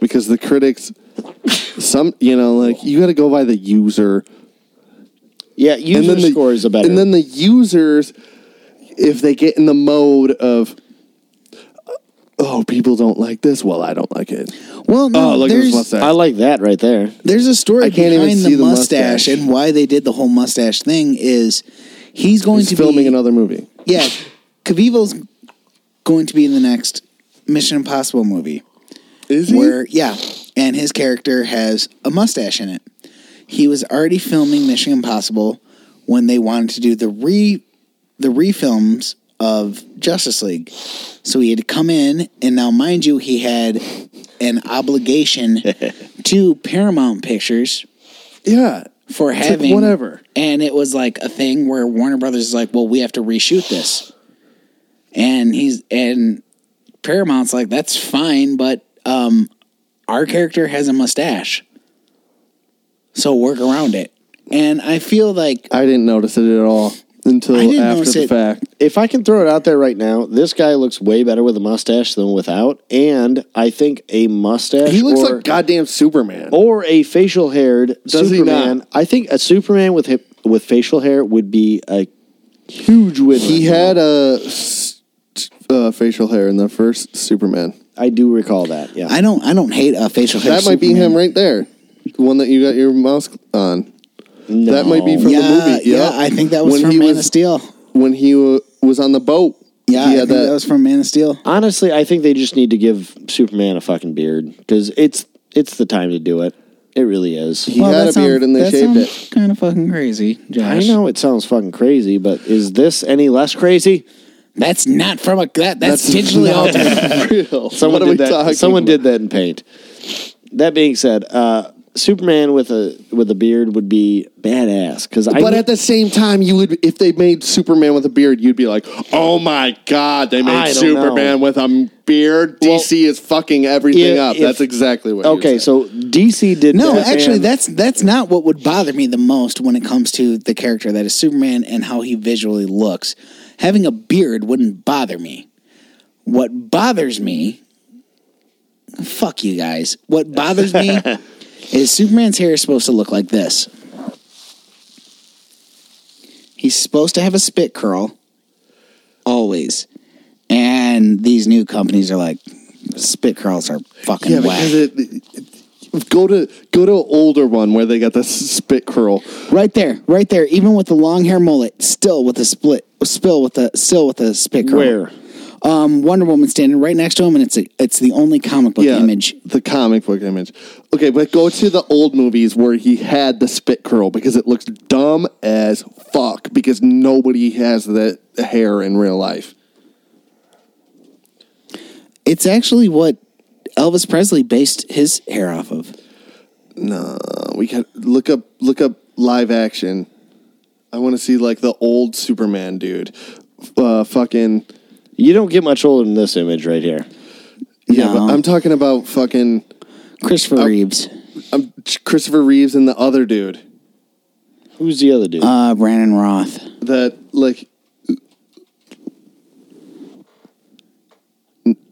[SPEAKER 1] because the critics, some, you know, like you got to go by the user.
[SPEAKER 2] Yeah, user
[SPEAKER 1] and then the
[SPEAKER 2] scores are better.
[SPEAKER 1] And then the users, if they get in the mode of, oh, people don't like this, well, I don't like it.
[SPEAKER 3] Well, no,
[SPEAKER 1] Oh, look at
[SPEAKER 3] there's
[SPEAKER 1] his mustache.
[SPEAKER 2] I like that right there.
[SPEAKER 3] There's a story
[SPEAKER 1] I can't even
[SPEAKER 3] behind
[SPEAKER 1] see
[SPEAKER 3] the
[SPEAKER 1] the
[SPEAKER 3] mustache,
[SPEAKER 1] mustache.
[SPEAKER 3] and why they did the whole mustache thing is he's going
[SPEAKER 1] He's
[SPEAKER 3] to
[SPEAKER 1] filming
[SPEAKER 3] be
[SPEAKER 1] another movie.
[SPEAKER 3] yeah, Kavivel's going to be in the next Mission Impossible movie.
[SPEAKER 1] Is
[SPEAKER 3] Where yeah, and his character has a mustache in it. He was already filming Mission Impossible when they wanted to do the re the refilms of Justice League. So he had to come in and now mind you he had an obligation to Paramount Pictures
[SPEAKER 1] Yeah.
[SPEAKER 3] for
[SPEAKER 1] It's like,
[SPEAKER 3] having
[SPEAKER 1] whatever.
[SPEAKER 3] and it was like a thing where Warner Brothers is like, well, we have to reshoot this, and he's and Paramount's like, that's fine, but um, our character has a mustache, so work around it. And I feel like
[SPEAKER 1] I didn't notice it at all until
[SPEAKER 3] I didn't
[SPEAKER 1] after
[SPEAKER 3] notice
[SPEAKER 1] the
[SPEAKER 3] it.
[SPEAKER 1] fact.
[SPEAKER 2] If I can throw it out there right now, this guy looks way better with a mustache than without, and I think a mustache
[SPEAKER 1] He looks
[SPEAKER 2] or,
[SPEAKER 1] like goddamn Superman.
[SPEAKER 2] or a facial haired
[SPEAKER 1] Does he
[SPEAKER 2] Superman.
[SPEAKER 1] not?
[SPEAKER 2] I think a Superman with hip, with facial hair would be a huge win.
[SPEAKER 1] he
[SPEAKER 2] right
[SPEAKER 1] had
[SPEAKER 2] now.
[SPEAKER 1] a s- uh, facial hair in the first Superman.
[SPEAKER 2] I do recall that. Yeah,
[SPEAKER 3] I don't. I don't hate a facial hair.
[SPEAKER 1] that might be
[SPEAKER 3] Superman.
[SPEAKER 1] him right there, the one that you got your mouse on. That might be from
[SPEAKER 3] yeah,
[SPEAKER 1] the movie.
[SPEAKER 3] yeah.
[SPEAKER 1] Yep.
[SPEAKER 3] I think that was
[SPEAKER 1] when
[SPEAKER 3] from
[SPEAKER 1] he
[SPEAKER 3] Man
[SPEAKER 1] was
[SPEAKER 3] of Steel.
[SPEAKER 1] when he w- was on the boat.
[SPEAKER 3] Yeah, I
[SPEAKER 1] he
[SPEAKER 3] think
[SPEAKER 1] had
[SPEAKER 3] that.
[SPEAKER 1] that.
[SPEAKER 3] was from Man of Steel.
[SPEAKER 2] Honestly, I think they just need to give Superman a fucking beard because it's it's the time to do it. It really is.
[SPEAKER 1] he had a beard and they shaved it.
[SPEAKER 3] Kind of fucking crazy,
[SPEAKER 2] I
[SPEAKER 3] Josh.
[SPEAKER 2] know it sounds fucking crazy, but is this any less crazy?
[SPEAKER 3] That's not from a that. That's, digitally
[SPEAKER 1] not
[SPEAKER 3] altered.
[SPEAKER 1] real.
[SPEAKER 2] Someone
[SPEAKER 1] Oh, what are
[SPEAKER 2] did
[SPEAKER 1] we
[SPEAKER 2] that.
[SPEAKER 1] talking?
[SPEAKER 2] someone
[SPEAKER 1] about?
[SPEAKER 2] did that in paint. That being said, uh, Superman with a with a beard would be badass because I
[SPEAKER 1] But at the same time, you would if they made Superman with a beard, you'd be like, "Oh my god, they
[SPEAKER 2] I
[SPEAKER 1] made
[SPEAKER 2] don't
[SPEAKER 1] Superman
[SPEAKER 2] know.
[SPEAKER 1] with a beard."
[SPEAKER 2] Well,
[SPEAKER 1] DC is fucking everything
[SPEAKER 2] yeah,
[SPEAKER 1] up.
[SPEAKER 2] if-
[SPEAKER 1] That's exactly what. you
[SPEAKER 2] okay.
[SPEAKER 1] said.
[SPEAKER 2] So DC did
[SPEAKER 3] No,
[SPEAKER 2] Batman.
[SPEAKER 3] actually, that's that's not what would bother me the most when it comes to the character that is Superman and how he visually looks. Having a beard wouldn't bother me. What bothers me, fuck you guys. What bothers
[SPEAKER 2] *laughs*
[SPEAKER 3] me is Superman's hair is supposed to look like this. He's supposed to have a spit curl, always. And these new companies are like, spit curls are fucking
[SPEAKER 1] yeah,
[SPEAKER 3] whack.
[SPEAKER 1] because it, it- go to go to an older one where they got the s- spit curl.
[SPEAKER 3] Right there, right there. Even with the long hair mullet, still with a split, spill with a still with a spit curl.
[SPEAKER 2] where
[SPEAKER 3] Um, Wonder Woman standing right next to him, and it's a, it's the only comic book
[SPEAKER 1] yeah,
[SPEAKER 3] image.
[SPEAKER 1] the comic book image. Okay, but go to the old movies where he had the spit curl because it looks dumb as fuck because nobody has that hair in real life.
[SPEAKER 3] It's actually what Elvis Presley based his hair off of.
[SPEAKER 1] No, we can look up look up live action. I want to see like the old Superman dude. Uh, fucking
[SPEAKER 2] you don't get much older than this image right here.
[SPEAKER 1] yeah,
[SPEAKER 3] No.
[SPEAKER 1] but I'm talking about fucking
[SPEAKER 3] Christopher Reeves,
[SPEAKER 1] um, Christopher Reeves and the other dude
[SPEAKER 2] Who's the other dude?
[SPEAKER 3] uh, Brandon Roth.
[SPEAKER 1] that like.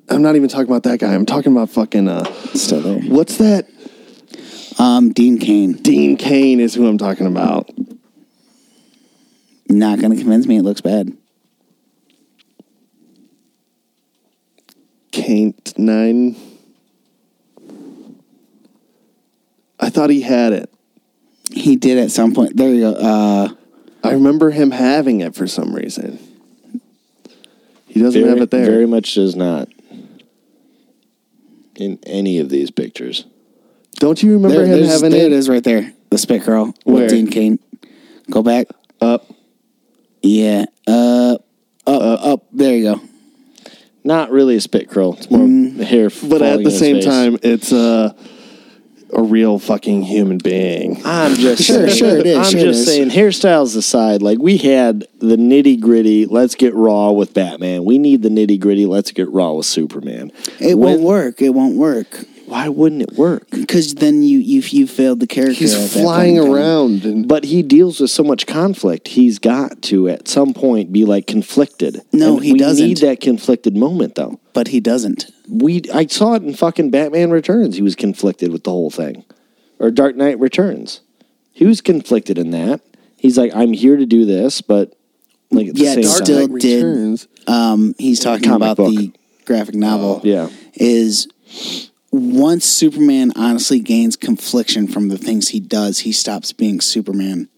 [SPEAKER 1] I'm not even talking about that guy. I'm talking about fucking uh,
[SPEAKER 3] Still there.
[SPEAKER 1] what's that?
[SPEAKER 3] Um, Dean Kane.
[SPEAKER 1] Dean Kane is who I'm talking about.
[SPEAKER 3] Not gonna convince me. It looks bad.
[SPEAKER 1] Kane nine. I thought he had it.
[SPEAKER 3] He did at some point. There you go. Uh,
[SPEAKER 1] I remember him having it for some reason. He doesn't
[SPEAKER 2] very,
[SPEAKER 1] have it there.
[SPEAKER 2] very much does not in any of these pictures.
[SPEAKER 1] Don't you remember
[SPEAKER 3] there,
[SPEAKER 1] him
[SPEAKER 3] there's-
[SPEAKER 1] having
[SPEAKER 3] there
[SPEAKER 1] it?
[SPEAKER 3] it is right there. The spit curl
[SPEAKER 1] Where?
[SPEAKER 3] with Dean Kane. Go back.
[SPEAKER 1] Up.
[SPEAKER 3] Yeah. Uh, up, up. There you go.
[SPEAKER 2] Not really a spit curl. It's more hair.
[SPEAKER 1] But
[SPEAKER 2] falling
[SPEAKER 1] at
[SPEAKER 2] in
[SPEAKER 1] the
[SPEAKER 2] his
[SPEAKER 1] same
[SPEAKER 2] face.
[SPEAKER 1] time, it's a a real fucking human being.
[SPEAKER 2] I'm just
[SPEAKER 3] Sure,
[SPEAKER 2] saying,
[SPEAKER 3] sure it is,
[SPEAKER 2] I'm
[SPEAKER 3] sure it
[SPEAKER 2] just
[SPEAKER 3] is.
[SPEAKER 2] saying, hairstyles aside, like we had the nitty gritty. Let's get raw with Batman. We need the nitty gritty. Let's get raw with Superman.
[SPEAKER 3] It
[SPEAKER 2] When-
[SPEAKER 3] won't work. It won't work
[SPEAKER 2] Why wouldn't it work?
[SPEAKER 3] because then you you you failed the character.
[SPEAKER 1] He's
[SPEAKER 3] at that point
[SPEAKER 1] flying
[SPEAKER 3] in time.
[SPEAKER 1] around and
[SPEAKER 2] But he deals with so much conflict. He's got to at some point be like conflicted.
[SPEAKER 3] No,
[SPEAKER 2] And
[SPEAKER 3] he
[SPEAKER 2] we
[SPEAKER 3] doesn't.
[SPEAKER 2] Need that conflicted moment though.
[SPEAKER 3] but he doesn't.
[SPEAKER 2] We I saw it in fucking Batman Returns. He was conflicted with the whole thing, or Dark Knight Returns. He was conflicted in that. He's like, I'm here to do this, but like at the
[SPEAKER 3] Yeah,
[SPEAKER 2] same
[SPEAKER 3] Dark
[SPEAKER 2] time,
[SPEAKER 3] Knight did-
[SPEAKER 1] returns.
[SPEAKER 3] Um, he's talking
[SPEAKER 2] Comic
[SPEAKER 3] about
[SPEAKER 2] book.
[SPEAKER 3] the graphic novel.
[SPEAKER 2] yeah.
[SPEAKER 3] is once Superman honestly gains confliction from the things he does, he stops being Superman.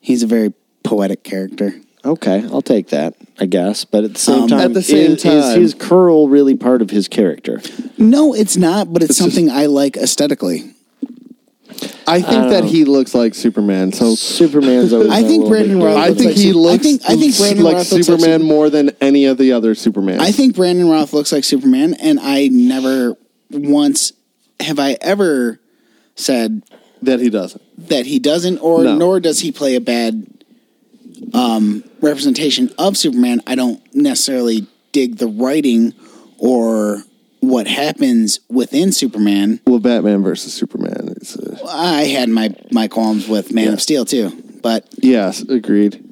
[SPEAKER 3] He's a very poetic character.
[SPEAKER 2] Okay, I'll take that, I guess. But at the same
[SPEAKER 3] Um,
[SPEAKER 2] time,
[SPEAKER 1] At the same
[SPEAKER 2] is, is
[SPEAKER 1] time-
[SPEAKER 2] his curl really part of his character?
[SPEAKER 3] No, it's not, but it's, something I like aesthetically.
[SPEAKER 1] I think
[SPEAKER 3] um,
[SPEAKER 1] that he looks like Superman. So
[SPEAKER 3] *laughs*
[SPEAKER 2] Superman's always.
[SPEAKER 3] I
[SPEAKER 2] been a
[SPEAKER 3] think
[SPEAKER 2] little
[SPEAKER 3] Brandon
[SPEAKER 2] bit
[SPEAKER 3] Roth-
[SPEAKER 2] dirty.
[SPEAKER 1] I think he
[SPEAKER 3] looks like Sup- I
[SPEAKER 1] looks
[SPEAKER 3] think- I think Brandon
[SPEAKER 1] like
[SPEAKER 3] Roth looks like
[SPEAKER 1] Superman
[SPEAKER 3] Sup-
[SPEAKER 1] more than any of the other Superman.
[SPEAKER 3] I think Brandon Roth looks like Superman, and I never once have I ever said
[SPEAKER 1] that he doesn't.
[SPEAKER 3] that he doesn't, or
[SPEAKER 1] No.
[SPEAKER 3] nor does he play a bad um, representation of Superman. I don't necessarily dig the writing or what happens within Superman.
[SPEAKER 1] Well, Batman versus Superman. Is, uh,
[SPEAKER 3] I had my my qualms with Man of Steel too, but
[SPEAKER 1] yes, agreed.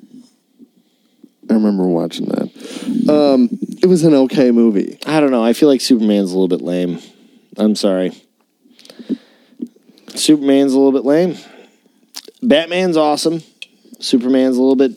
[SPEAKER 1] I remember watching that. Um, it was an okay movie.
[SPEAKER 2] I don't know. I feel like Superman's a little bit lame. I'm sorry. Superman's a little bit lame. Batman's awesome. Superman's a little bit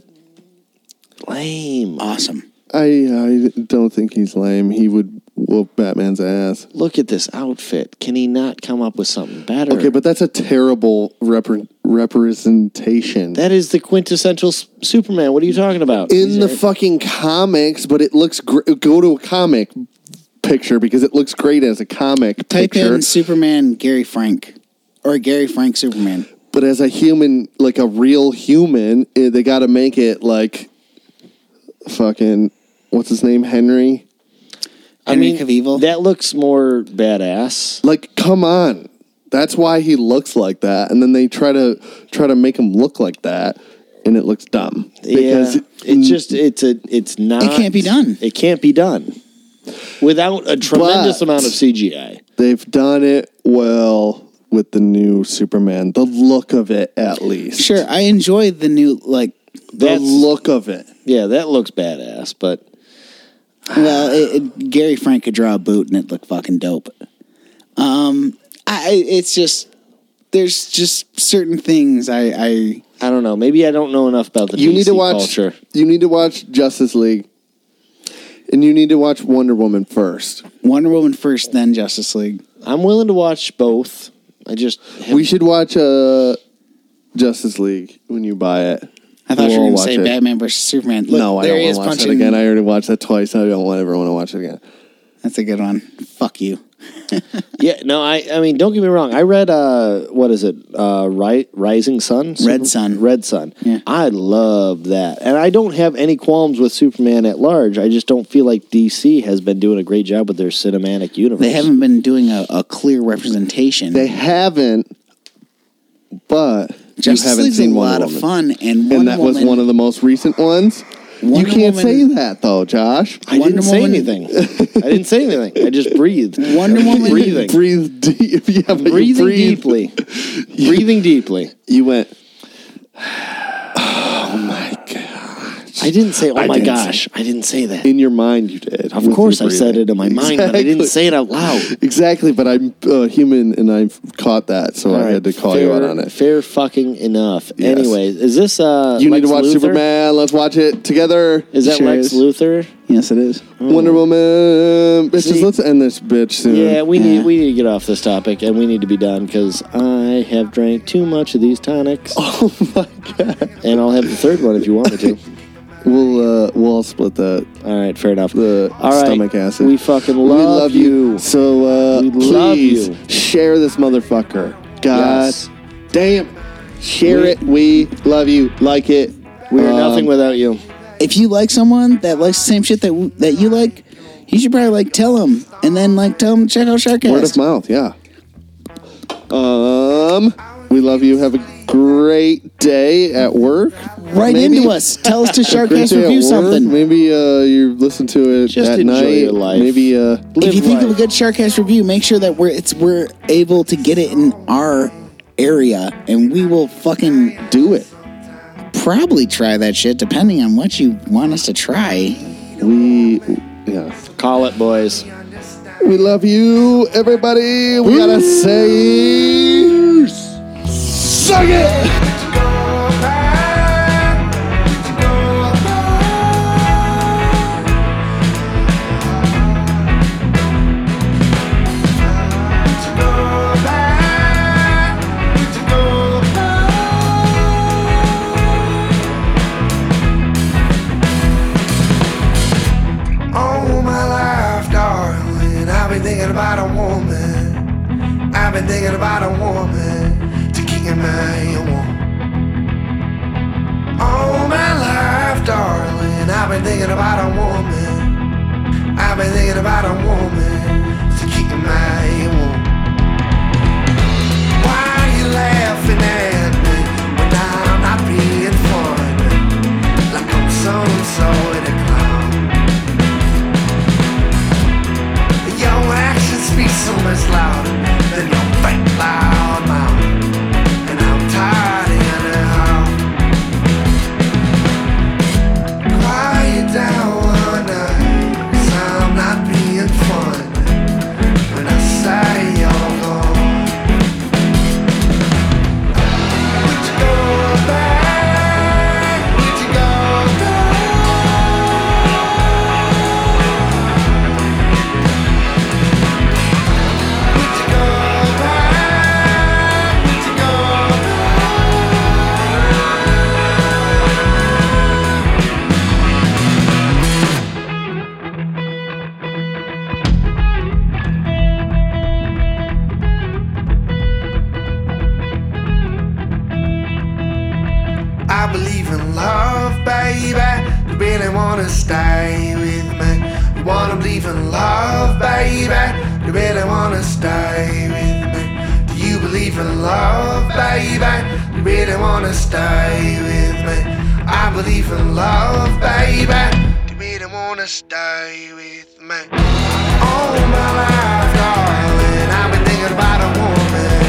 [SPEAKER 2] lame.
[SPEAKER 3] awesome.
[SPEAKER 1] I I don't think he's lame. He would whoop Batman's ass.
[SPEAKER 2] Look at this outfit. Can he not come up with something better?
[SPEAKER 1] Okay, but that's a terrible repre- representation.
[SPEAKER 2] that is the quintessential S- Superman. What are you talking about?
[SPEAKER 1] in the fucking comics, but it looks gr- go to a comic picture because it looks great as a comic
[SPEAKER 3] Type
[SPEAKER 1] picture,
[SPEAKER 3] in Superman Gary Frank or Gary Frank Superman.
[SPEAKER 1] but as a human, like a real human, eh, they got to make it like fucking what's his name, Henry.
[SPEAKER 2] I
[SPEAKER 3] Henry
[SPEAKER 2] mean,
[SPEAKER 3] Cavill.
[SPEAKER 2] that looks more badass.
[SPEAKER 1] Like, come on, that's why he looks like that, and then they try to try to make him look like that, and it looks dumb
[SPEAKER 2] yeah, it's just it's a it's not.
[SPEAKER 3] It can't be done.
[SPEAKER 2] It can't be done without a tremendous
[SPEAKER 1] But-
[SPEAKER 2] amount of CGI.
[SPEAKER 1] they've done it well with the new Superman. The look of it, at least.
[SPEAKER 3] Sure, I enjoy the new like.
[SPEAKER 1] The
[SPEAKER 2] That's-
[SPEAKER 1] look of it.
[SPEAKER 2] Yeah, that looks badass, but
[SPEAKER 3] Well, it, it, Gary Frank could draw a boot and it looked fucking dope. Um, I I- it's just there's just certain things I I
[SPEAKER 2] I don't know. Maybe I don't know enough about the
[SPEAKER 1] you
[SPEAKER 2] DC
[SPEAKER 1] need to watch
[SPEAKER 2] culture.
[SPEAKER 1] you need to watch Justice League and you need to watch Wonder Woman first.
[SPEAKER 3] Wonder Woman first, then Justice League.
[SPEAKER 2] I'm willing to watch both. I just have-
[SPEAKER 1] We should watch uh Justice League when you buy it.
[SPEAKER 3] I thought you were
[SPEAKER 1] We'll
[SPEAKER 3] going to
[SPEAKER 1] watch
[SPEAKER 3] say
[SPEAKER 1] it.
[SPEAKER 3] Batman versus Superman. Look,
[SPEAKER 1] no, I
[SPEAKER 3] there
[SPEAKER 1] don't
[SPEAKER 3] he
[SPEAKER 1] want
[SPEAKER 3] is
[SPEAKER 1] to watch
[SPEAKER 3] punching.
[SPEAKER 1] it again. I already watched that twice. I don't want ever want to watch it again.
[SPEAKER 3] That's a good one. Fuck you.
[SPEAKER 2] yeah. No, I I mean, don't get me wrong. I read uh what is it? Uh, Ri- Rising Sun, Super-
[SPEAKER 3] Sun.
[SPEAKER 2] Red Sun.
[SPEAKER 3] Yeah.
[SPEAKER 2] I love that, and I don't have any qualms with Superman at large. I just don't feel like DC has been doing a great job with their cinematic universe.
[SPEAKER 3] They haven't been doing a, a clear representation.
[SPEAKER 1] They haven't, but
[SPEAKER 3] Justice
[SPEAKER 1] you haven't
[SPEAKER 3] League's
[SPEAKER 1] seen
[SPEAKER 3] a
[SPEAKER 1] Wonder
[SPEAKER 3] lot
[SPEAKER 1] Woman.
[SPEAKER 3] of fun, and, Wonder
[SPEAKER 1] and that was
[SPEAKER 3] Woman-
[SPEAKER 1] one of the most recent ones.
[SPEAKER 3] Wonder
[SPEAKER 1] you can't
[SPEAKER 3] Woman-
[SPEAKER 1] say that though, Josh.
[SPEAKER 2] I
[SPEAKER 3] Wonder
[SPEAKER 2] didn't say
[SPEAKER 3] Woman-
[SPEAKER 2] anything. I didn't say anything. I just breathed.
[SPEAKER 3] Wonder
[SPEAKER 2] I'm
[SPEAKER 3] Woman-
[SPEAKER 2] breathing.
[SPEAKER 1] Breathe deep. *laughs* Yeah, but you
[SPEAKER 2] breathing
[SPEAKER 1] breathe-
[SPEAKER 2] deeply.
[SPEAKER 3] *laughs*
[SPEAKER 2] breathing deeply.
[SPEAKER 1] You went. Oh my god!
[SPEAKER 2] I didn't say, oh
[SPEAKER 1] I
[SPEAKER 2] my
[SPEAKER 1] didn't
[SPEAKER 2] gosh. I didn't say that.
[SPEAKER 1] In your mind, you did.
[SPEAKER 2] Of
[SPEAKER 1] with
[SPEAKER 2] course,
[SPEAKER 1] your
[SPEAKER 2] I said
[SPEAKER 1] breathing.
[SPEAKER 2] it in my mind, but I didn't
[SPEAKER 1] Exactly.
[SPEAKER 2] say it out loud.
[SPEAKER 1] Exactly, but I'm uh, human and I caught that, so *laughs* I had to call you out on it.
[SPEAKER 2] Fair fucking enough.
[SPEAKER 1] Yes.
[SPEAKER 2] Anyways, is this uh?
[SPEAKER 1] You
[SPEAKER 2] Lex
[SPEAKER 1] need to watch
[SPEAKER 2] Luthor?
[SPEAKER 1] Superman. Let's watch it together.
[SPEAKER 2] Is that
[SPEAKER 3] Sure is.
[SPEAKER 2] Lex Luthor?
[SPEAKER 3] Yes, it is.
[SPEAKER 1] Wonder Woman? Bitches,
[SPEAKER 2] Mm. See-
[SPEAKER 1] let's end this bitch soon.
[SPEAKER 2] Yeah, we
[SPEAKER 3] Yeah.
[SPEAKER 2] need we need to get off this topic, and we need to be done because I have drank too much of
[SPEAKER 1] *laughs*
[SPEAKER 2] these tonics. Oh my god! And I'll have the third one if you want
[SPEAKER 1] *laughs*
[SPEAKER 2] me to.
[SPEAKER 1] we'll uh, we'll all split the
[SPEAKER 2] All right, fair enough.
[SPEAKER 1] the
[SPEAKER 2] All right,
[SPEAKER 1] stomach acid.
[SPEAKER 2] We fucking
[SPEAKER 1] We
[SPEAKER 2] love, you.
[SPEAKER 1] So uh,
[SPEAKER 2] We love
[SPEAKER 1] please
[SPEAKER 2] you.
[SPEAKER 1] share this motherfucker. God
[SPEAKER 2] Yes.
[SPEAKER 1] damn, share
[SPEAKER 2] We-
[SPEAKER 1] it. We love you. Like it. Um,
[SPEAKER 2] We are nothing without you.
[SPEAKER 3] If you like someone that likes the same shit that w- that you like, you should probably like tell them, and then like tell them check out Sharkcast.
[SPEAKER 1] Word of mouth, yeah. Um, we love you. Have a great day at work.
[SPEAKER 3] right
[SPEAKER 1] Maybe-
[SPEAKER 3] into us. Tell us
[SPEAKER 1] *laughs*
[SPEAKER 3] to
[SPEAKER 1] Great
[SPEAKER 3] Sharkcast
[SPEAKER 1] day at
[SPEAKER 3] review
[SPEAKER 1] work.
[SPEAKER 3] something.
[SPEAKER 1] Maybe uh, you listen to it
[SPEAKER 2] Just
[SPEAKER 1] at
[SPEAKER 2] enjoy
[SPEAKER 1] night.
[SPEAKER 2] your life.
[SPEAKER 1] Maybe uh,
[SPEAKER 3] If you
[SPEAKER 2] Live
[SPEAKER 3] think of a
[SPEAKER 2] life.
[SPEAKER 3] good Sharkcast review, make sure that we're it's we're able to get it in our area, and we will fucking
[SPEAKER 1] do it.
[SPEAKER 3] probably try that shit depending on what you want us to try.
[SPEAKER 1] We yeah.
[SPEAKER 2] Call it, boys.
[SPEAKER 1] We love you, everybody. We gotta say, suck it.
[SPEAKER 4] All my life, darling, I've been thinking about a woman. I've been thinking about a woman to keep my hand warm. All my life, darling, I've been thinking about a woman. I've been thinking about a woman to keep my hand warm. Why are you laughing at me when I'm not being funny? Like I'm some sort of clown. Your actions speak so much louder than your fake loud mouth. And I'm tired anyhow. Quiet down one night, 'cause I'm not being wanna stay with me? You wanna believe in love, baby? You really wanna stay with me? Do you believe in love, baby? You really wanna stay with me? I believe in love, baby. You really wanna stay with me? All my life, darling, I've been thinking about a woman.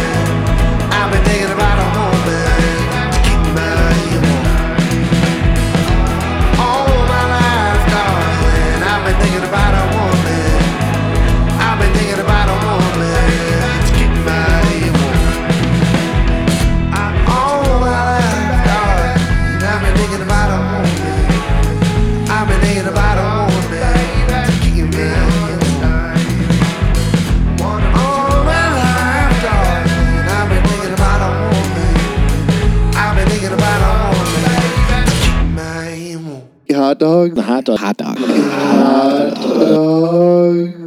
[SPEAKER 4] I've been thinking about a woman to keep me warm. All my life, darling, I've been thinking about a woman. I've been thinking about a woman to keep my warm. I, all my life, darling, I've been thinking about a woman. I've been thinking about a woman to keep me warm. All my life, darling, I've been thinking about a woman. I've been thinking about a woman to keep me warm.
[SPEAKER 1] Hot dog.
[SPEAKER 2] The hot dog.
[SPEAKER 3] Hot dog.
[SPEAKER 1] Hot dog.